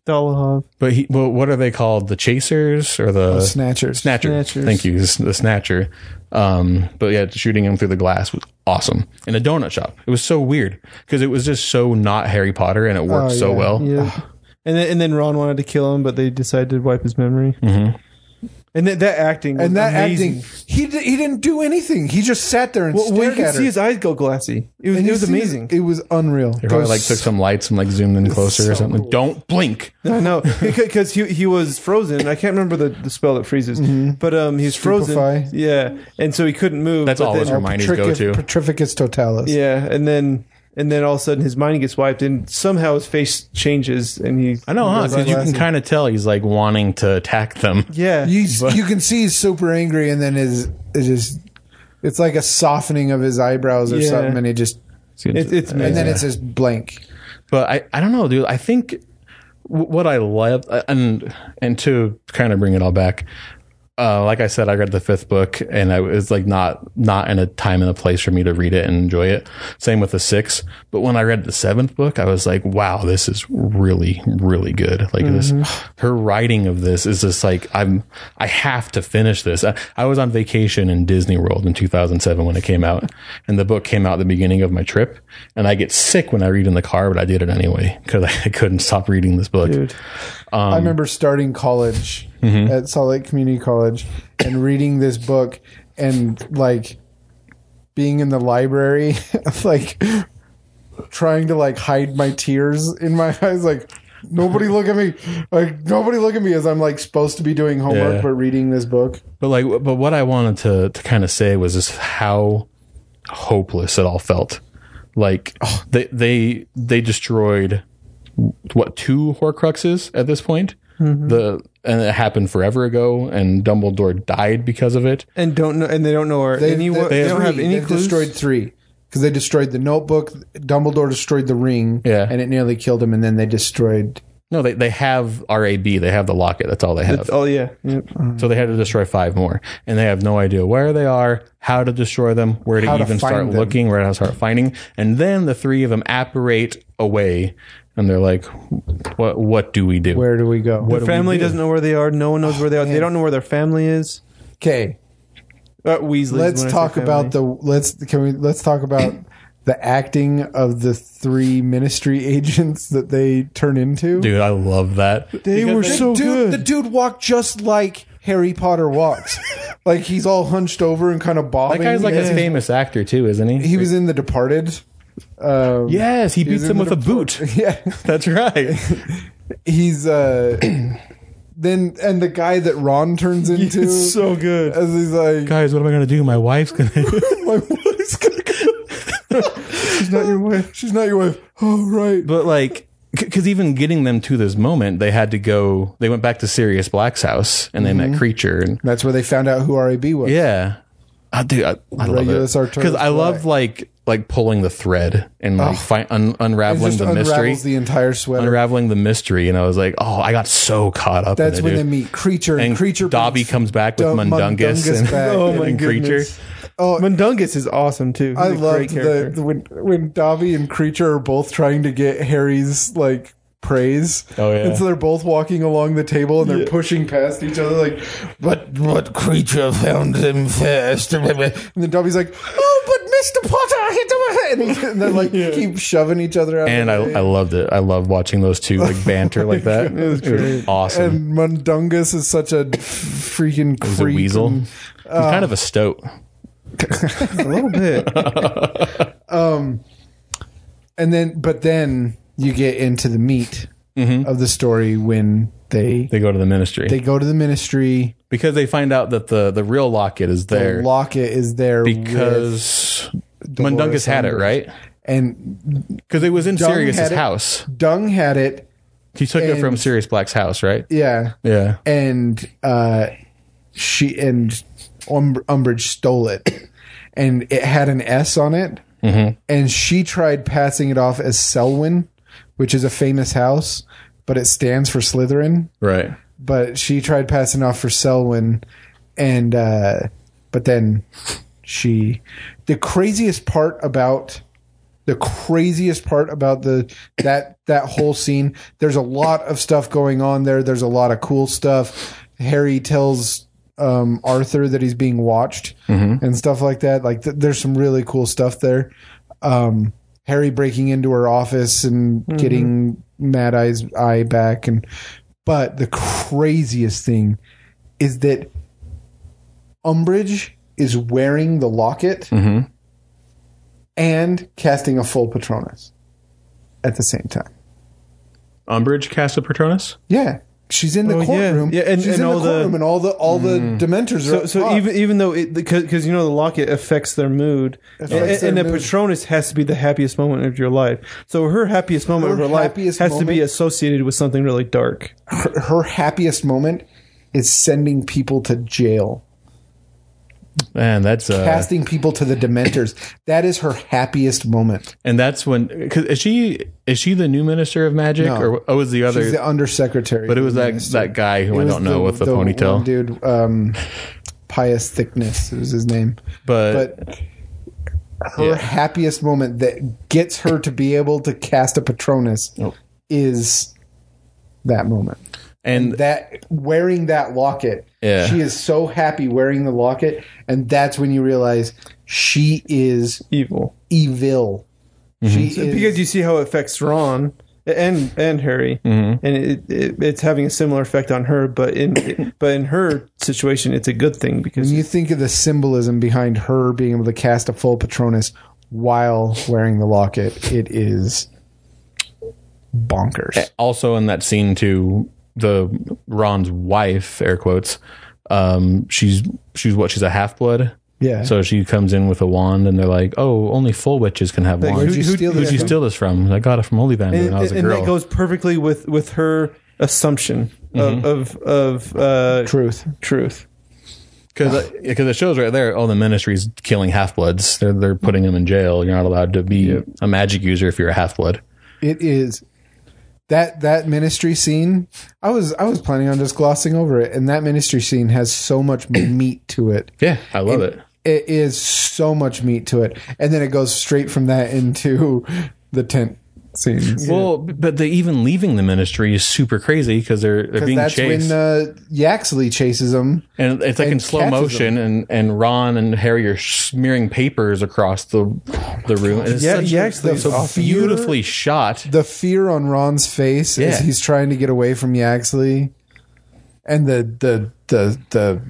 Dolohov. but he well, what are they called? The Chasers or Oh, the Snatchers, Snatcher? Snatchers. Thank you, s- the Snatcher. Um, but yeah, shooting him through the glass was awesome in a donut shop. It was so weird because it was just so not Harry Potter, and it worked Oh, so yeah. well. Yeah. and then and then Ron wanted to kill him, but they decided to wipe his memory. Mm-hmm. And that that acting was and that amazing. acting he di- he didn't do anything. He just sat there and Well, well, you stared could at her. see his eyes go glassy. It was And it you was see- amazing. It was unreal. They probably like took some lights and like zoomed in closer or so something. cool. Don't blink. I know because he he was frozen. I can't remember the, the spell that freezes, Mm-hmm. but um he's frozen. Stupefy. Yeah, and so he couldn't move. That's but always then, her mind go to. Petrificus totalis. Yeah, and then and then all of a sudden his mind gets wiped, and somehow his face changes, and he I know, huh? Because you can kind of tell he's like wanting to attack them. yeah He's, you can see he's super angry, and then his it just it's like a softening of his eyebrows or Yeah. something, and he just It- it's and then Yeah. it's just blank. but I, I don't know, dude. I think w- what I love uh, and and to kind of bring it all back, uh, like I said, I read the fifth book, and I was like not not in a time and a place for me to read it and enjoy it. Same with the sixth. But when I read the seventh book, I was like, wow, this is really really good. Like this, her writing of this is just like I'm I have to finish this. I, I was on vacation in Disney World in 2007 when it came out, and the book came out at the beginning of my trip. And I get sick when I read in the car, but I did it anyway because I couldn't stop reading this book. dude. Um, I remember starting college Mm-hmm. at Salt Lake Community College and reading this book and like being in the library, like trying to like hide my tears in my eyes, like nobody look at me, like nobody look at me as I'm like supposed to be doing homework Yeah. but reading this book. But like, but what I wanted to to kind of say was just how hopeless it all felt. Like they they they destroyed what two Horcruxes at this point. The and it happened forever ago, and Dumbledore died because of it. and don't know, and they don't know where They, any, they- they, don't have three. any They've clues. destroyed three because they destroyed the notebook. Dumbledore destroyed the ring, Yeah. and it nearly killed him, and then they destroyed No, they, they have RAB. They have the locket. That's all they have. Oh yeah, Yep. So they had to destroy five more, and they have no idea where they are, how to destroy them, where to How to even find start them. looking, where to start finding. And then the three of them apparate away, and they're like, "What? What do we do?" Where do we go? their family doesn't know where they are. No one knows where they are. They don't know where their family is. Okay, Uh, Weasley. let's talk about the let's can we let's talk about the acting of the three ministry agents that they turn into. Dude, I love that. They Because were they- so dude, good. the dude walked just like Harry Potter walks, like he's all hunched over and kind of bobbing. That guy's like a Yeah. famous actor too, isn't he? He was in The Departed. Um, yes, he was beats in him the with a boot. yeah. That's right. He's uh, then and the guy that Ron turns into It's so good. as he's like, Guys, what am I gonna do? My wife's gonna. my wife's gonna come. She's not your wife. She's not your wife. Oh right. but like because even getting them to this moment they had to go they went back to sirius black's house and they Mm-hmm. met creature and That's where they found out who RAB was. yeah i do i, I love Regulus it Arcturus because i love like like pulling the thread and like fi- un- It unraveling just the unravels mystery the entire sweater. unraveling the mystery and i was like oh i got so caught up That's in it, when dude. they meet creature and, and creature. dobby brings comes back with Dun- mundungus, Mundungus and, back. Oh and my creature goodness. Mundungus is awesome too. He's Oh, I a great loved the, character. when when Dobby and Creature are both trying to get Harry's like praise. Oh, yeah. And so they're both walking along the table and they're pushing past each other like but but Creature found him first. And then Dobby's like, "Oh, but Mr. Potter hit him." ahead." And they like keep shoving each other out. and I, I loved it i love watching those two like banter like that it was, awesome and Mundungus is such a freaking He's a creep. weasel he's kind uh, of a stoat a little bit. And then but then you get into the meat Mm-hmm. of the story when they they go to the ministry they go to the ministry because they find out that the the real locket is the there locket is there with- because Mundungus had it Umbridge. right and because it was in Dung Sirius's had it. house. Dung had it. He took it And- from Sirius Black's house, right? Yeah, Yeah, and uh, she and um, Umbridge stole it, and it had an S on it, Mm-hmm. and she tried passing it off as Selwyn, which is a famous house, but it stands for Slytherin. right. But she tried passing off for Selwyn, and uh, but then she the craziest part about the craziest part about the that that whole scene there's a lot of stuff going on there there's a lot of cool stuff harry tells um, arthur that he's being watched and stuff like that like th- there's some really cool stuff there um, harry breaking into her office and getting mad eye's eye back and but the craziest thing is that umbridge is wearing the locket and casting a full Patronus at the same time. Umbridge cast a Patronus. Yeah, she's in the Oh, yeah. courtroom. Yeah, and- she's and in all the the- courtroom, and all the all the Mm. Dementors are So, up so top. even even though it because you know the locket affects their mood, and, Affects and their the mood. Patronus has to be the happiest moment of your life. So her happiest moment of Her her life happiest has to be associated with something really dark. her, her happiest moment is sending people to jail, Man, that's uh, casting people to the Dementors. That is her happiest moment. and that's when cause is she is she the new minister of magic No. or oh is the other? She's the undersecretary, but it was that that guy who I don't know with the, ponytail. dude. Um, Pious Thickness was his name. but, but her Yeah. happiest moment that gets her to be able to cast a Patronus Oh. is that moment. and That wearing that locket, Yeah. she is so happy wearing the locket, and that's when you realize she is Evil. evil. Mm-hmm. She is because you see how it affects Ron and and Harry, and it, it, it's having a similar effect on her. But in but in her situation, it's a good thing because when you think of the symbolism behind her being able to cast a full Patronus while wearing the locket, it is Eh. bonkers. also in that scene too the ron's wife air quotes um she's she's what she's a half-blood Yeah. so she comes in with a wand and they're like oh only full witches can have who- wands Did you who- steal who'd this you from? steal this from i got it from ollivander when i was a and girl that goes perfectly with with her assumption of of, of uh, truth? truth. because it shows right there oh the ministry's killing half-bloods they're, they're putting them in jail you're not allowed to be a magic user if you're a half-blood It is that that ministry scene, I was I was planning on just glossing over it, and that ministry scene has so much meat to it. Yeah, I love it. It is so much meat to it, and then it goes straight from that into the tent scenes. Well, b- but the even leaving the ministry is super crazy because they're they're being that's chased, when uh, Yaxley chases him. and it's like in and slow catches motion, and and Ron and Harry are smearing papers across the the room. And it's Yeah, such a- Yaxley's so awesome. beautifully shot. The fear on Ron's face Yeah. as he's trying to get away from Yaxley, and the the the the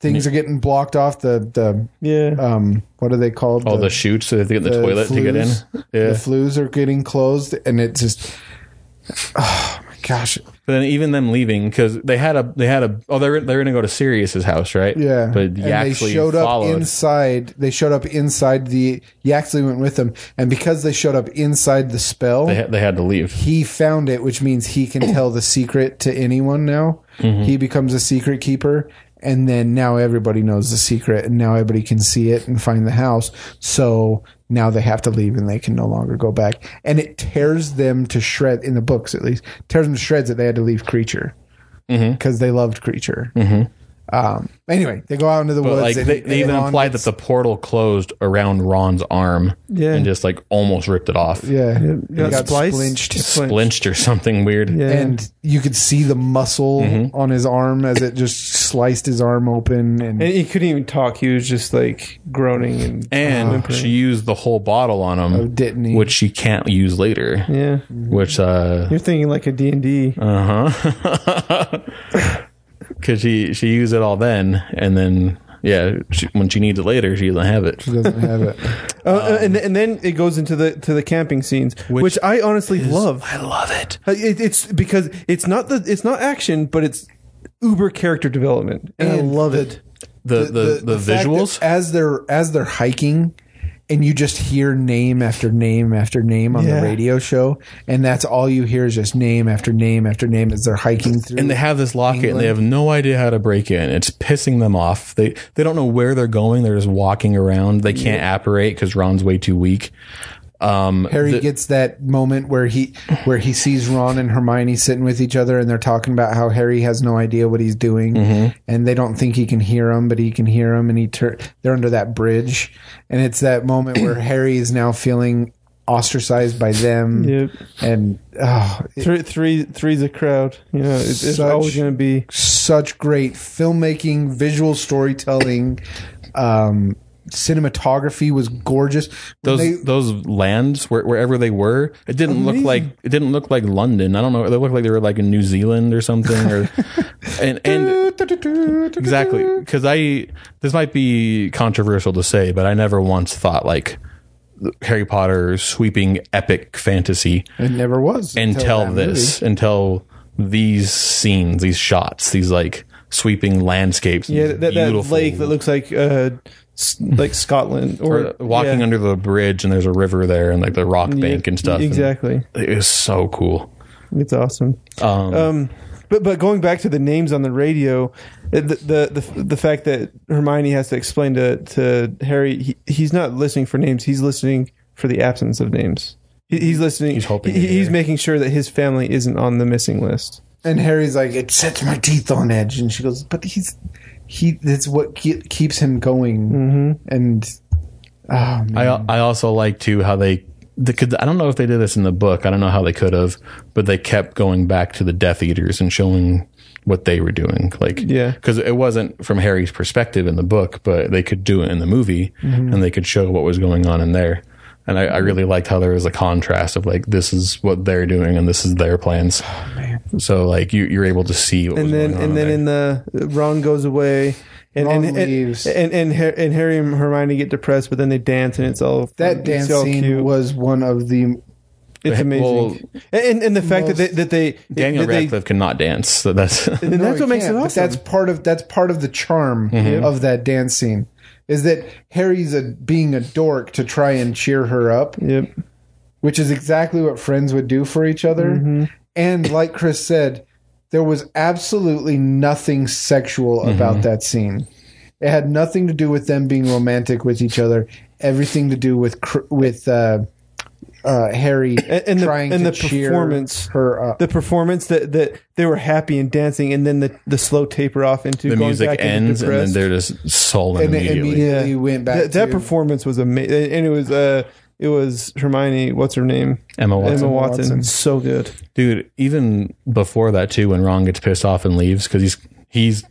things are getting blocked off. The the Yeah. um, what are they called? All the shoots that they get in the, toilet to get in. flues- Yeah. The flues are getting closed, and it just. Oh my gosh! But then even them leaving because they had a they had a oh they're they're gonna go to Sirius's house right Yeah, but And they Yaxley showed followed up inside. They showed up inside the. Yaxley went with them, and because they showed up inside the spell, they, ha- they had to leave he found it, which means he can tell the secret to anyone now. Mm-hmm. He becomes a secret keeper, and then now everybody knows the secret, and now everybody can see it and find the house. So now they have to leave, and they can no longer go back. And it tears them to shred in the books, at least tears them to shreds that they had to leave Creature Mm-hmm. because they loved Creature. Um, anyway, they go out into the but woods. like and- they, they and even Ron implied that the portal closed around Ron's arm Yeah. and just like almost ripped it off yeah, It they got spliced. splinched. splinched or something weird Yeah. Mm-hmm. and you could see the muscle on his arm as it just sliced his arm open and, And he couldn't even talk. He was just like groaning and, and she used the whole bottle on him Oh, didn't he? which she can't use later yeah. which uh You're thinking like a D and D. Uh huh. Because uh-huh. she she used it all then, and then yeah, she, when she needs it later, she doesn't have it. he doesn't have it. Uh, and and then it goes into the to the camping scenes, which, I honestly love. I love it. Uh, It, it's because it's not the it's not action, but it's uber character development, and, I love it. The the the, fact visuals. that as they're as they're hiking and you just hear name after name after name on Yeah. the radio show and that's all you hear is just name after name after name as they're hiking through and they have this locket, and they have no idea how to break in. It's pissing them off. They they don't know where they're going. They're just walking around. They can't apparate because Ron's way too weak. Um, Harry gets that moment where he where he sees Ron and Hermione sitting with each other and they're talking about how Harry has no idea what he's doing Mm-hmm. and they don't think he can hear him but he can hear him and he tur- they're under that bridge and it's that moment where Harry is now feeling ostracized by them Yep. and oh, it- Three, three, three's a crowd. You know, it, it's Such- always going to be. such great filmmaking, visual storytelling um cinematography was gorgeous When those those lands where, wherever they were it didn't look like it didn't look like london i don't know they looked like they were like in new zealand or something or and and they, exactly because i this might be controversial to say but i never once thought like harry potter sweeping epic fantasy it never was until that movie. this until these scenes these shots these like sweeping landscapes Yeah, that, that beautiful- lake that looks like uh, s- like Scotland or or walking yeah. under the bridge and there's a river there and like the rock bank and stuff and- Exactly, It is so cool. it's awesome. Um, Um, but but going back to the names on the radio, the the the, the fact that Hermione has to explain to to Harry, he, he's not listening for names. He's listening for the absence of names. He, he's listening. He's hoping He, to he's hear. making sure that his family isn't on the missing list. And Harry's like, it sets my teeth on edge. And she goes, but he's, he, that's what ke- keeps him going. Mm-hmm. And, oh, man. I I also like too how they they could I don't know if they did this in the book. I don't know how they could have, but they kept going back to the Death Eaters and showing what they were doing. Like Yeah. because it wasn't from Harry's perspective in the book, but they could do it in the movie Mm-hmm. and they could show what was going on in there. And I, I really liked how there was a contrast of like this is what they're doing and this is their plans. So like you you're able to see what was Oh, And then going on and then there. in the Ron goes away. And, Ron and, and, leaves. and and Har- and Harry and Hermione get depressed, but then they dance, and it's all that it's dance all scene cute. was one of the, it's amazing. Well- and and the fact that they that they Daniel that they- Radcliffe cannot dance, so that's and No, that's it what makes it can't, but awesome. That's part of, that's part of the charm of that dance scene is that Harry's a, being a dork to try and cheer her up, yep. which is exactly what friends would do for each other. Mm-hmm. And like Chris said, there was absolutely nothing sexual Mm-hmm. about that scene. It had nothing to do with them being romantic with each other. Everything to do with cr- with uh, uh, Harry And- and the- trying and to the cheer performance- her up. the performance that, that they were happy and dancing, and then the, the slow taper off into the going music back into ends, and then depressed. they're just sullen and immediately. immediately, immediately went back. that, that to- performance was amazing, and it was uh, it was Hermione. What's her name? Emma Watson. Emma Watson. Watson. So good. dude. Even before that, too, when Ron gets pissed off and leaves because he's he's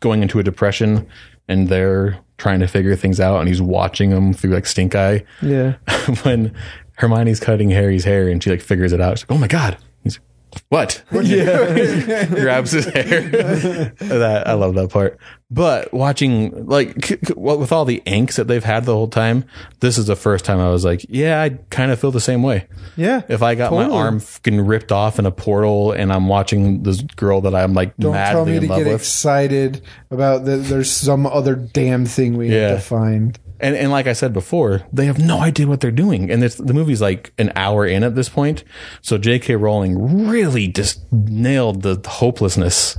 going into a depression, and they're trying to figure things out, and he's watching them through like stink eye. Yeah. when Hermione's cutting Harry's hair and she like figures it out. She's like, "Oh my god!" He's like, "What?" Yeah, grabs his hair. that I love that part. But watching like c- c- well, with all the angst that they've had the whole time, this is the first time I was like, "Yeah, I kind of feel the same way." Yeah. If I got my Totally. arm fucking ripped off in a portal and I'm watching this girl that I'm like Don't madly tell me in to love get with, excited about that. There's some other damn thing we Yeah. have to find. and and like I said before, they have no idea what they're doing, and it's, the movie's like an hour in at this point. So J.K. Rowling really just nailed the hopelessness,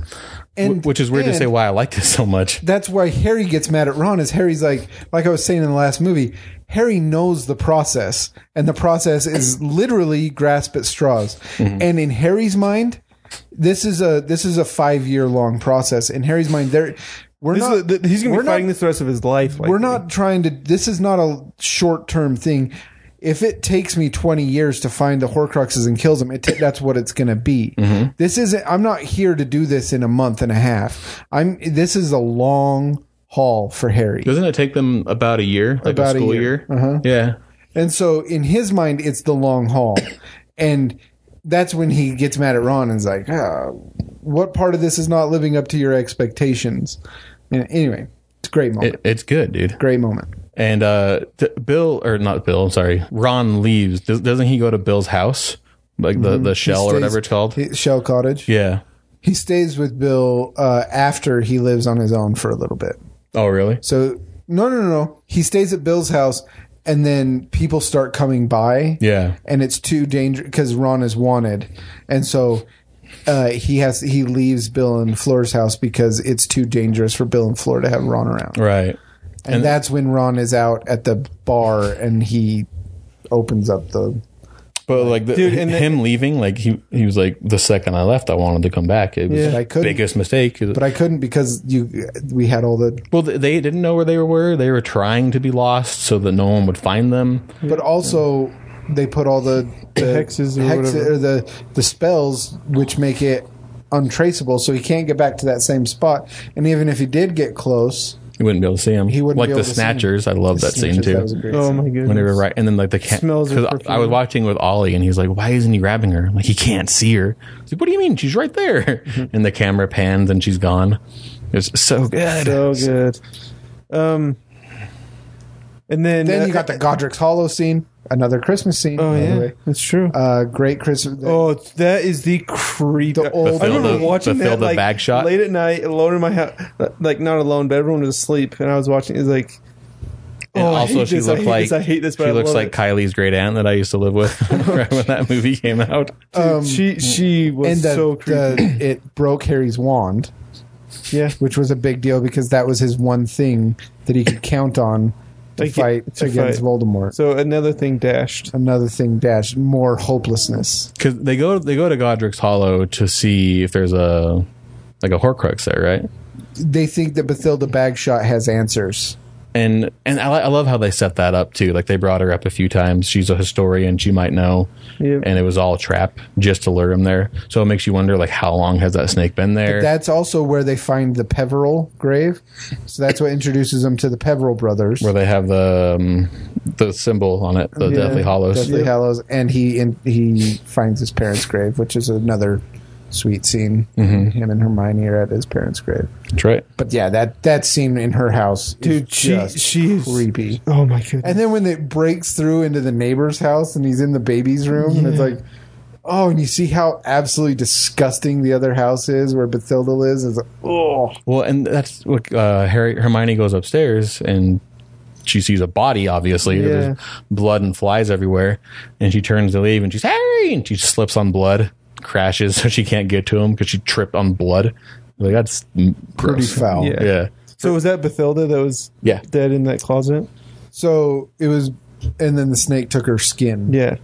And- wh- which is weird to and- say why I liked it so much. That's why Harry gets mad at Ron. Is Harry's like, like I was saying in the last movie, Harry knows the process, and the process is literally grasp at straws. Mm-hmm. And in Harry's mind, this is a this is a five year long process. In Harry's mind, there we're This not is, th- he's gonna we're be not- fighting this the rest of his life. we're likely. not trying to this is not a short-term thing if it takes me 20 years to find the horcruxes and kills them it ta- that's what it's going to be this isn't i'm not here to do this in a month and a half i'm this is a long haul for harry Doesn't it take them about a year, like About a a school year? year. Uh-huh. Yeah, and so in his mind it's the long haul and that's when he gets mad at ron and's like ah, what part of this is not living up to your expectations and anyway it's a great moment it, it's good, dude. great moment And uh, t- Bill, or not Bill, I'm sorry, Ron leaves. Does, doesn't he go to Bill's house, like the the shell Mm-hmm. stays- or whatever it's called? shell cottage yeah. He stays with Bill uh, after he lives on his own for a little bit. Oh, really? So no, no, no, no. He stays at Bill's house, and then people start coming by. Yeah. and it's too dangerous because Ron is wanted, and so uh, he has he leaves Bill and Flora's house because it's too dangerous for Bill and Flora to have Ron around. Right. And, that's when Ron is out at the bar, and he opens up the. But like the, Dude, and the- him leaving, like he he was like the second I left, I wanted to come back. It was But I the couldn't. biggest mistake. But I couldn't because you we had all the well, th- they didn't know where they were. They were trying to be lost so that no one would find them. But also, they put all the, the hexes or whatever. or the the spells, which make it untraceable, so he can't get back to that same spot. And even if he did get close, You wouldn't be able to see them. He wouldn't like be the able to see 'em. snatchers. I love that scene too. That was a great Oh scene. my goodness. when they were right, and then like the cat. Smells her I, I was perfume. watching with Ollie, and he's like, "Why isn't he grabbing her? I'm Like he can't see her." He's like, "What do you mean? She's right there." Mm-hmm. And the camera pans, and she's gone. It's so good. So good. Um. And then Then uh, you got the Godric's Hollow scene, another Christmas scene. Oh by the yeah, way. that's true. Uh, great Christmas. Oh, that is the creep. The old- I remember Fulfill the- watching fulfill that the like bag shot. late at night, alone in my house, like not alone, but everyone was asleep, and I was watching. It's like, And Oh, I also, hate she this, I looked hate like this, I hate this, but she I looks love like it. Kylie's great aunt that I used to live with right when that movie came out. dude, she she was Um, and the, so creepy. the- it broke Harry's wand, yeah, which was a big deal because that was his one thing that he could count on to Like, fight to against fight. Voldemort. So another thing dashed. another thing, Dash, more hopelessness. Because they go they go to Godric's Hollow to see if there's a like a Horcrux there, right? they think that Bathilda Bagshot has answers. And and I, li- I love how they set that up too. Like they brought her up a few times. She's a historian; she might know. Yep. And it was all a trap just to lure him there. So it makes you wonder, like, how long has that snake been there? That's also where they find the Peveril grave. So that's what introduces them to the Peveril brothers, where they have the um, the symbol on it, the Yeah. Deathly Hollows. Deathly Hallows, and he and he finds his parents' grave, which is another sweet scene. Mm-hmm. Him and Hermione are at his parents' grave. That's right. But yeah, that that scene in her house, Dude, is she- just she is- creepy. Oh my goodness. And then when it breaks through into the neighbor's house and he's in the baby's room and it's Yeah. like, oh, and you see how absolutely disgusting the other house is where Bathilda lives. It's like, oh, Well, and that's what uh, Harry Hermione goes upstairs and she sees a body. Obviously, there's blood and flies everywhere. And she turns to leave, and she's Harry, and she slips on blood, crashes, so she can't get to him because she tripped on blood. Like that's mm, pretty gross. foul. Yeah. Yeah, so was that Bathilda that was Yeah. dead in that closet? So it was, and then the snake took her skin. Yeah.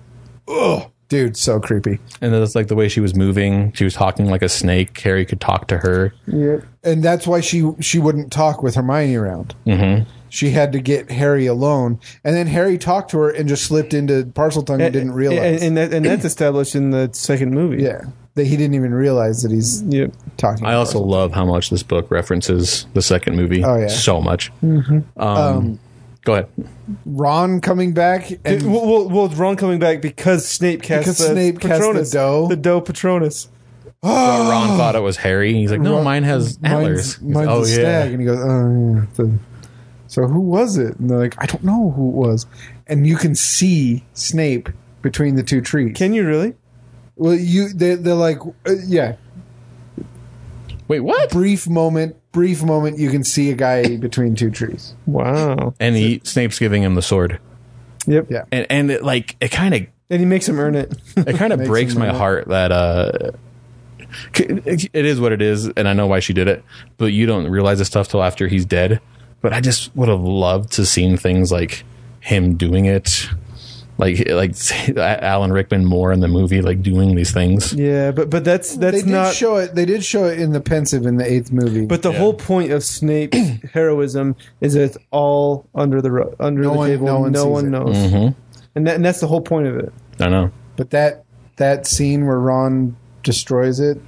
ugh, dude, so creepy. And that's like the way she was moving. She was talking like a snake. Harry could talk to her. and that's why she she wouldn't talk with Hermione around. Mm-hmm. She had to get Harry alone, and then Harry talked to her and just slipped into Parseltongue Eh, and didn't And, realize. and, that, and that's established in the second movie. yeah, that he didn't even realize that he's Yep. talking. I to also love how much this book references the second movie. Oh, yeah. Mm-hmm. so much. Um, go ahead. Ron coming back and Well, well, well, Ron coming back because Snape cast Because the Snape cast the Patronus, doe. the doe Patronus. But Ron thought it was Harry. He's like, no, mine has Oh. mine's, antlers. mine's oh a stag, and he goes, "Oh, yeah, the- so who was it?" And they're like, "I don't know who it was," and you can see Snape between the two trees. Can you really? well, you they, they're like, uh, yeah, Wait, what? brief moment, brief moment, you can see a guy between two trees. Wow. And he Snape's giving him the sword, Yep. Yeah. and and it like it kind of And he makes him earn it. it kind of Makes breaks him my mad. heart that uh it is what it is and i know why she did it but you don't realize this stuff till after he's dead but i just would have loved to seen things like him doing it like like alan rickman more in the movie like doing these things yeah, but but that's they that's did not. show it. They did show it in the pensive in the eighth movie. but the Yeah. whole point of Snape's heroism is that it's all under the ru- under No the one- table. no No one one, sees it. knows, Mm-hmm. and that, and that's the whole point of it. i know but that that scene where Ron destroys it,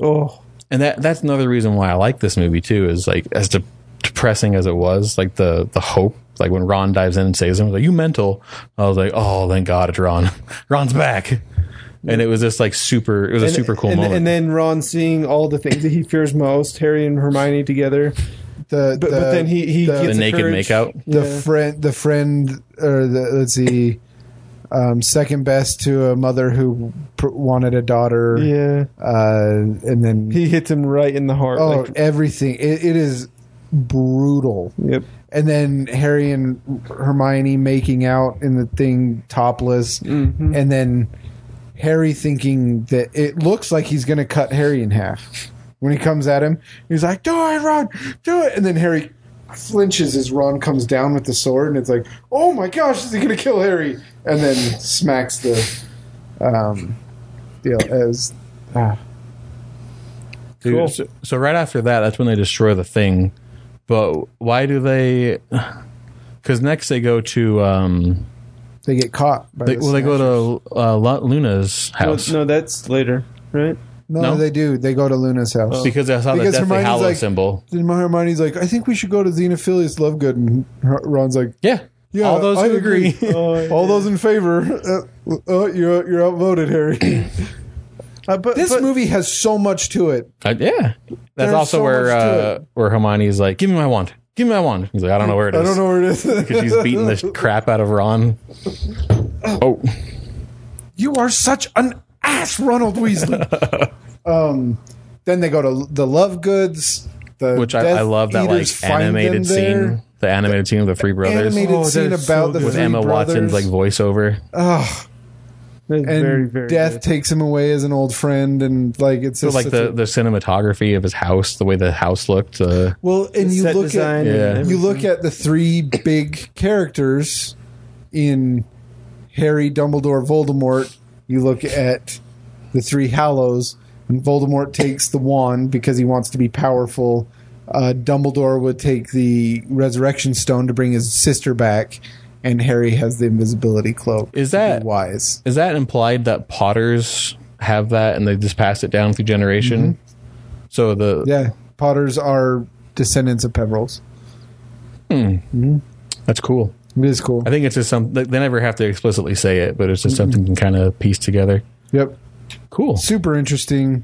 Oh, and that that's another reason why i like this movie too is like as de- depressing as it was like the the hope like when ron dives in and saves him like you mental i was like oh thank god it's ron ron's back and it was just like super it was a super cool and, moment And then Ron seeing all the things that he fears most, Harry and Hermione together. the But- the, but then he- he the, the gets- naked courage. makeout the Yeah. friend the friend or the let's see, um, second best to a mother who pr- wanted a daughter. Yeah, uh, and then he hits him right in the heart. oh like, everything it, it is brutal. yep. And then Harry and Hermione making out in the thing topless, Mm-hmm. and then Harry thinking that it looks like he's going to cut Harry in half when he comes at him. He's like, "Do it, Ron! Do it!" And then Harry flinches as Ron comes down with the sword, and it's like, "Oh my gosh, is he going to kill Harry?" And then smacks the um, deal as ah, Dude, Cool. so, so right after that that's when they destroy the thing but why do they because next they go to um they get caught. By they, the well they go to uh, Lu- luna's No, house no, that's later, right? No, No? Oh. they do. They go to Luna's house. because i saw the Because deathly Hermione's hallow like- symbol Then my Hermione's like, I think we should go to Xenophilius Lovegood, and Her- Ron's like, yeah Yeah, all those I who agree, Oh, All those in favor, uh, oh, you're you're outvoted, Harry. Uh, but this but- movie has so much to it. Uh, yeah, that's There's also so where much to uh, where Hermione's like, "Give me my wand, give me my wand." He's like, "I don't know where it is." I don't know where it is. because she's beating the crap out of Ron. Oh, You are such an ass, Ronald Weasley. um, then they go to the Lovegoods. The which I, I Death love that like Eaters find animated them scene, there. the animated scene of the Three Brothers Animated Oh, that scene about is so the good. with three Emma brothers. Watson's like voiceover. Ugh, That's and very, very death good. takes him away as an old friend, and like it's So just like such the, a- the cinematography of his house, the way the house looked. Uh, well, and you Set look at design and Yeah. everything. you look at the three big characters in Harry, Dumbledore, Voldemort. You look at the three Hallows, and Voldemort takes the wand because he wants to be powerful. Uh, Dumbledore would take the Resurrection Stone to bring his sister back, and Harry has the invisibility cloak. Is to be that- wise? is that implied that Potters have that and they just pass it down through generation? Mm-hmm. So the Yeah, Potters are descendants of Peverils. that's cool. It is cool. I think it's just some they they never have to explicitly say it, but it's just something you Mm-hmm. can kind of piece together. Yep. Cool. super interesting.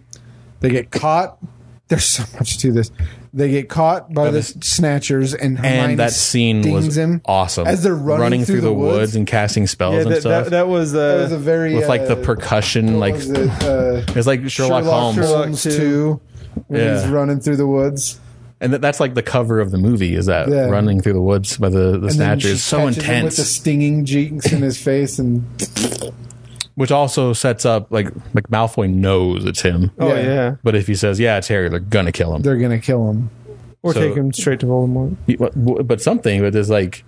They get caught. There's so much to this. They get caught by the this- snatchers, and Hermione and that scene stings was him. awesome as they're running through, the woods. and casting spells Yeah, and that, stuff that, that was uh, It was a very with like the uh, percussion what like was it, uh, it's like Sherlock, Holmes Sherlock- too. When he's Yeah. running through the woods, and that, that's like the cover of the movie is that Yeah. running through the woods by the the And then she snatchers so catches him with the intense stinging jinx in his face, and which also sets up like like Malfoy knows it's him oh yeah. yeah, but if he says yeah it's Harry they're gonna kill him they're gonna kill him. or So- take him straight to Voldemort. He- what- what- but something but there's like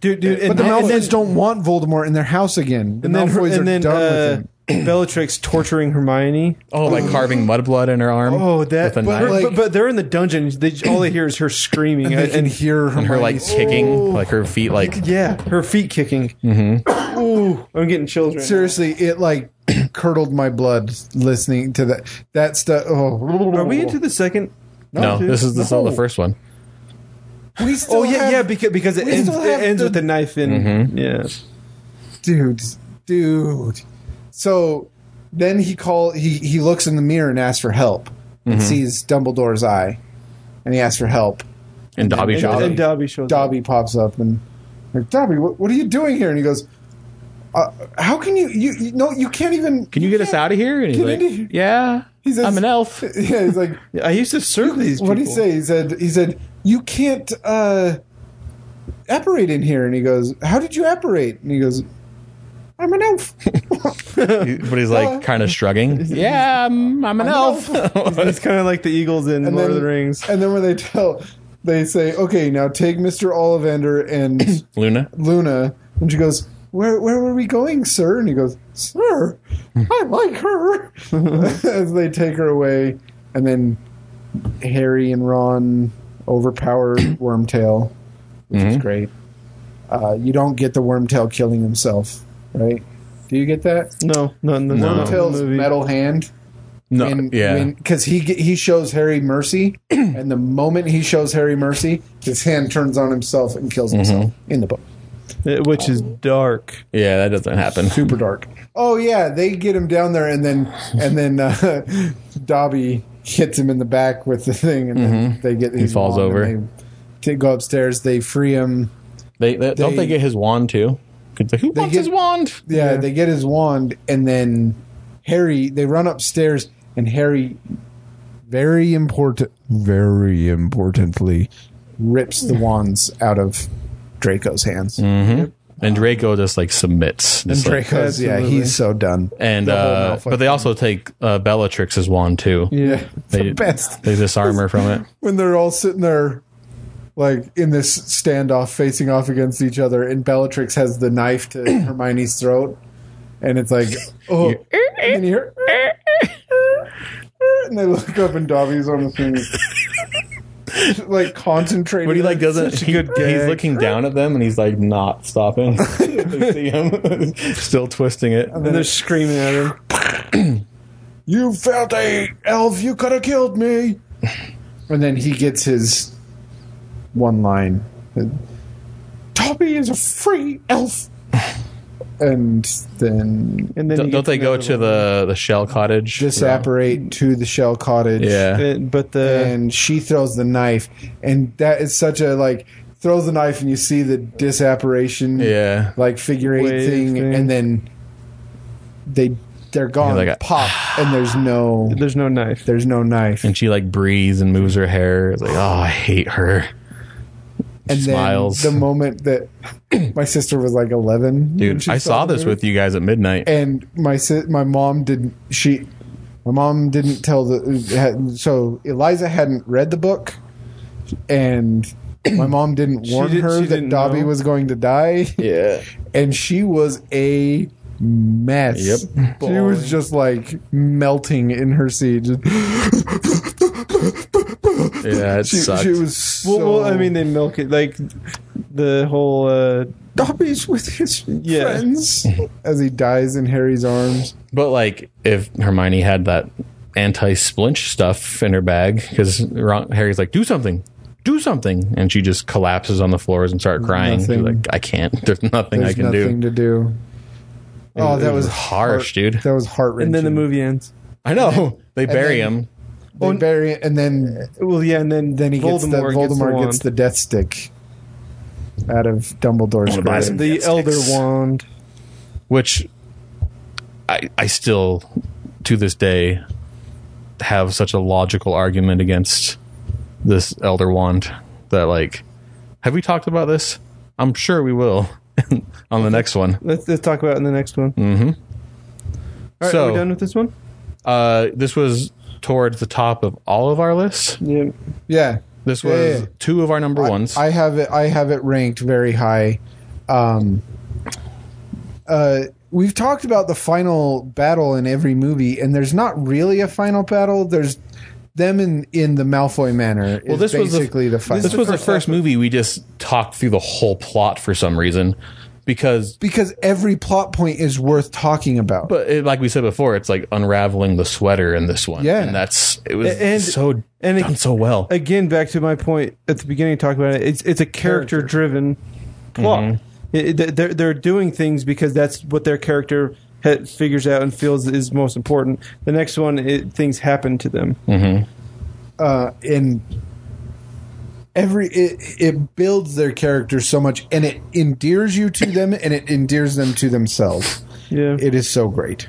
dude, dude, and, but the then- and Malfoys then, don't want Voldemort in their house again. The and then, her- Malfoys are and then done with him. uh, Bellatrix torturing Hermione. Oh, like carving mudblood in her arm. Oh, that! with a But, knife. her- like- but, but they're in the dungeon. They, all they hear is her screaming And and, they can hear and her like Hermione's- kicking, like her feet, like yeah, her feet kicking. Mm-hmm. Ooh, I'm getting chills. Right Seriously, it like curdled my blood listening to that that stuff. Oh, now. Are we into the second? no, dude. this is this is all the No. first one. We still Oh yeah, have- yeah, because because it we ends, still it have ends the- with the knife in. Mm-hmm. Yeah, dude, dude. So then he call he he looks in the mirror and asks for help and Mm-hmm. sees Dumbledore's eye, and he asks for help. And Dobby and, shows and up. Dobby shows up. Dobby pops up and like Dobby, what, what are you doing here? And he goes, uh, "How can you, you? You no, you can't even. Can you get us can't- out of here? And he's Get like, into here. yeah, He says- I'm an elf. Yeah, he's like, I used to serve these. what did he people. say? He said, he said, you can't uh, apparate in here. And he goes, how did you apparate? And he goes, I'm an elf. but he's Uh, like kind of shrugging. Yeah, I'm, I'm an elf. It's kind of like the Eagles in Lord of the then- Rings. And then when they tell, they say, okay, now take Mr. Ollivander and Luna. Luna. And she goes, where, where were we going, sir? And he goes, sir, I like her. As they take her away. And then Harry and Ron overpower Wormtail, which Mm-hmm. is great. Uh, you don't get the Wormtail killing himself, right? Do you get that? No, no, no, no. Wormtail's movie. metal hand No, yeah. because he ge- he shows Harry mercy, and the moment he shows Harry mercy, his hand turns on himself and kills Mm-hmm. himself in the book. Uh, which is dark. yeah, that doesn't happen. Super dark. Oh yeah, they get him down there, and then and then uh, Dobby hits him in the back with the thing, and then they get he Mm-hmm. falls over. They, to go upstairs, they free him. They, they- don't They- they get his wand too? 'Cause like, who wants get- his wand? Yeah, they get his wand, and then Harry. They run upstairs, and Harry, very important, very importantly, rips the wands out of Draco's hands. Mm. And Draco just like submits. And Just, like- Draco's, yeah, Absolutely. he's so done. and the whole uh, Malfoy but they also take uh, Bellatrix's wand too. Yeah, They, the best They disarm her from it. when they're all sitting there. Like in this standoff, facing off against each other, and Bellatrix has the knife to Hermione's throat, and it's like, oh, and, you hear, and they look up, and Dobby's on the thing, like concentrating. But he like doesn't. Such a He, good he's gag. looking down at them and he's like not stopping. they see him still twisting it. And they're screaming at him. You filthy elf! You could have killed me. and then he gets his one line. Dobby is a free elf. and then And then Don't, you don't get they go another to the the shell cottage? uh, disapparate to the shell cottage. Yeah. one. Uh, But the and she throws the knife, and that is such a like throws the knife, and you see the disapparation, Yeah. like figure eight Wave thing, thing. and then they they're gone, like a- pop, and there's no there's no knife. there's no knife, And she like breathes and moves her hair. It's like, oh, I hate her. and then smiles. the moment that my sister was like eleven, when Dude, she I saw the this movie. with you guys at midnight. and my si- my mom didn't she my mom didn't tell the had, so Eliza hadn't read the book and my mom didn't warn did- her she that didn't Dobby know. was going to die Yeah. and she was a mess. Yep. She was just like melting in her seat. Just, Yeah, it she, sucked. she was so Well, well, I mean, they milk it like the whole. Uh, Dobby's with his Yeah. friends as he dies in Harry's arms. But like, if Hermione had that anti-splinch stuff in her bag, because Harry's like, "Do something, do something," and she just collapses on the floors and start crying. She's nothing. like, "I can't. There's nothing There's I can nothing do." to do. Oh, that was harsh, dude. That was heart wrenching. and then the movie ends. I know. They bury then- him. They bury it, and then Well, yeah, and then then he gets the Voldemort gets the Voldemort wand. gets the death stick out of Dumbledore's buy grave. some the Yes, Elder yes. Wand. which I I still to this day have such a logical argument against this elder wand that like have we talked about this? I'm sure we will on the next one. Let's, let's talk about it in the next one. Mm-hmm. right, So- are we done with this one? Uh, this was towards the top of all of our lists. Yeah. Yeah, This Yeah, was yeah. two of our number ones. I have it. I have it ranked very high. um, uh, we've talked about the final battle in every movie, and there's not really a final battle. There's them in, in the Malfoy manner. Well, this was the- basically the, final. This was the first movie we just talked through the whole plot for some reason, because because every plot point is worth talking about. but it, like we said before, it's like unraveling the sweater in this one. Yeah. and that's it was A- and- so and it- done so well. again back to my point at the beginning talk about it it's it's a character driven plot It- it- they're, they're doing things because that's what their character ha- figures out and feels is most important the next one it, things happen to them uh, and every it, it builds their characters so much and it endears you to them and it endears them to themselves yeah it is so great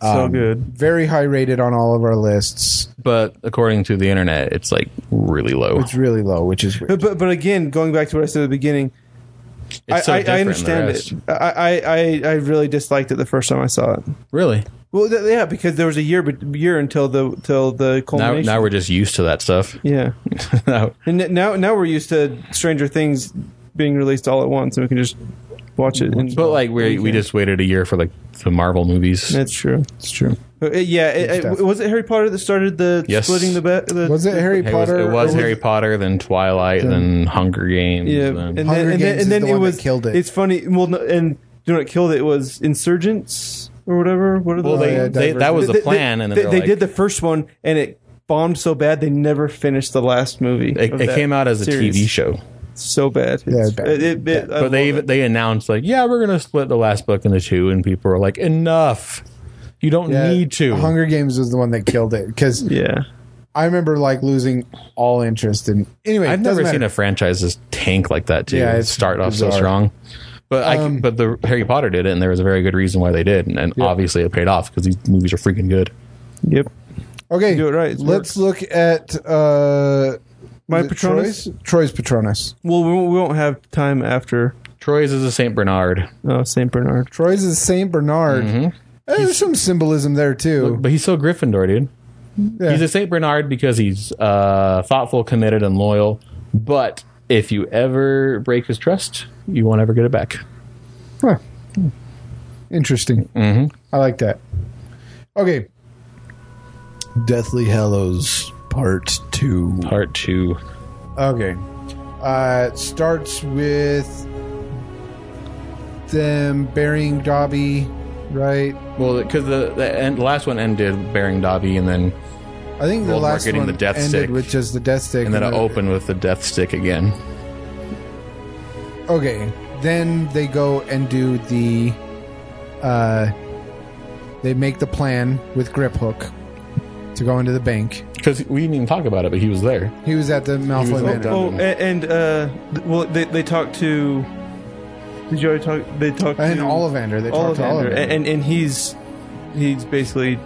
so Um, good very high rated on all of our lists But according to the internet, it's like really low. it's really low which is but, weird. but but again going back to what i said at the beginning I, It's so I, different I than the understand rest. it I, I I- I really disliked it the first time i saw it Really, well th- yeah because there was a year but year until the till the now culmination now we're just used to that stuff. yeah Now- And n- now, now we're used to Stranger Things being released all at once, and we can just watch it. And, But like we we just waited a year for like the Marvel movies. that's true. it's true Uh, yeah, it, stuff. it, was it Harry Potter that started the Yes. splitting the, ba- the was it harry It was, potter it or was Harry Potter, then Twilight, then Hunger Games. Yeah, then- and then, Hunger and then, Games is and then the it one that was killed it. It's funny. Well, no, and do you know what killed it? It was Insurgents or whatever. What are well, the they, Oh, yeah, they that Divergent. was They- the they- plan, and then they, they, were they like, did the first one, and it bombed so bad they never finished the last movie. It, of it that came out as a series. TV show, So bad. Yeah, It's- bad. It, it, it, I but they love even, they announced like, yeah, we're gonna split the last book into two, and people were like, enough, you don't Yeah, need to. hunger games was the one that killed it because it. yeah. i remember like losing all interest in anyway I've never seen a franchise just tank like that too. Yeah, Yeah, it's start off so bizarre. Um, strong. But I, but the Harry Potter did it, and there was a very good reason why they did, and, and obviously it paid off because these movies are freaking good. Yep. okay do it right, it let's look at uh My is it Patronus. troy's, troy's patronus Well, we won't- we won't have time after Troy's is a Saint Bernard, Oh, Saint Bernard. Troy's is Saint Bernard. Mm-hmm. Eh, There's some symbolism there too. but he's still Gryffindor, dude. Yeah. He's a Saint Bernard because he's uh, thoughtful, committed, and loyal. But if you ever break his trust, you won't ever get it back. Huh. Interesting. Mm-hmm. I like that. Okay. Deathly Hallows Part Two. Part two. Okay. Uh, it starts with them burying Dobby, right? Well, because the the, end, the last one ended bearing Dobby, and then I think the Voldemort last getting one the death ended stick. with just the death stick, and then it the- opened with the death stick again. Okay. Then they go and do the. Uh, they make the plan with Grip Hook to go into the bank. Because we didn't even talk about it, but he was there. He was at the Malfoy was Manor. all Oh, done. and, and uh, th- well, they they talked to. Did you already talk? They talked And to Ollivander. They talked to Ollivander, Ollivander. and, and and he's he's basically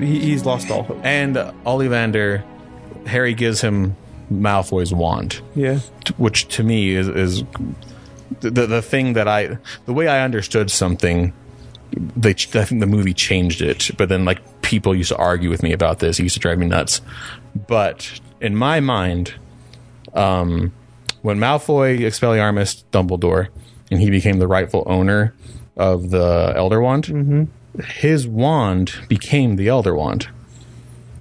he, he's lost all hope. And uh, Ollivander, Harry gives him Malfoy's wand, Yeah, t- which to me is is the, the the thing that I the way I understood something. They, ch- I think the movie changed it, but then like people used to argue with me about this. It used to drive me nuts. But in my mind, um, when Malfoy Expelliarmus Dumbledore, and he became the rightful owner of the Elder Wand, his wand became the Elder Wand.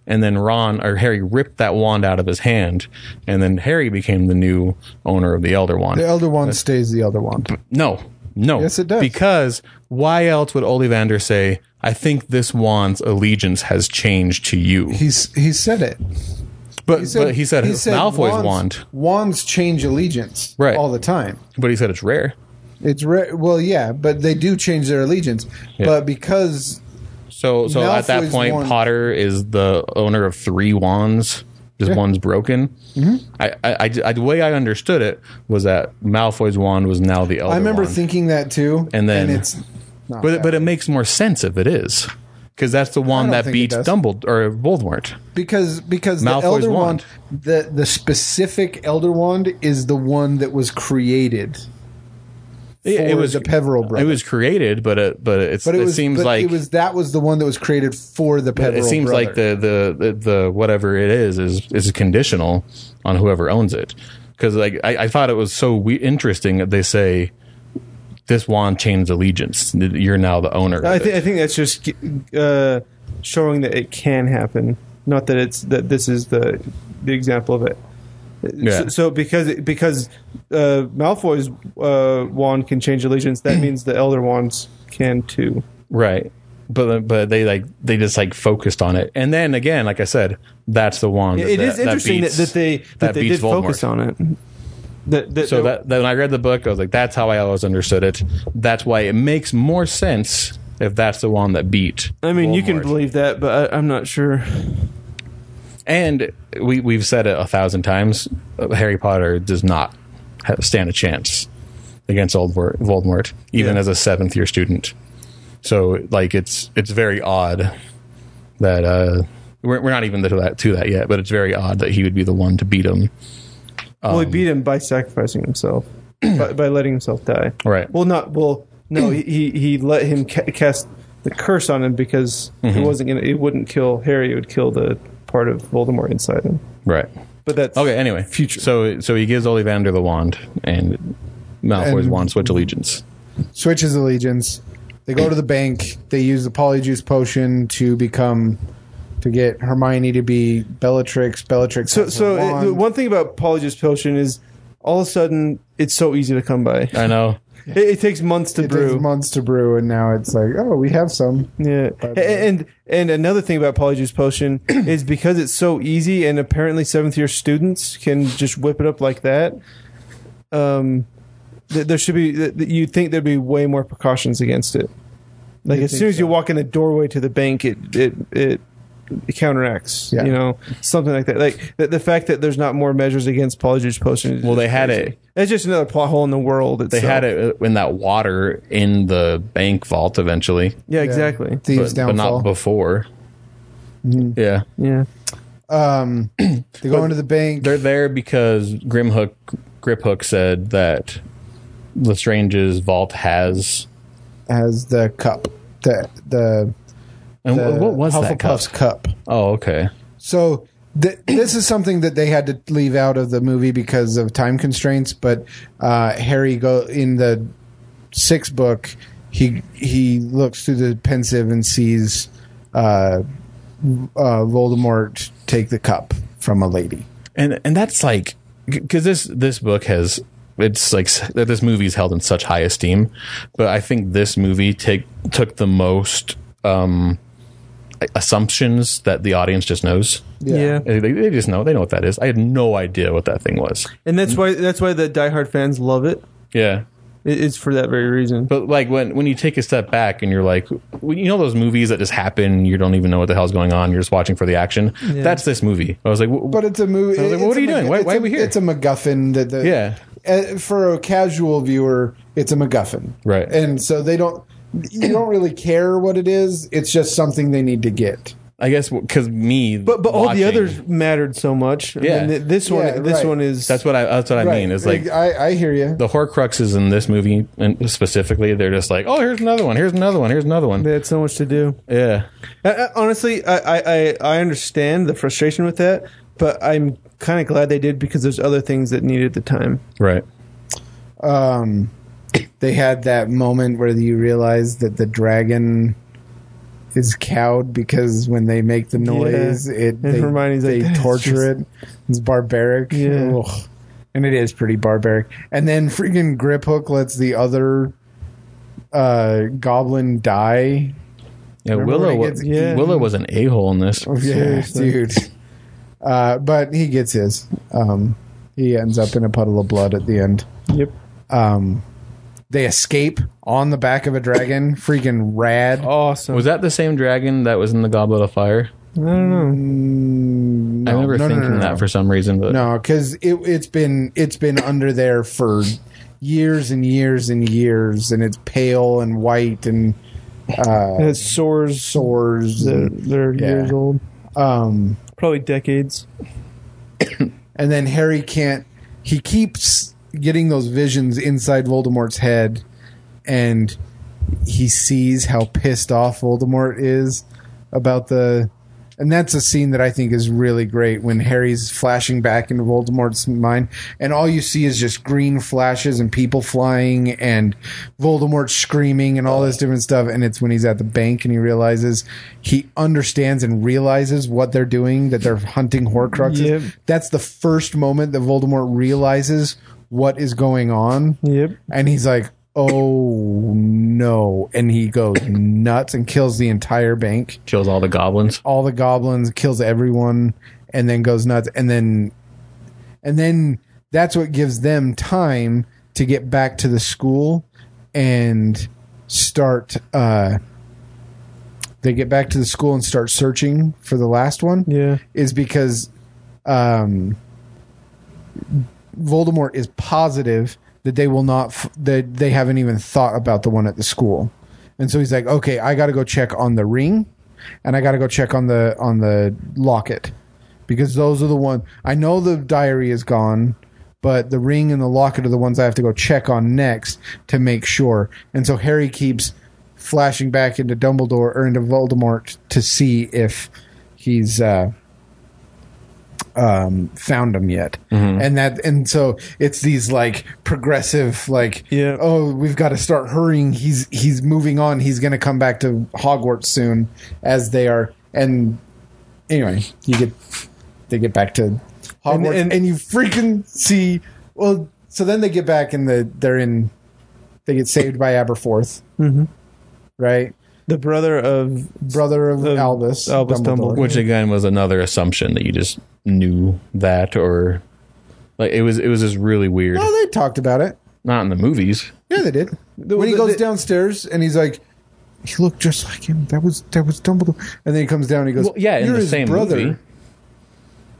And then Ron or Harry ripped that wand out of his hand, and then Harry became the new owner of the Elder Wand. The elder one stays the elder one. No, no. Yes, it does. Because why else would Ollivander say, "I think this wand's allegiance has changed to you"? He's he said it. but but he said, Malfoy's wand. Wands change allegiance Right. all the time. But he said it's rare. It's re- well, yeah, but they do change their allegiance. But because So so at that Malfoy's point, wand- Potter is the owner of three wands. His one's broken. Mm-hmm. I, I, I- I- the way I understood it was that Malfoy's wand was now the elder. I remember wand. thinking that too, And then- it's not but that. it, but it makes more sense if it is, because that's the don't wand that think it beats does. Dumbledore or Voldemort. because because Malfoy's the elder wand. wand, the the specific elder wand is the one that was created. Yeah, for the Peveril It brothers. was created, but it but it's, But it, it, was, seems but like it was that was the one that was created for the Peveril. it seems brother. like the, the the the whatever it is is is conditional on whoever owns it. Because like I, I thought it was so we- interesting that they say this wand changed allegiance. You're now the owner. of I it. think I think that's just uh, showing that it can happen, not that it's that this is the the example of it. Yeah. So, so because because uh, Malfoy's uh, wand can change allegiance, that means the Elder wands can too. Right. But but they like they just like focused on it. And then again, like I said, that's the wand. It is interesting that, beats- that they that, that they beats did Voldemort. focus on it. That, that, So that, that when I read the book, I was like, that's how I always understood it. That's why it makes more sense if that's the wand that beat. I mean, you can Voldemort. believe that, but I, I'm not sure. And we we've said it a thousand times. uh, Harry Potter does not ha stand a chance against old Vor- Voldemort, even Yeah. as a seventh year student. So like it's it's very odd that uh, we're we're not even to that to that yet, but it's very odd that he would be the one to beat him. well, Um, he beat him by sacrificing himself, by, by letting himself die. Right. Well, not well. No, he he, he let him ca- cast the curse on him because Mm-hmm. it wasn't gonna. It wouldn't kill Harry. It would kill the part of Voldemort inside him. Right. But that's Okay. Anyway, future. So so he gives Ollivander the wand, and Malfoy's And- wand switch allegiance. switches allegiance. They go to the bank. They use the polyjuice potion to become to get Hermione to be Bellatrix. Bellatrix. So has a so it, wand. the one thing about Polyjuice potion is all of a sudden it's so easy to come by. It, I know. it takes months to it brew. takes months to brew, and now it's like, oh, we have some. Yeah, the way. and and another thing about Polyjuice Potion is because it's so easy, and apparently seventh year students can just whip it up like that. Um, th- there should be th- th- you'd think there'd be way more precautions against it. Like as soon as you walk in the doorway to the bank, it it it, counteracts. Yeah. You know something like that. Like the, the fact that there's not more measures against Polyjuice Potion. is Well, just they had crazy. it. That's just another plot hole in the world. They Itself. had it uh, in that water in the bank vault eventually. Yeah, exactly. Thieves downfall. Mm-hmm. not before. Yeah, Yeah. um, they go into the bank. they're there because Grimhook Griphook said that Lestrange's vault has. has the cup. The the, And the wh- what was that cup? Hufflepuff's cup? Oh, okay. So th- this is something that they had to leave out of the movie because of time constraints. But uh, Harry go in the sixth book. He he looks through the pensive and sees uh, uh, Voldemort take the cup from a lady. And and that's like because this this book has it's like s- that this movie is held in such high esteem, but I think this movie take took the most um assumptions that the audience just knows. Yeah. They, they just know they know what that is. I had no idea what that thing was. and that's why that's why the diehard fans love it. Yeah. It- It's for that very reason. But like when when you take a step back and you're like, well, you know those movies that just happen, you don't even know what the hell's going on, you're just watching for the action. That's this movie. I was like, w- But it's a movie. I was like, it's what are a you doing? Why- it's why a- are we here? It's a MacGuffin. That the, yeah, uh, for a casual viewer, it's a MacGuffin, Right. And so they don't. You don't really care what it is. It's just something they need to get. I guess because me, But but all the watching- others mattered so much. Yeah. And th- this one Yeah, this right. one is That's what I that's what I mean. Is like I, I hear you. the Horcruxes in this movie, and specifically, they're just like, oh, here's another one, here's another one, here's another one. they had so much to do. Yeah, I, I, honestly, I, I I- I understand the frustration with that, but I'm kind of glad they did because there's other things that needed the time. right. um, they had that moment where you realize that the dragon is cowed because when they make the noise, it they, Hermione's like, they "That's torture it. It's barbaric. Yeah. Ugh. And it is pretty barbaric. And then freaking Grip Hook lets the other uh, goblin die. Yeah, Remember Willow. when he wa- gets Oh, eaten? Willow was an a hole in this. Yeah, Oh, Seriously. dude. Uh, but he gets his. Um, he ends up in a puddle of blood at the end. Yep. um, they escape on the back of a dragon. Freaking rad. Oh, Awesome. Was that the same dragon that was in the Goblet of Fire? I don't know. Mm, I remember no, no, no, thinking no, that no. for some reason, but no, because it, it's been it's been under there for years and years and years, and it's pale and white and uh, It has sores. sores. They're, And, they're Yeah. years old. um, Probably decades. and then Harry can't. He keeps getting those visions inside Voldemort's head, and he sees how pissed off Voldemort is about the And that's a scene that I think is really great when Harry's flashing back into Voldemort's mind, and all you see is just green flashes and people flying and Voldemort screaming and all this different stuff. And it's when he's at the bank and he realizes he understands and realizes what they're doing that they're hunting Horcruxes. Yep. That's the first moment that Voldemort realizes what is going on. Yep. And he's like, oh no. And he goes nuts and kills the entire bank, Kills all the goblins. all the goblins, kills everyone, and then goes nuts. And then, and then that's what gives them time to get back to the school and start, uh, they get back to the school and start searching for the last one Yeah. is because um, Voldemort is positive that they will not f- that they haven't even thought about the one at the school, and so he's like, okay, I got to go check on the ring, and I got to go check on the on the locket because those are the one I know the diary is gone. But the ring and the locket are the ones I have to go check on next to make sure. And so Harry keeps flashing back into Dumbledore or into Voldemort to see if he's uh, um, found him yet, and that and so it's these like progressive like Yeah. oh we've got to start hurrying he's he's moving on he's going to come back to Hogwarts soon as they are and anyway you get they get back to Hogwarts and, and- you freaking see well so then they get back and the they're in they get saved by Aberforth Mhm. right The brother of brother of Of Albus Albus Dumbledore. which again was another assumption that you just knew that or like it was it was just really weird Oh, they talked about it. not in the movies Yeah, they did. when he the- goes the- downstairs and he's like, he looked just like him. That was that was Dumbledore. And then he comes down and he goes, well, yeah in "You're the his same brother." movie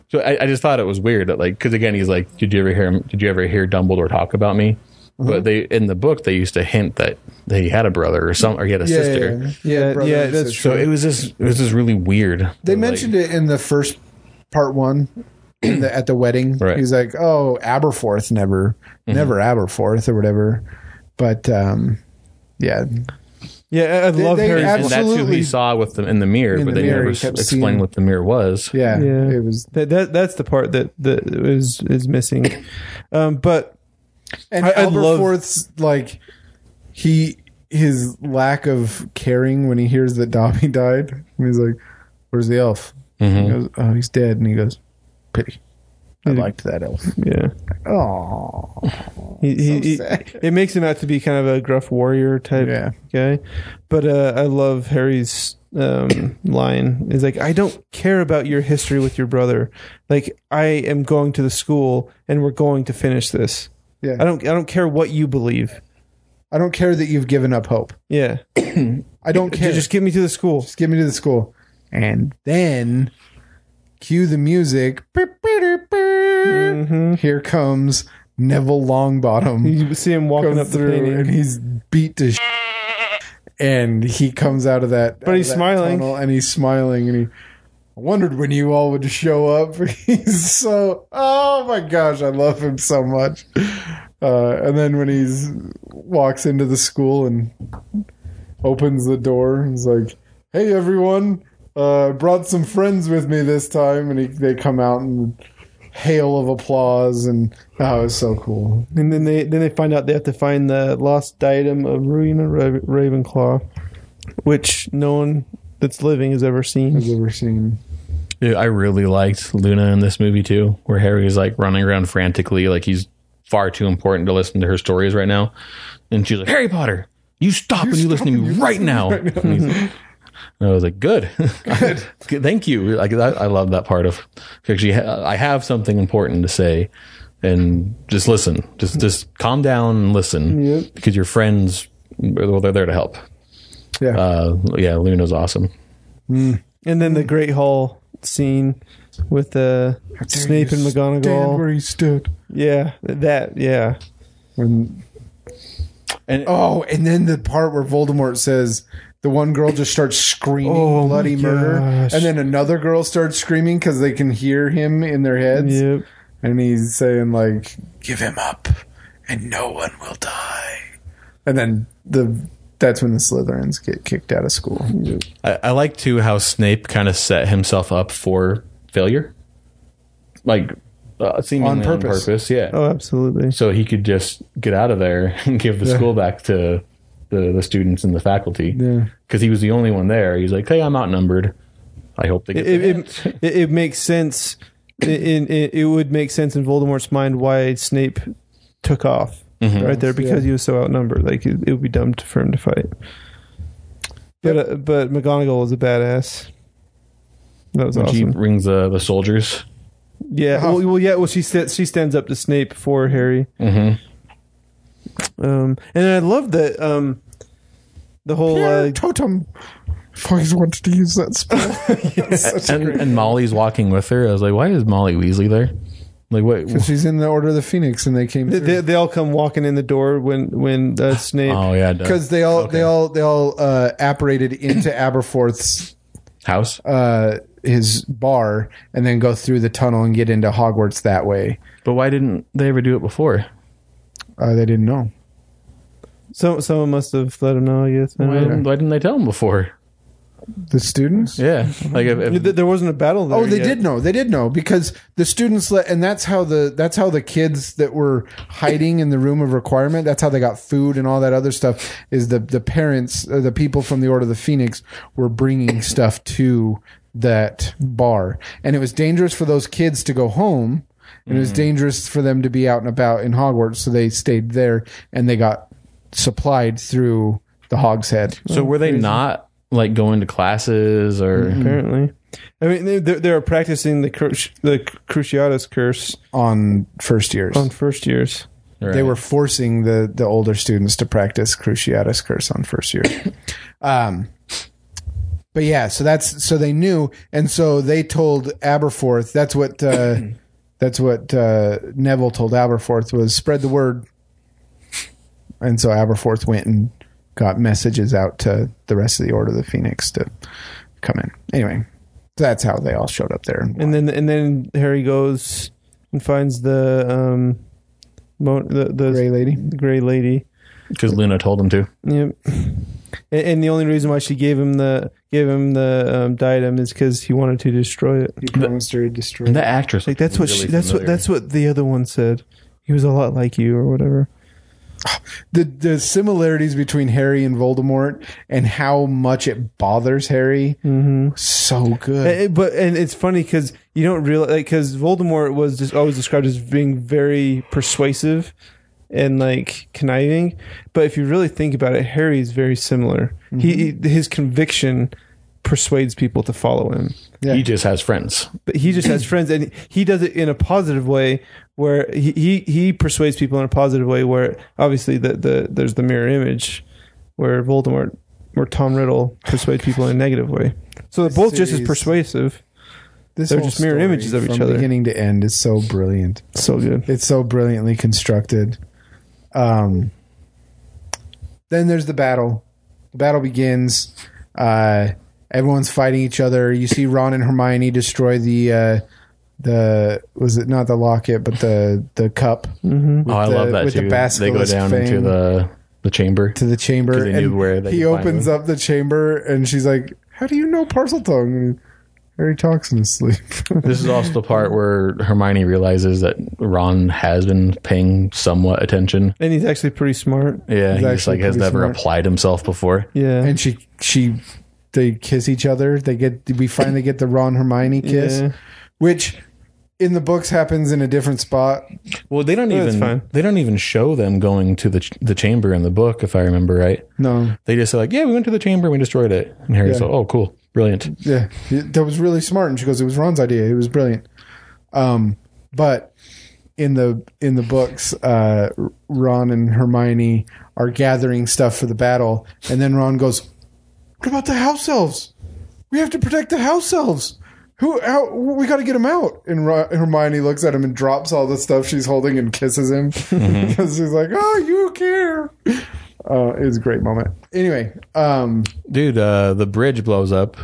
so I, I just thought it was weird that like because again he's like did you ever hear him did you ever hear dumbledore talk about me Uh-huh. but they in the book they used to hint that that he had a brother or some or he had a Yeah, sister yeah, Yeah, brother yeah, and that's sister. so it was just it was just really weird They mentioned it in the first part one in the, at the wedding. Right. He's like, "Oh, Aberforth, never, never Aberforth or whatever." But um, yeah, Yeah, I, I love they Harry. ab- and that's who absolutely- he saw with them in the mirror In but the they mirror, never he s- kept explained seeing- what the mirror was yeah, Yeah. It was, that, that that's the part that that is is missing. Um, but and I- I love- Aberforth's like he his lack of caring when he hears that Dobby died. And he's like, "Where's the elf?" He goes, "Oh, he's dead." And he goes, "Pity." I liked that elf. yeah, Oh, he, he, he- it makes him out to be kind of a gruff warrior type Yeah. guy. But uh, I love Harry's um, line. Is like, I don't care about your history with your brother. Like, I am going to the school, and we're going to finish this. yeah. I don't I don't care what you believe. I don't care that you've given up hope. Yeah, I don't care. just get me to the school. Just get me to the school. And then cue the music. Beep, beep, beep, beep. Here comes Neville Longbottom You see him walking comes up the through painting. and he's beat to sh- and he comes out of that out of he's that smiling. tunnel and he's smiling and he I wondered when you all would show up. He's so oh my gosh, I love him so much. Uh, and then when he's walks into the school and opens the door and is like, "Hey everyone, uh, I brought some friends with me this time." And he, they come out and hail of applause and oh, it was so cool. And then they then they find out they have to find the lost diadem of Rowena Ra- Ravenclaw, which no one that's living has ever I've seen. ever seen. Dude, I really liked Luna in this movie too, where Harry is like running around frantically, like he's far too important to listen to her stories right now. And she's like, Harry Potter, you stop and you listen to me right now. And he's- and I was like, good. good. Thank you. Like, I, I love that part of actually, ha- I have something important to say. And just listen. Just just calm down and listen because your friends, well, they're there to help. Yeah. Uh, yeah, Luna's awesome. And then the Great Hall scene with uh, Snape and Stand McGonagall. where he stood. Yeah, that yeah. When And oh, and then the part where Voldemort says the one girl just starts screaming Oh, bloody my murder, gosh. and then another girl starts screaming because they can hear him in their heads, Yep. and he's saying like, Give him up, and no one will die. and then the that's when the Slytherins get kicked out of school. I, I like too how Snape kind of set himself up for failure, like uh, seemingly on purpose. purpose. yeah. Oh, absolutely. So he could just get out of there and give the school back to the, the students and the faculty. Yeah. Because he was the only one there. He's like, hey, I'm outnumbered. I hope they get It, the it, it, it makes sense. It, it, it would make sense in Voldemort's mind why Snape took off right there because he was so outnumbered. Like it, it would be dumb to, for him to fight. But uh, but McGonagall was a badass. That was When awesome. she rings uh, the soldiers. Yeah. Well, well, yeah. Well, she sta- she stands up to Snape for Harry. Mm-hmm. Um, and I love that. Um, the whole uh, totem. I've always wanted to use that spell. That's And, and Molly's walking with her. I was like, why is Molly Weasley there? Like, what? Because she's in the Order of the Phoenix, and they came they- they, because they all come walking in the door when when uh, Snape. Oh, yeah. The they, all they all they all uh, apparated into Aberforth's house. uh, his bar, and then go through the tunnel and get into Hogwarts that way. But why didn't they ever do it before? Uh, they didn't know. Some someone must have let him know. I guess. I don't Why know. didn't, why didn't they tell them before? The students? Yeah. Like, if, if- Th- There wasn't a battle. There Oh, they yet. did know. They did know because the students let, and that's how the that's how the kids that were hiding in the room of requirement. That's how they got food and all that other stuff. Is the the parents, uh, the people from the Order of the Phoenix, were bringing stuff to that bar, and it was dangerous for those kids to go home, and it Mm. was dangerous for them to be out and about in Hogwarts. So they stayed there, and they got supplied through the Hogshead. so were they not like going to classes or? Mm-hmm. Apparently, I mean they they are practicing the cru- the Cruciatus curse on first years. on first years. They Right. were forcing the the older students to practice Cruciatus Curse on first year. um, but yeah, so that's so they knew, and so they told Aberforth. That's what uh, that's what uh, Neville told Aberforth was spread the word. And so Aberforth went and got messages out to the rest of the Order of the Phoenix to come in. Anyway, that's how they all showed up there. And then and then Harry goes and finds the um, mo- the the Gray Lady. Gray lady. Because Luna told them to. Yep. And, and the only reason why she gave him the gave him the um, diadem is because he wanted to destroy it. He promised her destroy. And that actress. Like that's what she, that's what that's what the other one said. He was a lot like you, or whatever. the the similarities between Harry and Voldemort and how much it bothers Harry Mm-hmm. so good. And- and- Eh, but and it's funny because you don't realize because Voldemort was just always described as being very persuasive and like conniving. But if you really think about it, Harry is very similar. He he- his conviction persuades people to follow him, He just has friends. but he just has friends, and he does it in a positive way where he he, he persuades people in a positive way. Where obviously the, the there's the mirror image where Voldemort or Tom Riddle persuades people in a negative way. So they're both just as series. persuasive. This they're whole just mirror story images of each from other. beginning to end is so brilliant. So good. It's so brilliantly constructed. Um, then there's the battle. The battle begins. Uh, everyone's fighting each other. You see Ron and Hermione destroy the uh, the was it not the locket but the the cup Mm-hmm. Oh, I the- love that with the too. they go basilisk down into thing. the the chamber. to the chamber. 'Cause they knew and where they he could find opens one. up the chamber and she's like, How do you know Parseltongue? And Harry talks in his sleep. This is also the part where Hermione realizes that Ron has been paying somewhat attention. And he's actually pretty smart. Yeah, he just actually like has pretty never smart. applied himself before. Yeah. and she she they kiss each other. They get we finally get the Ron Hermione kiss. Yeah. Which in the books happens in a different spot. Well, they don't that's even fine. they don't even show them going to the ch- the chamber in the book, if I remember right. No. They just say like, "Yeah, we went to the chamber and we destroyed it." And Harry's Yeah. like, "Oh, cool, brilliant." Yeah. That was really smart. And she goes, It was Ron's idea. It was brilliant. Um but in the in the books, uh, Ron and Hermione are gathering stuff for the battle, and then Ron goes, "What about the house elves? We have to protect the house elves. Who? How, we got to get them out." And Ron, Hermione looks at him and drops all the stuff she's holding and kisses him because she's like, "Oh, you care." Uh, it was a great moment. Anyway, um, Dude, uh, the bridge blows up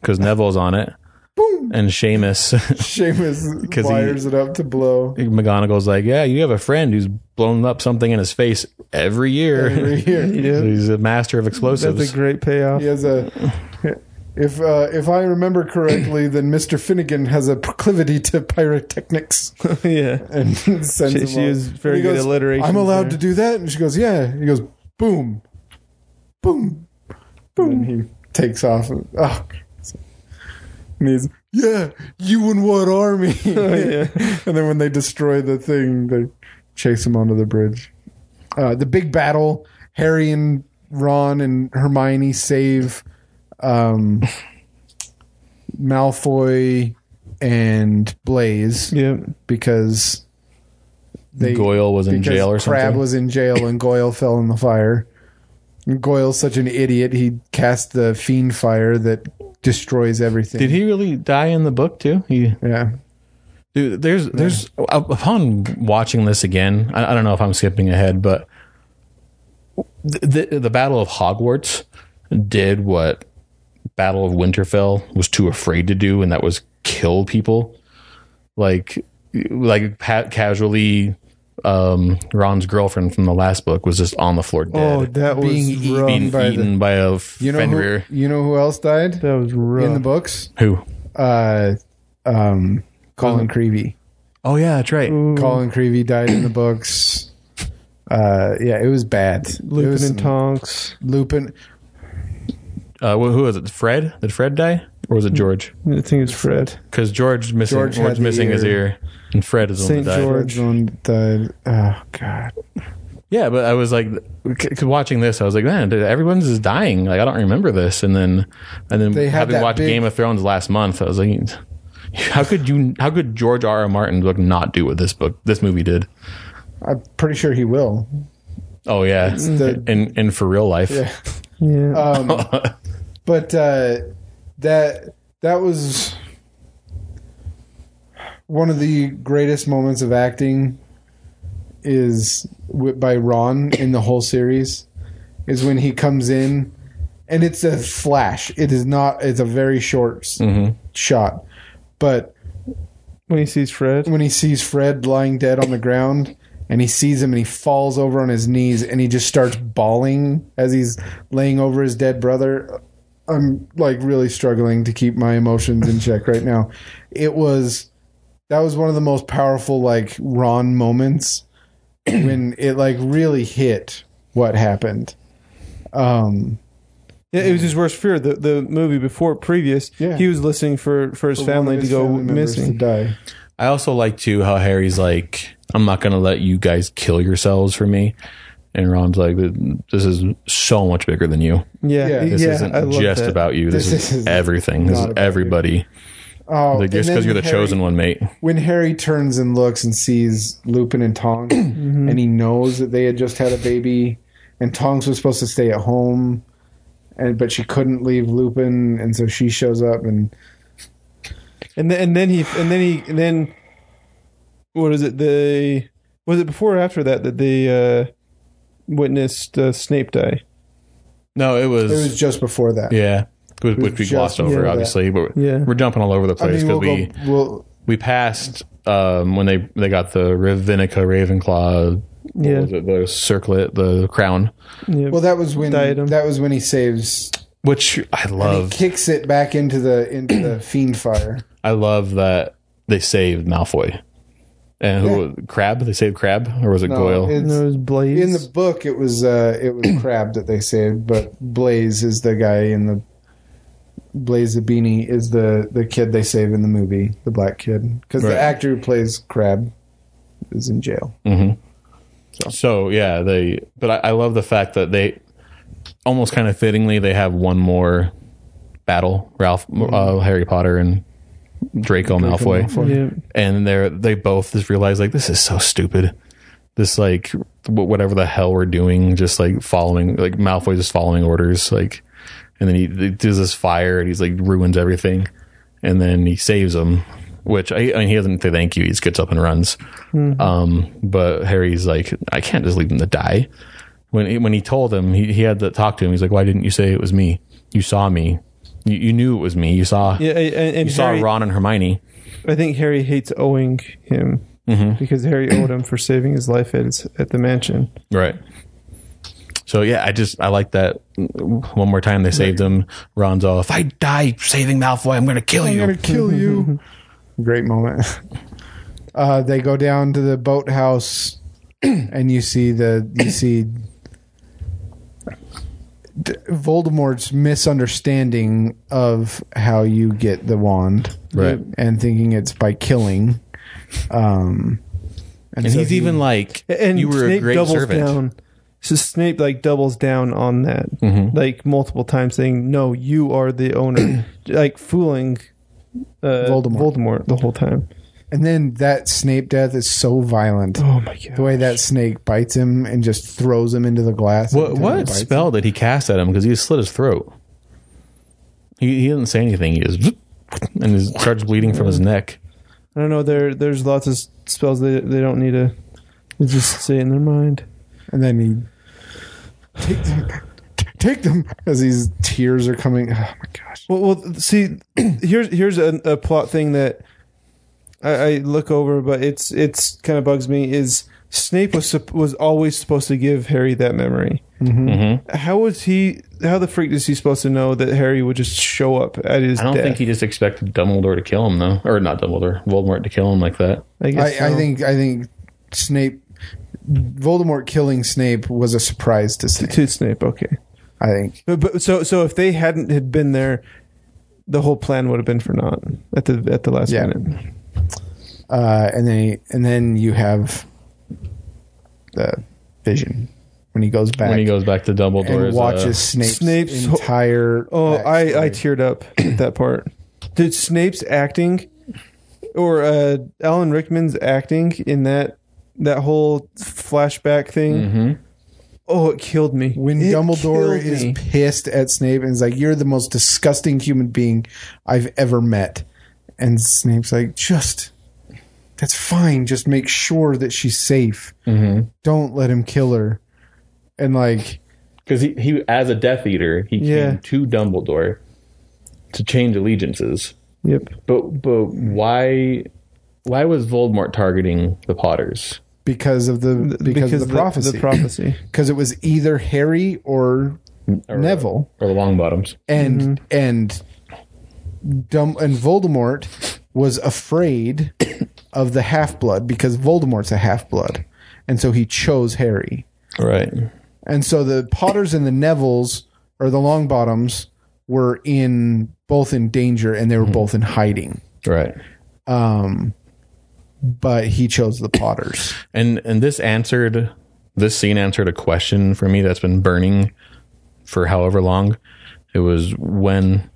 because Neville's on it. Boom. and Seamus. Seamus 'Cause he- wires it up to blow McGonagall's like, yeah, you have a friend who's blown up something in his face every year. every year. Yeah. He's a master of That's explosives. a great payoff. He has a. If uh, if I remember correctly, then Mister Finnegan has a proclivity to pyrotechnics, yeah. and sends She- him she off. was very He good goes, alliteration I'm allowed there." to do that, and she goes, "Yeah." He goes, "Boom, boom, boom." And he takes off. And, oh, and he's yeah, you and what army? Oh, yeah. and then when they destroy the thing, they chase him onto the bridge. Uh, the big battle. Harry and Ron and Hermione save um, Malfoy and Blaze Yep. because they Goyle was in because jail or Crab something. was in jail and Goyle fell in the fire. And Goyle's such an idiot. He cast the fiend fire that destroys everything. Did he really die in the book too? He Yeah. Dude, there's there's upon watching this again. I, I don't know if I'm skipping ahead, but the, the the Battle of Hogwarts did what Battle of Winterfell was too afraid to do, and that was kill people. Like like pa- casually, um, Ron's girlfriend from the last book was just on the floor dead, Oh, that was Being eaten. rough. being by the- eaten by a You know Fenrir. who you know who else died That was rough. in the books? Who? Uh um Colin Creevy. Oh yeah, that's right. Colin Creevy died in the books. Uh yeah, it was bad. it Lupin was and Tonks. Lupin Uh, wh- who was it? Fred? Did Fred die, or was it George? I think it's Fred. Because George missing George George had the missing his ear. ear, and Fred is on the Saint died. George. Redstone died. Oh god. Yeah, but I was like, c- c- watching this, I was like, man, dude, everyone's just dying. Like I don't remember this, and then and then They had having that watched big- Game of Thrones last month, I was like, how could you? How could George R. R. Martin's book not do what this book, this movie did? I'm pretty sure he will. Oh yeah, the- and and for real life, Yeah. Yeah. Um, but uh, that that was one of the greatest moments of acting is wi- by Ron in the whole series is when he comes in and it's a flash. It is not. It's a very short s- shot, but when he sees Fred. when he sees Fred lying dead on the ground and he sees him and he falls over on his knees and he just starts bawling as he's laying over his dead brother. I'm like really struggling to keep my emotions in check right now. It was that was one of the most powerful like Ron moments when it like really hit what happened. Um Yeah, it was his worst fear. The the movie before previous, Yeah. he was listening for, for his one family of to his go family members missing. to die. I also like too how Harry's like, I'm not gonna let you guys kill yourselves for me. And Ron's like, this is so much bigger than you. Yeah, Yeah. yeah, This isn't just that. about you. This, This is, is everything. This not is about you. everybody. Oh, Like, just and then because you're the Harry- chosen one, mate. when Harry turns and looks and sees Lupin and Tongs, and he knows that they had just had a baby, and Tongs was supposed to stay at home, and but she couldn't leave Lupin, and so she shows up, and And then and then he and then he and then what is it? The was it before or after that that they uh, witnessed uh, Snape die? No, it was. it was just before that. yeah. Which, which we just glossed before over, that. obviously. But Yeah. we're jumping all over the I place mean, we'll because we, go. We'll, we passed um, when they, they got the Ravenica Ravenclaw. What Yeah. was it? The circlet, the crown, Yeah. well, that was when Diadem. that was when he saves. which I He love. kicks it back into the into the fiend fire. I love that they saved Malfoy. And who Crab? They saved Crab, or was it Goyle? it's- no, it was Blaze. in the book it was uh it was crab that they saved but blaze is the guy in the blaze the beanie is the the kid they save in the movie the black kid because Right. the actor who plays crab is in jail So yeah, they. But I, I love the fact that they almost kind of fittingly they have one more battle: Ralph, uh, Harry Potter, and Draco, Malfoy, yeah. and they're they both just realize like this is so stupid. This like wh- whatever the hell we're doing, just like following like Malfoy just following orders, like, and then he, he does this fire and he's like ruins everything, and then he saves him. Which I, I mean, he doesn't say thank you. He just gets up and runs. Mm-hmm. Um, but Harry's like, I can't just leave him to die. When he, when he told him, he, he had to talk to him. He's like, Why didn't you say it was me? You saw me. You, you knew it was me. You saw. Yeah, and, and You Harry, saw Ron and Hermione. I think Harry hates owing him Mm-hmm. because Harry owed him for saving his life at his, at the mansion. Right. So yeah, I just I like that. One more time, they saved him. Ron's all, "If I die saving Malfoy, I'm gonna kill I'm you." gonna kill you. Great moment. Uh, they go down to the boathouse, and you see the you see D- Voldemort's misunderstanding of how you get the wand, Right. And thinking it's by killing. Um, And so he's he- even like, And "You were Snape a great doubles servant." down. So Snape like doubles down on that, Mm-hmm. like multiple times, saying, "No, you are the owner," like fooling uh, Voldemort. Voldemort the whole time. and then that Snape death is so violent. Oh my god! The way that snake bites him and just throws him into the glass. What until it what bites him. spell did he cast at him? Because he slit his throat. He he didn't say anything. He just and he starts bleeding from his neck. I don't know. There, there's lots of s- spells they they don't need to. They just say it in their mind. And then he take them, t- take them as these tears are coming. Oh my gosh! Well, well see, here's here's a, a plot thing that I, I look over, but it's it's kind of bugs me. Is Snape was sup- was always supposed to give Harry that memory? Mm-hmm. How was he? How the freak is he supposed to know that Harry would just show up at his? I don't death? think he just expected Dumbledore to kill him though, or not Dumbledore, Voldemort to kill him like that. I, I, guess I so. think I think Snape, Voldemort killing Snape was a surprise to Snape. to Snape. Okay, I think but, but so so if they hadn't had been there, the whole plan would have been for naught at the at the last Yeah. minute. uh, and then he, and then you have the vision when he goes back When he goes back to Dumbledore, and is, uh, watches Snape's, Snape's whole- entire. Oh, I, I backstory. teared up at that part. Did Snape's acting or uh, Alan Rickman's acting in that that whole flashback thing? Mm-hmm. Oh, it killed me. when It Dumbledore killed is me. pissed at Snape and is like, "You're the most disgusting human being I've ever met," and Snape's like, "Just that's fine. Just make sure that she's safe. Don't let him kill her." And like, because he, he as a Death Eater he Yeah. came to Dumbledore to change allegiances. Yep. But but why why was Voldemort targeting the Potters? because of the because, of the prophecy, The prophecy. because it was either Harry or, Neville, or the Longbottoms? and and Dum- and Voldemort was afraid of the half blood because Voldemort's a half blood, and so he chose Harry. Right. And so the Potters and the Nevilles or the Longbottoms were in both in danger and they were both in hiding. Right. Um, but he chose the Potters. And and this answered this scene answered a question for me that's been burning for however long. It was when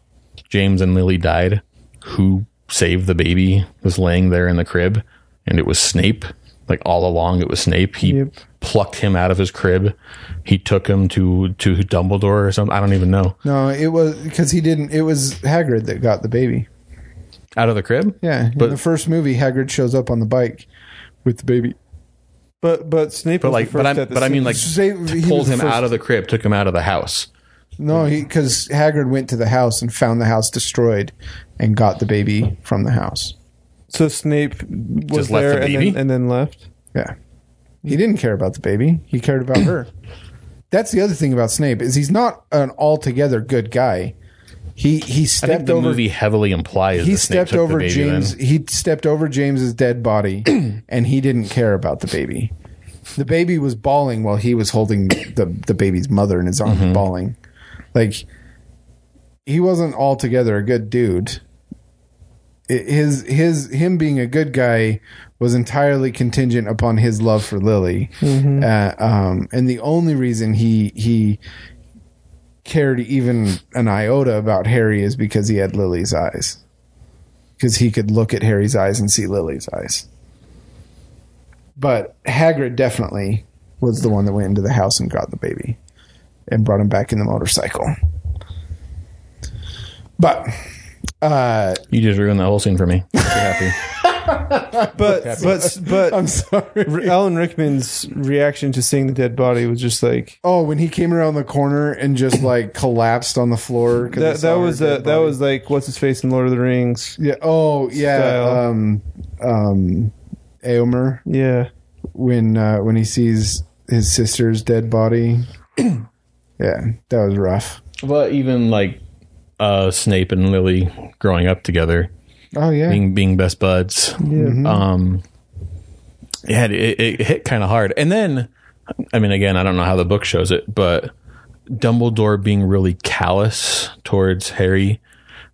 James and Lily died, who saved the baby was laying there in the crib and it was Snape. Like all along it was Snape. He Yep. plucked him out of his crib. He took him to to Dumbledore or something. I don't even know. No, it was because he didn't. It was Hagrid that got the baby. Out of the crib? Yeah, But- in the first movie, Hagrid shows up on the bike with the baby. But but Snape. But was like the first but I at the but I mean like Say- he pulled was the him first- out of the crib, took him out of the house. No, because Hagrid went to the house and found the house destroyed, and got the baby from the house. so Snape was Just left there the and baby? then, and then left. Yeah. He didn't care about the baby. He cared about her. That's the other thing about Snape is he's not an altogether good guy. He he I stepped think the over movie heavily implies he that Snape stepped took the over baby James then. he stepped over James's dead body and he didn't care about the baby. The baby was bawling while he was holding the the baby's mother in his arms Mm-hmm. bawling. Like he wasn't altogether a good dude. It- His his him being a good guy was entirely contingent upon his love for Lily, Mm-hmm. uh, um, and the only reason he he cared even an iota about Harry is because he had Lily's eyes, because he could look at Harry's eyes and see Lily's eyes. But Hagrid definitely was the one that went into the house and got the baby, and brought him back in the motorcycle. But uh, uh, You just ruined the whole scene for me. I'm pretty happy. but but I'm but sorry. Alan Rickman's reaction to seeing the dead body was just like Oh, when he came around the corner and just like collapsed on the floor. 'cause he that. saw That her was dead uh, that body. was like what's his face in Lord of the Rings. yeah. Oh yeah. Style. Um, um, Aomer Yeah, when uh, when he sees his sister's dead body. yeah, that was rough. But even like uh, Snape and Lily growing up together, Oh yeah. being being best buds. Mm-hmm. Um, yeah, it, it hit kind of hard. And then, I mean, again, I don't know how the book shows it, but Dumbledore being really callous towards Harry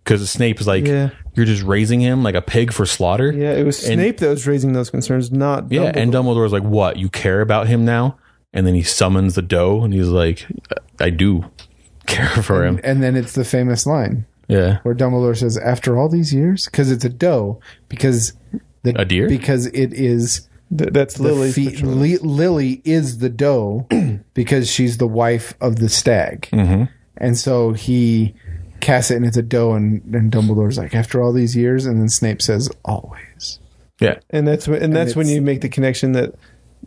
because Snape is like, Yeah. you're just raising him like a pig for slaughter. yeah. It was And- Snape that was raising those concerns, not Yeah, Dumbledore. and Dumbledore's like, "What? You care about him now?" And then he summons the doe, and he's like, "I do care for him." and then it's the famous line Yeah, where Dumbledore says, "After all these years, because it's a doe, because the A deer? because it is Th- that's the Lily. fe- Li- Lily is the doe because she's the wife of the stag, Mm-hmm. and so he casts it, and it's a doe, and, and Dumbledore's like, "After all these years," and then Snape says, "Always." yeah, and that's when and that's when it's- you make the connection that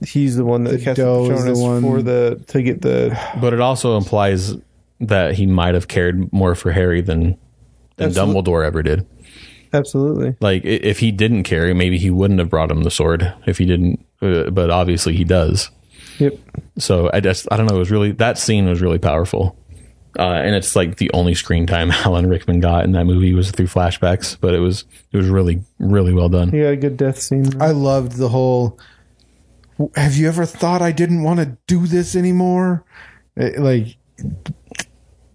he's the one that The cast doe is the Patronus one- for the to get the but it also implies that he might have cared more for Harry than than Absolute- Dumbledore ever did. absolutely. Like, i- if he didn't care, maybe he wouldn't have brought him the sword if he didn't. Uh, but obviously, he does. Yep. So I just I don't know. It was really that scene was really powerful, uh, and it's like the only screen time Alan Rickman got in that movie was through flashbacks. But it was it was really really well done. He got a good death scene. I loved the whole. Have you ever thought I didn't want to do this anymore? It- like the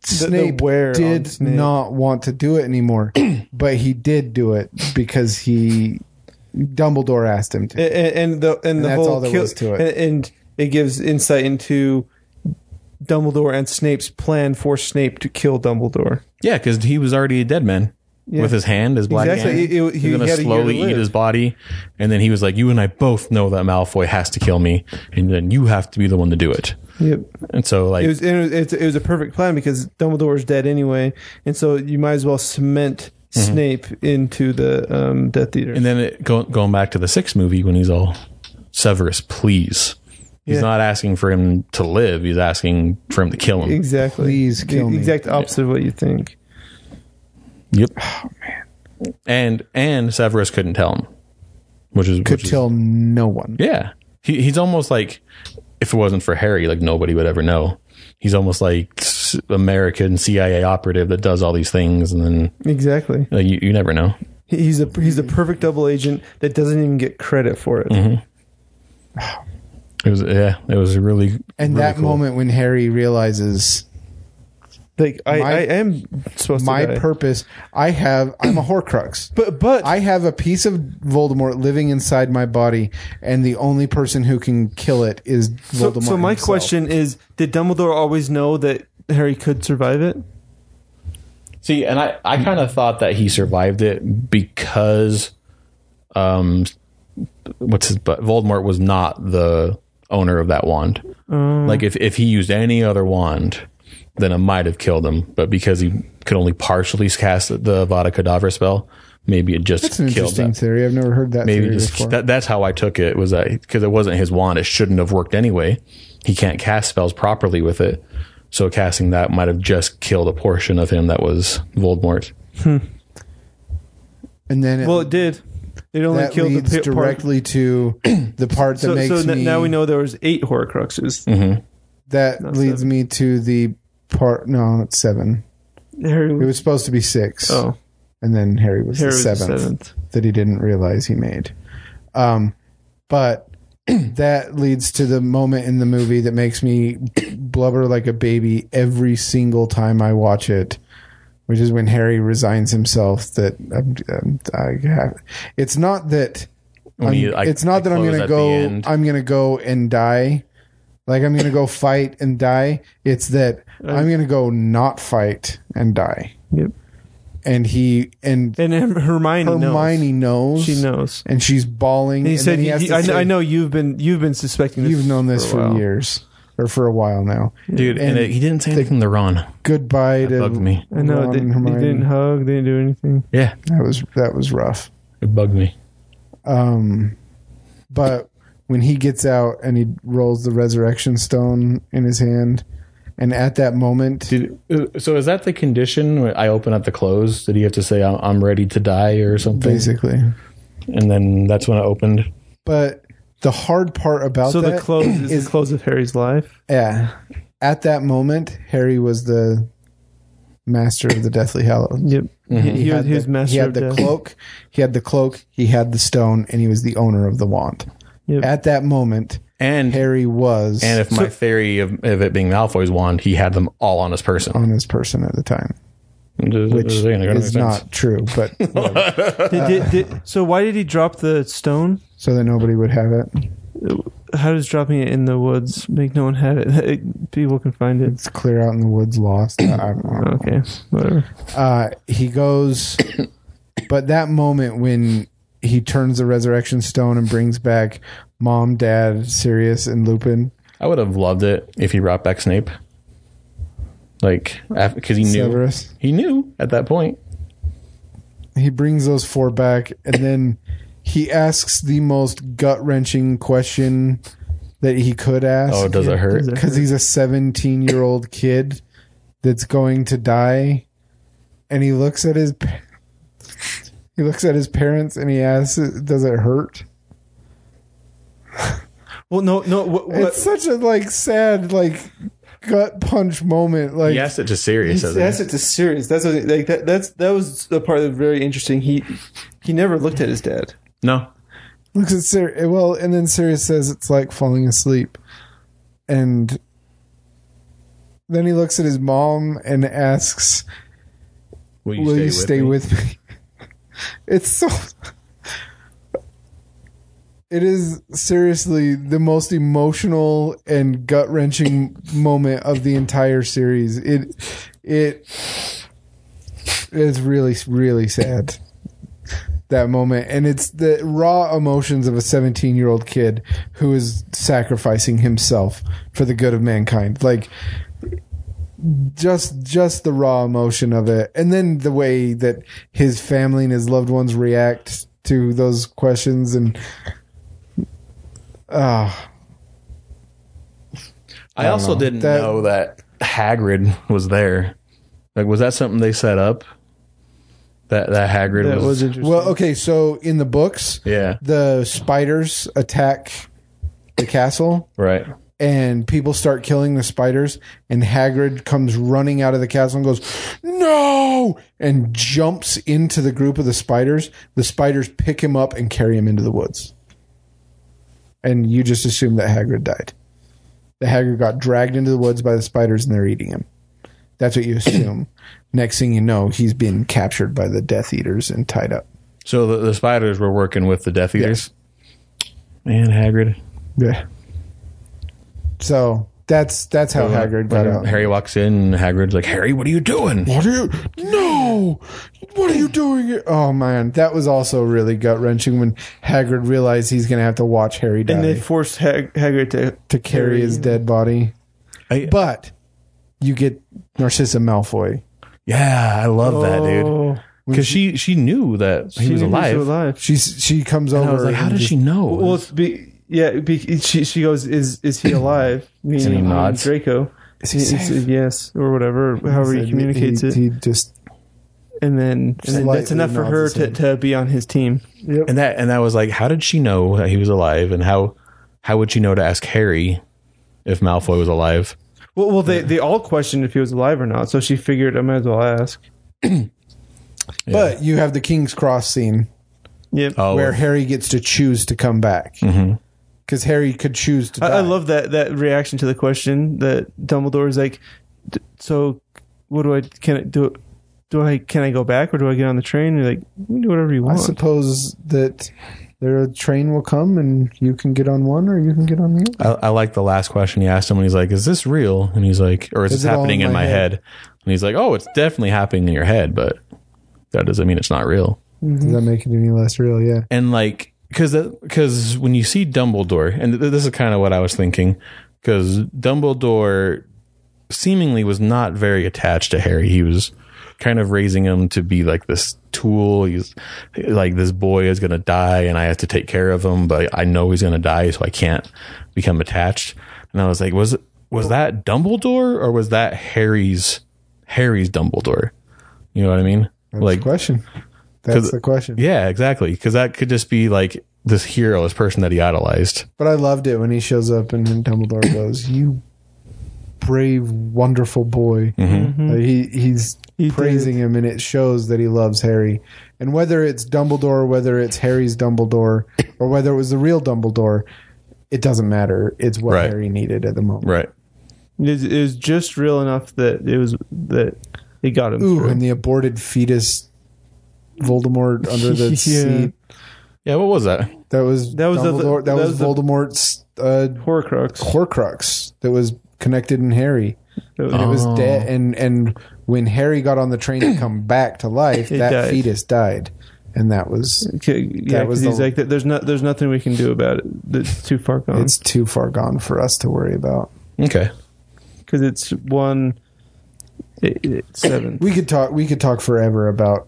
Snape wear on did Snape. not want to do it anymore, but he did do it because he Dumbledore asked him to. and, and the and, the that's whole all there kill- was to it. And, and it gives insight into Dumbledore and Snape's plan for Snape to kill Dumbledore. Yeah, because he was already a dead man with his hand, his black Exactly. hand. It- it- he He's had gonna a year slowly to live. eat his body, and then he was like, "You and I both know that Malfoy has to kill me, and then you have to be the one to do it." Yep. And so like It was it was, it's- it was a perfect plan because Dumbledore's dead anyway, and so you might as well cement Mm-hmm. Snape into the um, Death Eater. And then it, go, going back to the sixth movie when he's all Severus, please. He's Yeah. not asking for him to live. He's asking for him to kill him. exactly. Please kill the me. exact opposite of what you think. Yep. Oh, And and Severus couldn't tell him, which is Could which is- tell no one. yeah. He, he's almost like if it wasn't for Harry, like nobody would ever know. He's almost like s- American CIA operative that does all these things, and then Exactly. uh, you, you never know. He's a he's a perfect double agent that doesn't even get credit for it. Mm-hmm. It was yeah, it was a really And really that cool. moment when Harry realizes Like I, My- I am supposed my to die. purpose, I have I'm a Horcrux. but but I have a piece of Voldemort living inside my body, and the only person who can kill it is So, Voldemort. so my himself. question is: Did Dumbledore always know that Harry could survive it? See, and I, I kind of thought that he survived it because, um, what's his but Voldemort was not the owner of that wand. Mm. Like if if he used any other wand, then it might have killed him. But because he could only partially cast the Vada Kedavra spell, maybe it just That's an killed interesting him. theory. I've never heard that Maybe theory just before. that, that's how I took it was that because it wasn't his wand, it shouldn't have worked anyway. He can't cast spells properly with it, so casting that might have just killed a portion of him that was Voldemort. and then it, Well, it did. It only that killed leads the pi- part- directly to the part that So, makes so n- me. Mm-hmm. now we know there was eight Horcruxes. that leads seven. me to the part. No, it's seven. Harry It was was supposed to be six, oh, and then Harry was Harry the was the seventh, seventh. that he didn't realize he made. Um, but that leads to the moment in the movie that makes me blubber like a baby every single time I watch it. Which is when Harry resigns himself that um, um, I have. It's not that When I'm- he, like, it's not that I'm closed gonna at the go. end. I'm gonna go and die. Like I'm gonna go fight and die. It's that I'm gonna go not fight and die. Yep. And he and And then Hermione, Hermione knows. knows. She knows. and she's And bawling. he and said, then has "You- to I, say, kn- "I know you've been you've been suspecting this. you've known this for, a while." years or for a while now." dude, and, and it, he didn't say anything to Ron. Goodbye to bugged me. I know Ron they, and they Hermione. didn't hug. They didn't do anything. Yeah, That was that was rough. it bugged me. Um, but when he gets out and he rolls the resurrection stone in his hand, and at that moment, Did, uh, so is that the condition? When I open at the close. Did he have to say I'm, I'm ready to die or something? basically. And then that's when I opened. But the hard part about So that, the close is, the close of Harry's life. yeah, at that moment, Harry was the master of the Deathly Hallows. Yep. He, he was, he was the, master Mm-hmm. he had of the death. cloak. He had the cloak. He had the stone, and he was the owner of the wand. Yep. At that moment, And Harry was and if my theory of, of it being Malfoy's wand, he had them all on his person, on his person at the time, which which is not true. But Did- did- did- so why did he drop the stone? so that nobody would have it, How does dropping it in the woods make no one have it? People can find it. it's clear out in the woods, lost. I don't know. Okay, whatever. uh, he goes but that moment when he turns the resurrection stone and brings back mom dad sirius and lupin I would have loved it if he brought back Snape, like because he knew severus he knew at that point. he brings those four back and then he asks the most gut-wrenching question that he could ask Oh, does it hurt? does it- because he's a 17 year old kid that's going to die and he looks at his pa- he looks at his parents and he asks does it hurt Well, no, no. What, what, It's such a like sad like gut punch moment. Like He asked it to Sirius. He's- that's it to serious. That's what, like that. That's that was the part that was very interesting. He he never looked at his dad. No, looks at Sir. Well, and then Sirius says it's like falling asleep, and then he looks at his mom and asks, "Will you stay with me?" It's so. It is seriously the most emotional and gut wrenching moment of the entire series. It, it, it's really, really sad. That moment, and it's the raw emotions of a 17 year old kid who is sacrificing himself for the good of mankind. Like, just just the raw emotion of it and then the way that his family and his loved ones react to those questions and ah I, also didn't That- know that Hagrid was there. Like, was that something they set up? That that Hagrid That was, was interesting. well okay so in the books yeah the spiders attack the castle right. and people start killing the spiders and Hagrid comes running out of the castle and goes no and jumps into the group of the spiders the spiders pick him up and carry him into the woods and you just assume that Hagrid died the Hagrid got dragged into the woods by the spiders and they're eating him that's what you assume next thing you know he's been captured by the death eaters and tied up So the, the spiders were working with the Death Eaters. Man, Hagrid. yeah so that's that's how Hagrid got out Harry walks in. and Hagrid's like, Harry, what are you doing? What are you? No! What are you doing? here?" Oh man, that was also really gut wrenching when Hagrid realized he's going to have to watch Harry die and they forced Hag- Hagrid to to carry his dead body. I- But you get Narcissa Malfoy. Yeah, I love that, dude. Oh, Because she she knew that he she was knew alive. alive. She's she comes And over. I was like, how and does just- she know? Well, it's be, yeah. Be, she she goes. Is is he alive? And he Meaning um, nods. Draco. Is he He- he safe? said yes or whatever. However he He- communicates he, it, He just and then and then that's Slightly enough for nods her his to, head. to be on his team. and that and that was like, how did she know that he was alive? And how how would she know to ask Harry if Malfoy was alive? Well, well, they they all questioned if he was alive or not. So she figured I might as well ask. But you have the King's Cross scene Yep. Oh, where Harry gets to choose to come back because Harry could choose to. I, die. I love that that reaction to the question that Dumbledore is like, "D- so what do I can I do? Do I can I go back or do I get on the train? And you're like, you can do whatever you I want. suppose that their train will come and you can get on one or you can get on the other. I, I like the last question he asked him when he's like, "Is this real?" And he's like, "Or is, Is this it all happening in in my my head? head? And he's like, "Oh, it's definitely happening in your head, but that doesn't mean it's not real." Does that make it any less real? Yeah. And like, because because when you see Dumbledore, and th- this is kind of what I was thinking, because Dumbledore seemingly was not very attached to Harry. He was kind of raising him to be like this tool. He's like, this boy is going to die and I have to take care of him, but I know he's going to die, so I can't become attached. And I was like, was was that Dumbledore or was that Harry's Harry's Dumbledore? You know what I mean? Like question. That's 'Cause- the question. yeah, exactly. Because that could just be like this hero, this person that he idolized. But I loved it when he shows up and then Dumbledore goes, "You brave, wonderful boy." Mm-hmm. Uh, he he's Mm-hmm. He praising him, and it shows that he loves Harry. And whether it's Dumbledore, whether it's Harry's Dumbledore, or whether it was the real Dumbledore, it doesn't matter. It's what Right. Harry needed at the moment. Right. It was, it was just real enough that it was that it got him. Ooh, through. and the aborted fetus, Voldemort under the Yeah. seat. Yeah. What was that? That was That was the- Dumbledore- that, that was, was the- Voldemort's uh, Horcrux. Horcrux that was connected in Harry. It was- and it was dead and and when harry got on the train to come back to life It that died. fetus died and that was Okay, yeah, That was 'cause he's the- like, there's not, there's nothing we can do about it. That's too far gone. it's too far gone for us to worry about Okay. because it's one it, it- seven. we could talk we could talk forever about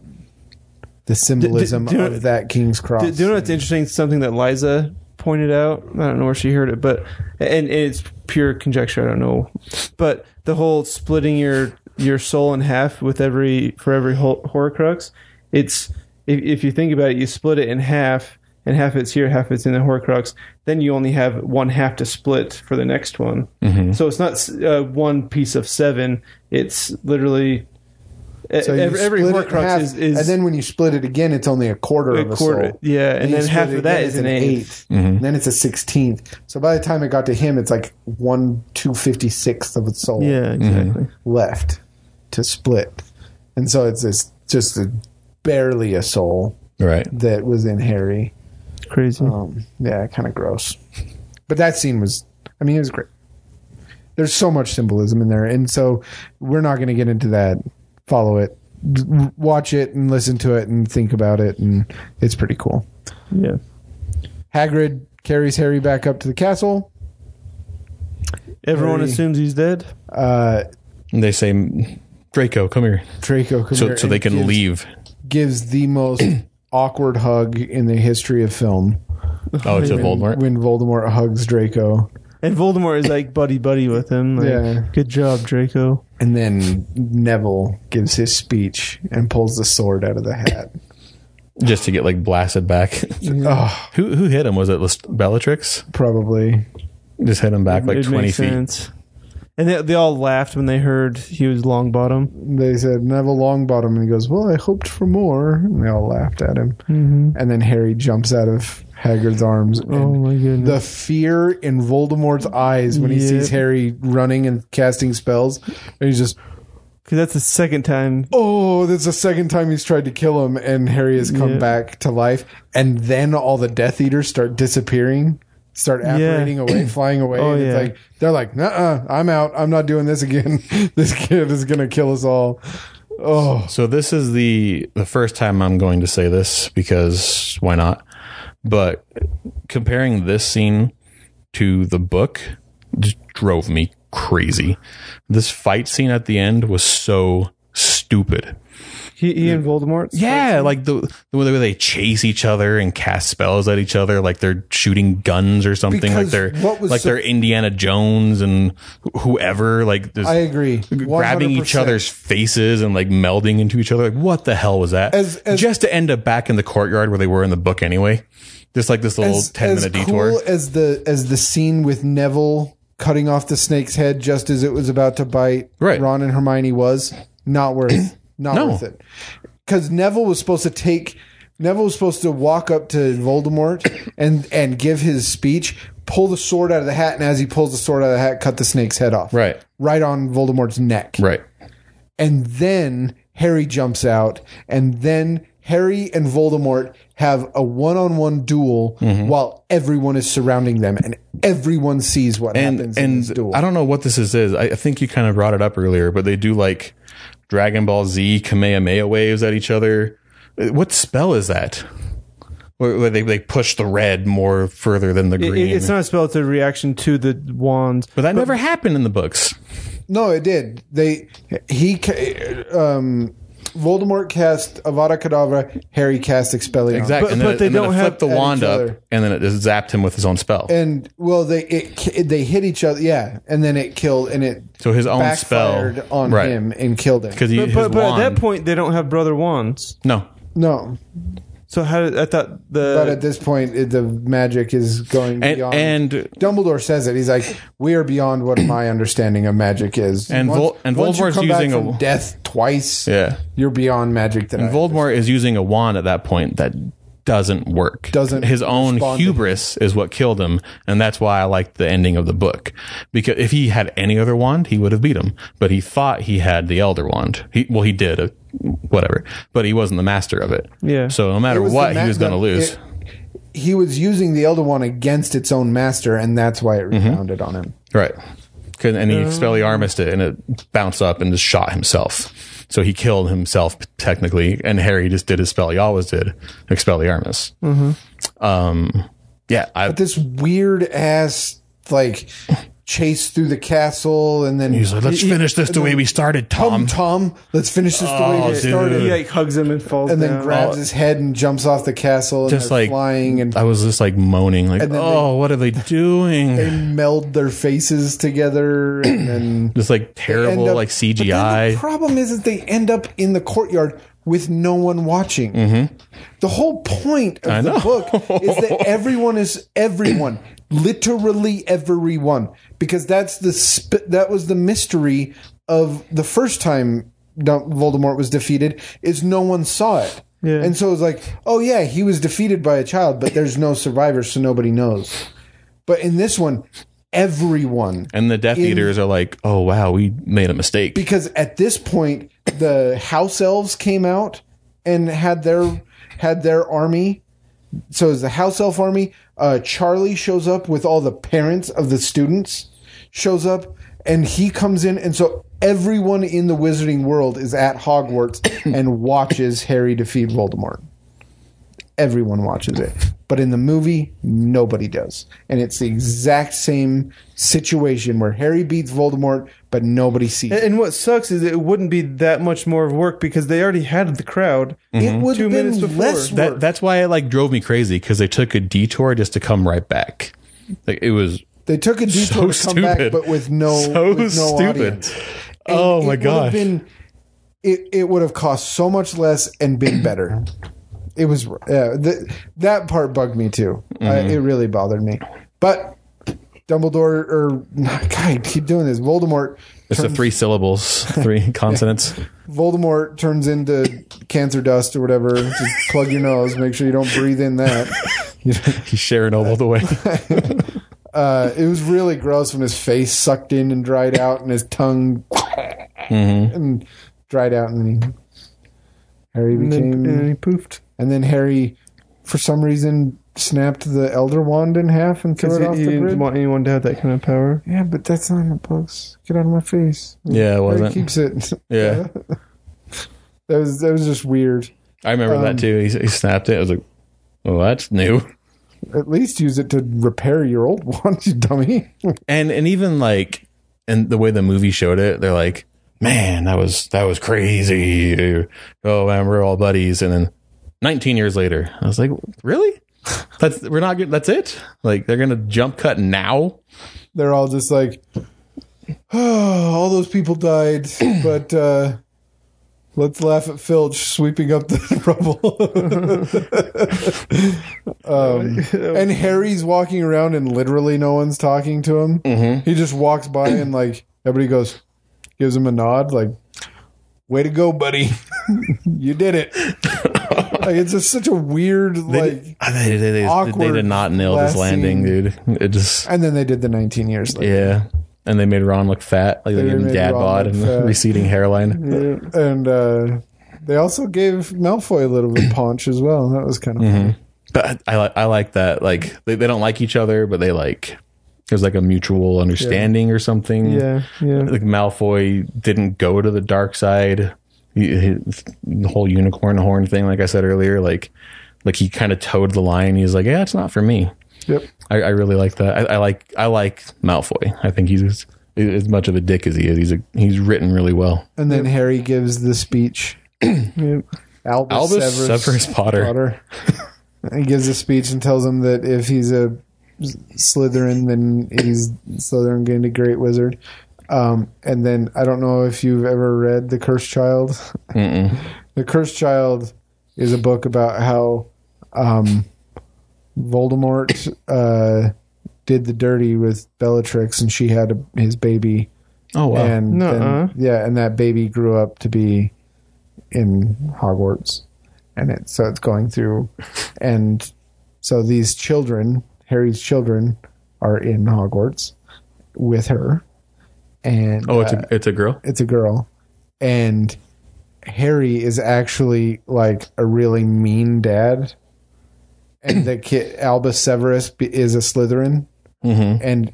the symbolism do- of that king's cross Do, do you know what's interesting? Something that Liza pointed out. I don't know where she heard it, but and, and it's pure conjecture. I don't know, but the whole splitting your your soul in half with every for every hor- Horcrux. It's if, if you think about it, you split it in half, and half it's here, half it's in the Horcrux. Then you only have one half to split for the next one. Mm-hmm. So it's not uh, one piece of seven. It's literally. e, so you every, every split it in Horcrux half, is, is and then when you split it again it's only a quarter a of a quarter. soul. Yeah, and you then split half it of that again, is it's an eighth. Mm-hmm. and then it's a sixteenth. So by the time it got to him, it's like one two fifty sixth of a soul. Yeah, exactly. left to split. And so it's this, just a, barely a soul Right. that was in Harry. Crazy. Um, yeah, kind of gross. But that scene was, I mean, it was great. There's so much symbolism in there. And so we're not going to get into that. Follow it, D- watch it, and listen to it, and think about it. And it's pretty cool. yeah. Hagrid carries Harry back up to the castle. Everyone Harry- assumes he's dead. Uh, And they say, Draco, come here, Draco comes so here so they and can gives- leave. Gives the most awkward hug in the history of film. Oh, it's a when- Voldemort. When Voldemort hugs Draco, And Voldemort is like buddy buddy with him. Like, Yeah. Good job, Draco. and then Neville gives his speech and pulls the sword out of the hat. Just to get like blasted back. oh, who who hit him? Was it Lest- Bellatrix? probably. Just hit him back like it twenty makes feet. sense. And they, they all laughed when they heard he was Longbottom. They said Neville Longbottom, and he goes, "Well, I hoped for more." And they all laughed at him. And then Harry jumps out of Haggard's arms. And Oh my goodness. The fear in Voldemort's eyes when he Yep. sees Harry running and casting spells, and he's just, Because that's the second time. "Oh, that's the second time he's tried to kill him." And Harry has come Yeah. back to life, and then all the Death Eaters start disappearing, start apparating away, flying away. Oh, and it's yeah. like they're like, "Nuh-uh, I'm out. I'm not doing this again. this kid is gonna kill us all." Oh, So this is the the first time I'm going to say this because why not? But comparing this scene to the book just drove me crazy. This fight scene at the end was so stupid. He, he and Voldemort. Yeah, like the the way they chase each other and cast spells at each other, like they're shooting guns or something. like Because they're what was like so- they're Indiana Jones and wh- whoever. Like this I agree. grabbing each 100%. other's faces and like melding into each other. Like, what the hell was that? As- as- Just to end up back in the courtyard where they were in the book anyway. Just like this little 10 minute detour. cool as the as the scene with Neville cutting off the snake's head just as it was about to bite Right. Ron and Hermione was not worth not No. worth it because Neville was supposed to take Neville was supposed to walk up to Voldemort and and give his speech pull the sword out of the hat and as he pulls the sword out of the hat cut the snake's head off Right. right on Voldemort's neck Right. and then Harry jumps out, and then Harry and Voldemort have a one-on-one duel Mm-hmm. while everyone is surrounding them, and everyone sees what And, happens in and this duel. I don't know what this is. is. I, I think you kind of brought it up earlier, but they do like Dragon Ball Z Kamehameha waves at each other. Uh, What spell is that? Where where they, they push the red more further than the It- green. it- it's not a spell. It's a reaction to the wand. but that never happened in the books. no, it did. They he ca- um, Voldemort cast Avada Kedavra. Harry cast Expelliarmus. Exactly. But- and then, but it- they and then don't it have flipped the at each wand up, other. and then it just zapped him with his own spell. And well, they it, ki- they hit each other. Yeah, and then it killed and it so his own spell backfired on him and killed him. because he But, his but, but wand, at that point, they don't have brother wands. no. No, So how did, I thought but at the this point, it, the magic is going And, beyond. and Dumbledore says it. He's like, "We are beyond what my understanding of magic is." And Vol- and you Voldemort's come back using a- from death twice. Yeah. you're beyond magic. That I- Voldemort is using a wand at that point that doesn't work. Doesn't his own respond to- hubris is what killed him, and that's why I like the ending of the book because if he had any other wand, he would have beat him. But he thought he had the Elder Wand. He, well, he did, uh, whatever. But he wasn't the master of it. Yeah. So no It matter was what, the ma- he was going to the- lose. it- he was using the Elder One against its own master, and that's why it Mm-hmm. rebounded on him. Right. 'Cause- And Oh. he Expelliarmused it and it bounced up and just shot himself. So he killed himself technically, and Harry just did his spell he always did, Expelliarmus. Mm-hmm. Um, yeah, I, This weird ass like chase through the castle, and then he's like, let's finish this the way we started, Tom, Tom. Tom, let's finish this the Oh, way we dude. started. he like hugs him and falls And then down. grabs Oh. his head and jumps off the castle, and Just they're like flying and I was just like moaning, like, then oh, what are they they doing? meld their faces together, and then Just like terrible, end up- like but then the CGI. problem is that they end up in the courtyard with no one watching. The whole point of the Mm-hmm. know. book is that everyone is everyone, literally everyone, because that's the sp- that was the mystery of the first time Dum- Voldemort was defeated is no one saw it. Yeah. And so it was like, oh yeah, he was defeated by a child, but there's no survivor, so nobody knows. But in this one, everyone And the Death Eaters are like, oh, wow, we made a mistake. because at this point the house elves came out and had their had their army so it's the house elf army uh, charlie shows up with all the parents of the students shows up and he comes in and so everyone in the wizarding world is at hogwarts and watches harry defeat voldemort everyone watches it but in the movie nobody does and it's the exact same situation where harry beats voldemort but nobody sees it And what sucks is it wouldn't be that much more of work because they already had the crowd. It would Two have minutes been before. less work. That that's why it like drove me crazy because they took a detour just to come right back. Like it was they took a detour so to come stupid, back, but with no, so with no stupid. audience. And Oh it my would have gosh! Been, it it would have cost so much less and been better. It was yeah, th- that part bugged me too. I- Mm-hmm. it really bothered me. But Dumbledore or God, I keep doing this. Voldemort it's the three syllables, three consonants. Voldemort turns into cancer dust or whatever. Just plug your nose. Make sure you don't breathe in that. He's sharing all the way. Uh, it was really gross when his face sucked in and dried out, and his tongue and dried out, and then he, Harry And then, became. and then he poofed. and then Harry, for some reason, snapped the Elder Wand in half and threw Because it off he, he the didn't bridge. want anyone to have that kind of power. yeah, but that's not in the books. Get out of my face. Yeah, it Harry wasn't. keeps it. yeah, that was that was just weird. I remember Um, that too. He, he snapped it. I was like, "Well, that's new." At least use it to repair your old wand, you dummy. And and even like and the way the movie showed it, they're like, "Man, that was that was crazy." Oh man, we're all buddies. And then 19 years later, I was like, "Really? That's we're not good. That's it. Like they're gonna jump cut now." They're all just like, oh, all those people died, but uh, let's laugh at Filch sweeping up the rubble. um, and Harry's walking around and literally no one's talking to him. He just walks by and like everybody goes, gives him a nod, like, way to go, buddy. you did it. like, it's just such a weird, like. They, they, they, they, they awkward did not nail this last landing, dude. It just and then they did the 19 years later. yeah. And they made Ron look fat, like they, gave him made dad Ron bod look and fat. receding hairline. and uh, they also gave Malfoy a little bit of paunch as well. That was kind of Mm-hmm. funny. but I like I like that. Like they, they don't like each other, but they like there's like a mutual understanding or something. Yeah, yeah. Like Malfoy didn't go to the dark side. He- he- the whole unicorn horn thing, like I said earlier, like like he kind of towed the line. He was like, yeah, it's not for me. Yep. I, I really like that. I, I like I like Malfoy. I think he's as- as much of a dick as he is. He's a, he's written really well. And then Harry gives the speech. Yep. Albus, Albus Severus, Potter. Potter. he gives a speech and tells him that if he's a Slytherin, then he's Slytherin getting a great wizard. Um, and then I don't know if you've ever read The Cursed Child. the Cursed Child is a book about how um, Voldemort uh, did the dirty with Bellatrix, and she had a, his baby. Oh wow! And then- Nuh-uh. yeah, and that baby grew up to be in Hogwarts, and it so it's going through, and so these children, Harry's children, are in Hogwarts with her, and oh, it's uh, a it's a girl. it's a girl, and Harry is actually like a really mean dad, and the kid Albus Severus b- is a Slytherin, Mm-hmm. and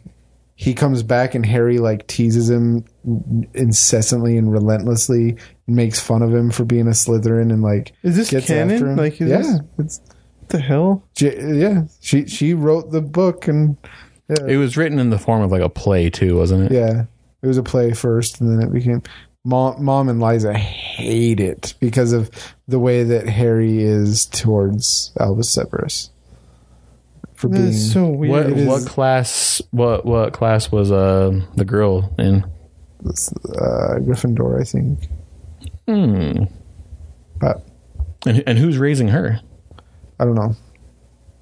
he comes back and Harry like teases him incessantly and relentlessly, makes fun of him for being a Slytherin, and like Is this canon? Like, is yeah, this- it's What the hell? j- yeah. She she wrote the book and It was written in the form of like a play too, wasn't it? Yeah, it was a play first, and then it became. Mom, mom and Liza hate it because of the way that Harry is towards Albus Severus. For being, That's so weird. What It is- what class what what class was uh, the girl in? uh, Gryffindor, I think. Hmm. But And and who's raising her? I don't know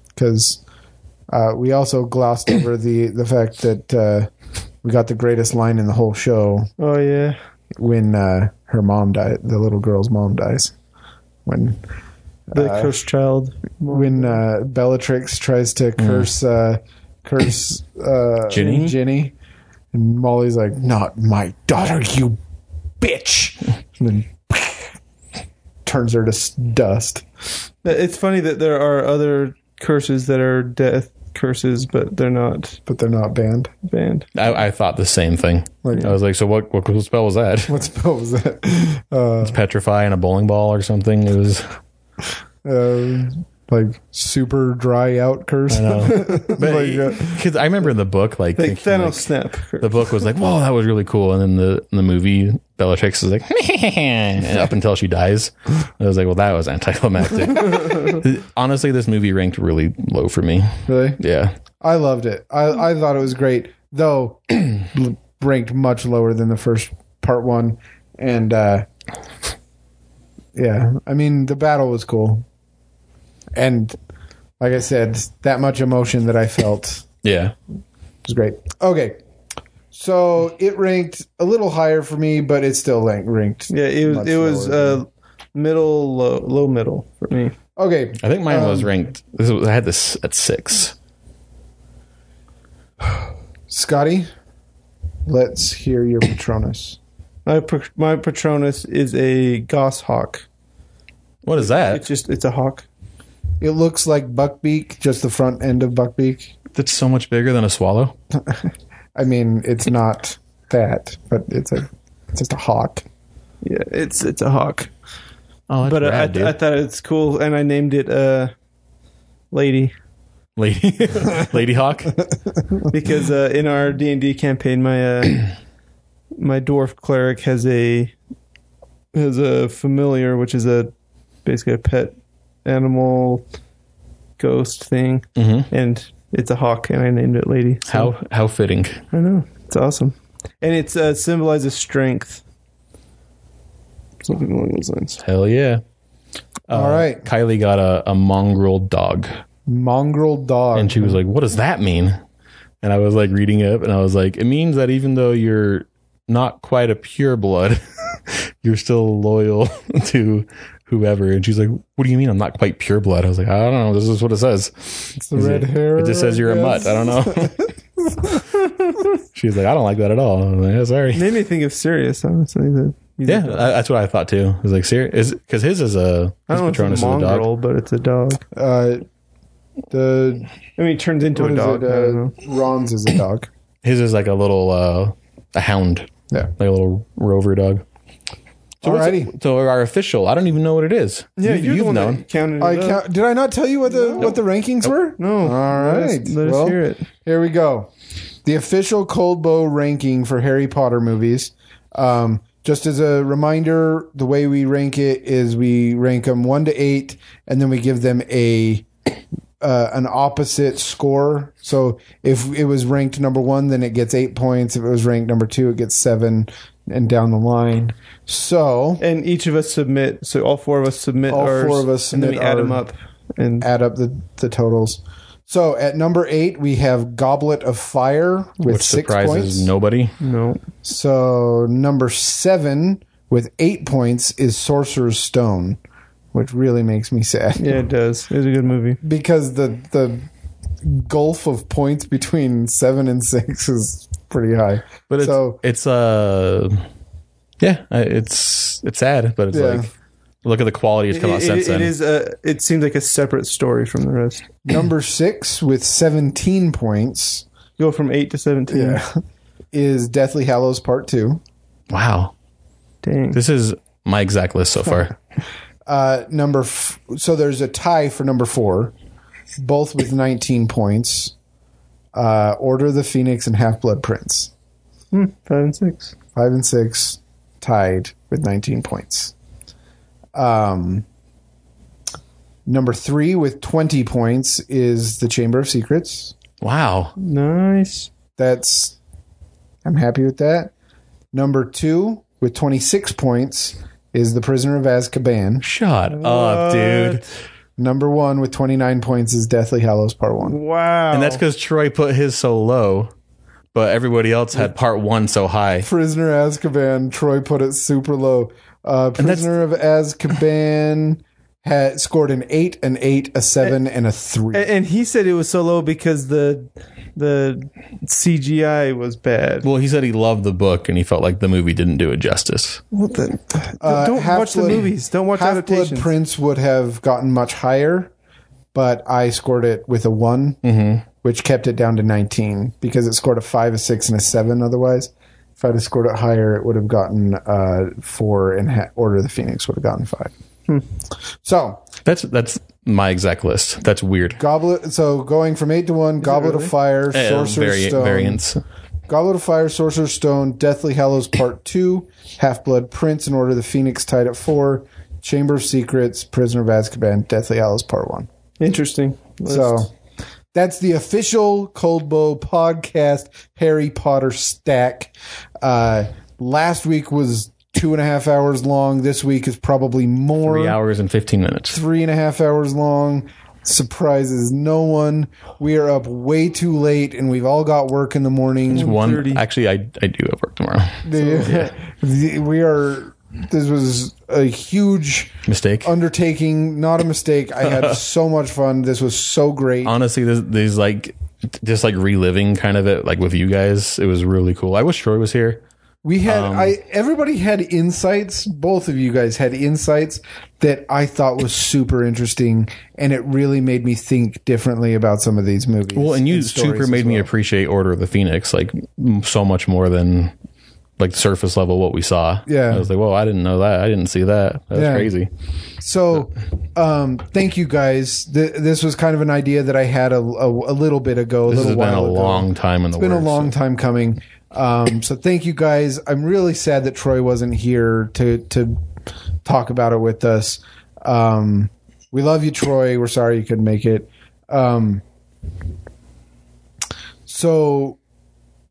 because uh, we also glossed over the the fact that uh, we got the greatest line in the whole show Oh yeah. when uh, her mom died, the little girl's mom dies. When The Uh, cursed child. when uh, Bellatrix tries to curse uh, curse uh, Hmm. Ginny? Ginny, and Molly's like, "Not my daughter, you bitch!" And then turns her to s- dust. It's funny that there are other curses that are death curses, but they're not But they're not banned. banned. I, I thought the same thing. Like- I was like, so what? What cool spell was that? What spell was that? Uh, Petrify and a bowling ball or something. It was. uh, like super dry out curse. I know. Like, uh, Because I remember in the book, like, Like thinking, Thanos like, snap. curse. the book was like, "Whoa, that was really cool," and then the in the movie Bellatrix is like, and up until she dies. I was like, "Well, that was anticlimactic." Honestly, this movie ranked really low for me. really, Yeah, I loved it. I, I thought it was great, though ranked much lower than the first part one. And uh, yeah, I mean the battle was cool, and like I said, that much emotion that I felt yeah. was great. Okay, so it ranked a little higher for me, but it still rank, ranked. Yeah, it was Much it was lower uh, middle low low middle for me. Okay, I think mine was ranked. This was, I had this at six. Scotty, let's hear your Patronus. My pa- my Patronus is a goshawk. What is It's that? just it's a hawk. It looks like Buckbeak, just the front end of Buckbeak. That's so much bigger than a swallow. I mean, it's not that, but it's a it's just a hawk. Yeah, it's it's a hawk. Oh, that's But uh, I, rad, th- I dude. thought it's cool, and I named it uh, Lady lady, lady hawk. because uh, in our D and D campaign, my uh, my dwarf cleric has a has a familiar, which is a basically a pet animal ghost thing, hmm and it's a hawk, and I named it Lady. So- How how fitting. I know. It's awesome. And it's uh, symbolizes strength. Something along those lines. Hell yeah. Uh, All right. Kylie got a, a mongrel dog. Mongrel dog. and she was like, "What does that mean?" And I was like reading it, and I was like, "It means that even though you're not quite a pure blood, you're still loyal to whoever." And she's like, "What do you mean I'm not quite pure blood?" I was like, "I don't know. This is what it says. it's the red hair. It just says you're a mutt. I don't know." she's like, "I don't like that at all." I'm like, "Yeah, sorry." Made me think of Sirius, honestly. That he's Yeah, a- I, that's what I thought too. I was like, "Serious?" Because his is a I don't his know if Patronus it's a is a dog. mongrel, but it's a dog. Uh, the I mean, it turns into what a is dog. it? I don't know. Uh, Ron's is a dog. His is like a little uh, a hound, Yeah. like a little rover dog. So what's- Alrighty. So our official, I don't even know what it is. Yeah, you, you're the you've one known. that counted it I up. count, did I not tell you what the what the rankings were? No. All Let us- right. Let us, Well, hear it. Here we go. The official Cold Bow ranking for Harry Potter movies. Um, Just as a reminder, the way we rank it is we rank them one to eight, and then we give them a uh, an opposite score. So if it was ranked number one, then it gets eight points. If it was ranked number two, it gets seven, and down the line. So and each of us submit. So all four of us submit. All ours, four of us and then we submit add them our- up. And add up the, the totals. So at number eight, we have Goblet of Fire with which six surprises points. nobody. no, So number seven with eight points is Sorcerer's Stone, which really makes me sad yeah, it does. It's a good movie. because the the gulf of points between seven and six is pretty high. But it's so it's uh yeah, I- it's it's sad, but it's Yeah. like look at the quality it's come out It- since it- then. it is a. It seems like a separate story from the rest. number six with seventeen points Go from eight to seventeen. is Deathly Hallows Part Two. Wow, Dang. this is my exact list so far. Uh, number f- so there's a tie for number four, both with 19 points. Uh, Order of the Phoenix and Half Blood Prince, Hmm, five and six. five and six, tied with 19 points. Um, number three with 20 points is the Chamber of Secrets. wow, Nice. That's I'm happy with that. Number two with 26 points is the Prisoner of Azkaban. shut up, dude. Number one with 29 points is Deathly Hallows Part One. Wow. And that's because Troy put his so low, but everybody else had part one so high. Prisoner Azkaban. Troy put it super low. Uh, Prisoner of Azkaban had scored an eight, an eight, a Eh, seven, and a three. A- And he said it was so low because the the CGI was bad. Well, he said he loved the book and he felt like the movie didn't do it justice. What the? Uh, don't Half watch the Blood- movies. Don't watch Half Blood adaptations. Prince would have gotten much higher, but I scored it with a one, Mm-hmm. which kept it down to nineteen because it scored a five, a six, and a seven. Otherwise, if I'd have scored it higher, it would have gotten uh, four, and ha- Order of the Phoenix would have gotten five. Hmm. So That's that's my exact list. That's weird. Goblet. So going from eight to one, Goblet of Fire, Eh, Sorcerer's vari- Stone, variants. Goblet of Fire, Sorcerer's Stone, Deathly Hallows Part Two, Half Blood Prince, and Order of the Phoenix tied at four, Chamber of Secrets, Prisoner of Azkaban, Deathly Hallows Part One. Interesting. So that's the official Cold Bow podcast Harry Potter stack. Uh, last week was two and a half hours long. This week is probably more Three hours and fifteen minutes. three and a half hours long. Surprises no one. We are up way too late, and we've all got work in the morning. One 30. actually, I I do have work tomorrow. The- the- we are. This was a huge Mistake. undertaking, not a mistake. I had so much fun. This was so great. Honestly, this, these like just like reliving kind of it, like with you guys, it was really cool. I wish Troy was here. We had Um, I everybody had insights. Both of you guys had insights that I thought was super interesting, and it really made me think differently about some of these movies. Well, and you stories super as made me well. appreciate Order of the Phoenix like m- so much more than like surface level what we saw. Yeah. I was like, whoa, I didn't know that. I didn't see that. That's Yeah. crazy. So, um, thank you guys. Th- this was kind of an idea that I had a, a, a little bit ago, a This little has been while a ago. long time in the it's been a works. long time coming. Um, so thank you guys. I'm really sad that Troy wasn't here to to talk about it with us. Um, we love you, Troy. We're sorry you couldn't make it. Um, so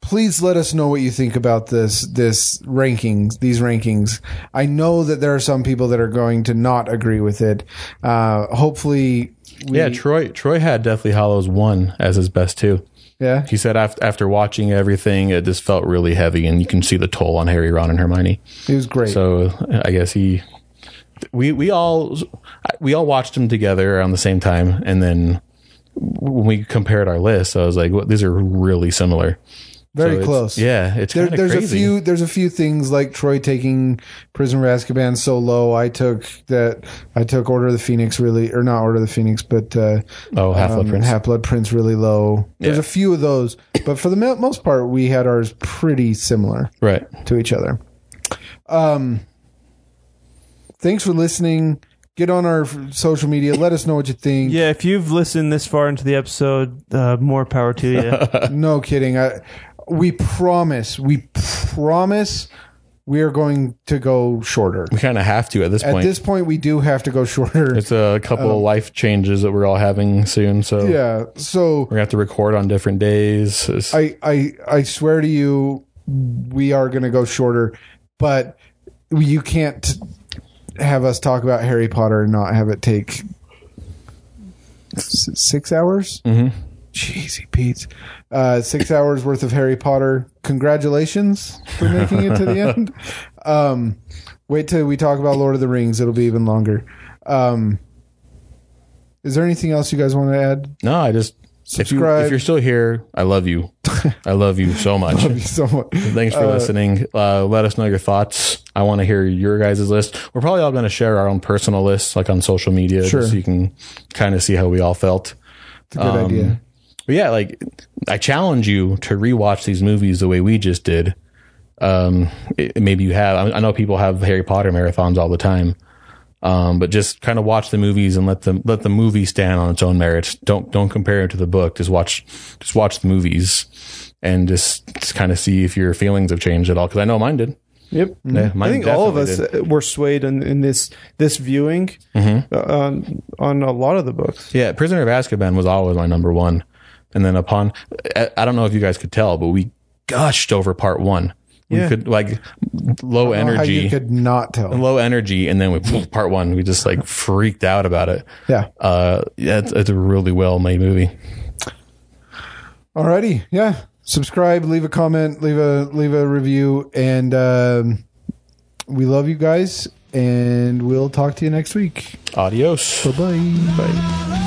please let us know what you think about this this rankings these rankings i know that there are some people that are going to not agree with it uh hopefully we, Yeah, Troy Troy had Deathly Hollows 1 as his best too. yeah He said after, after watching everything, it just felt really heavy, and you can see the toll on Harry, Ron, and Hermione. it was great So I guess he, we we all we all watched him together around the same time, and then when we compared our lists, I was like, well, these are really similar, So very it's- close Yeah, it's there, kind of there's crazy. a few there's a few things like troy taking prisoner of azkaban so low i took that i took order of the phoenix really or not order of the phoenix but uh oh, Half Blood um, Prince. Half Blood Prince really low. There's Yeah. a few of those, but for the mo- most part, we had ours pretty similar right? to each other. Um, thanks for listening. Get on our f- social media. Let us know what you think. yeah, if you've listened this far into the episode, uh, more power to you. No kidding. I, we promise. We promise. we are going to go shorter. We kind of have to at this At point. this point, we do have to go shorter. it's a couple of life changes that we're all having soon, so Yeah. So we're gonna have to record on different days. It's- I, I I swear to you, we are going to go shorter, but you can't have us talk about Harry Potter and not have it take s- six hours. Mm-hmm. Jeezy Pete, uh, six hours worth of Harry Potter. Congratulations for making it to the end. Um, wait till we talk about Lord of the Rings; it'll be even longer. Um, is there anything else you guys want to add? no, I just if, you, Subscribe. if you're still here, I love you. I love you so much. Love you so much. Thanks for listening. Uh, let us know your thoughts. I want to hear your guys' list. We're probably all going to share our own personal lists, like on social media, just Sure. so you can kind of see how we all felt. It's a good idea. But yeah, like I challenge you to rewatch these movies the way we just did. Um, it- maybe you have. I, I know people have Harry Potter marathons all the time. Um, but just kind of watch the movies and let them let the movie stand on its own merits. Don't don't compare it to the book. Just watch just watch the movies and just, just kind of see if your feelings have changed at all. Because I know mine did. Yep. Yeah, mine I think all of definitely us did. uh were swayed in, in this this viewing uh, on on a lot of the books. Yeah, Prisoner of Azkaban was always my number one. And then upon, I I don't know if you guys could tell, but we gushed over part one. We Yeah. could like low I don't know How energy, you could not tell. low energy, and then we part one. We just like freaked out about it. Yeah. Uh, yeah, it's, it's a really well made movie. Alrighty. Yeah. Subscribe, leave a comment, leave a leave a review, and um, we love you guys. And we'll talk to you next week. Adios. Bye. Bye. la la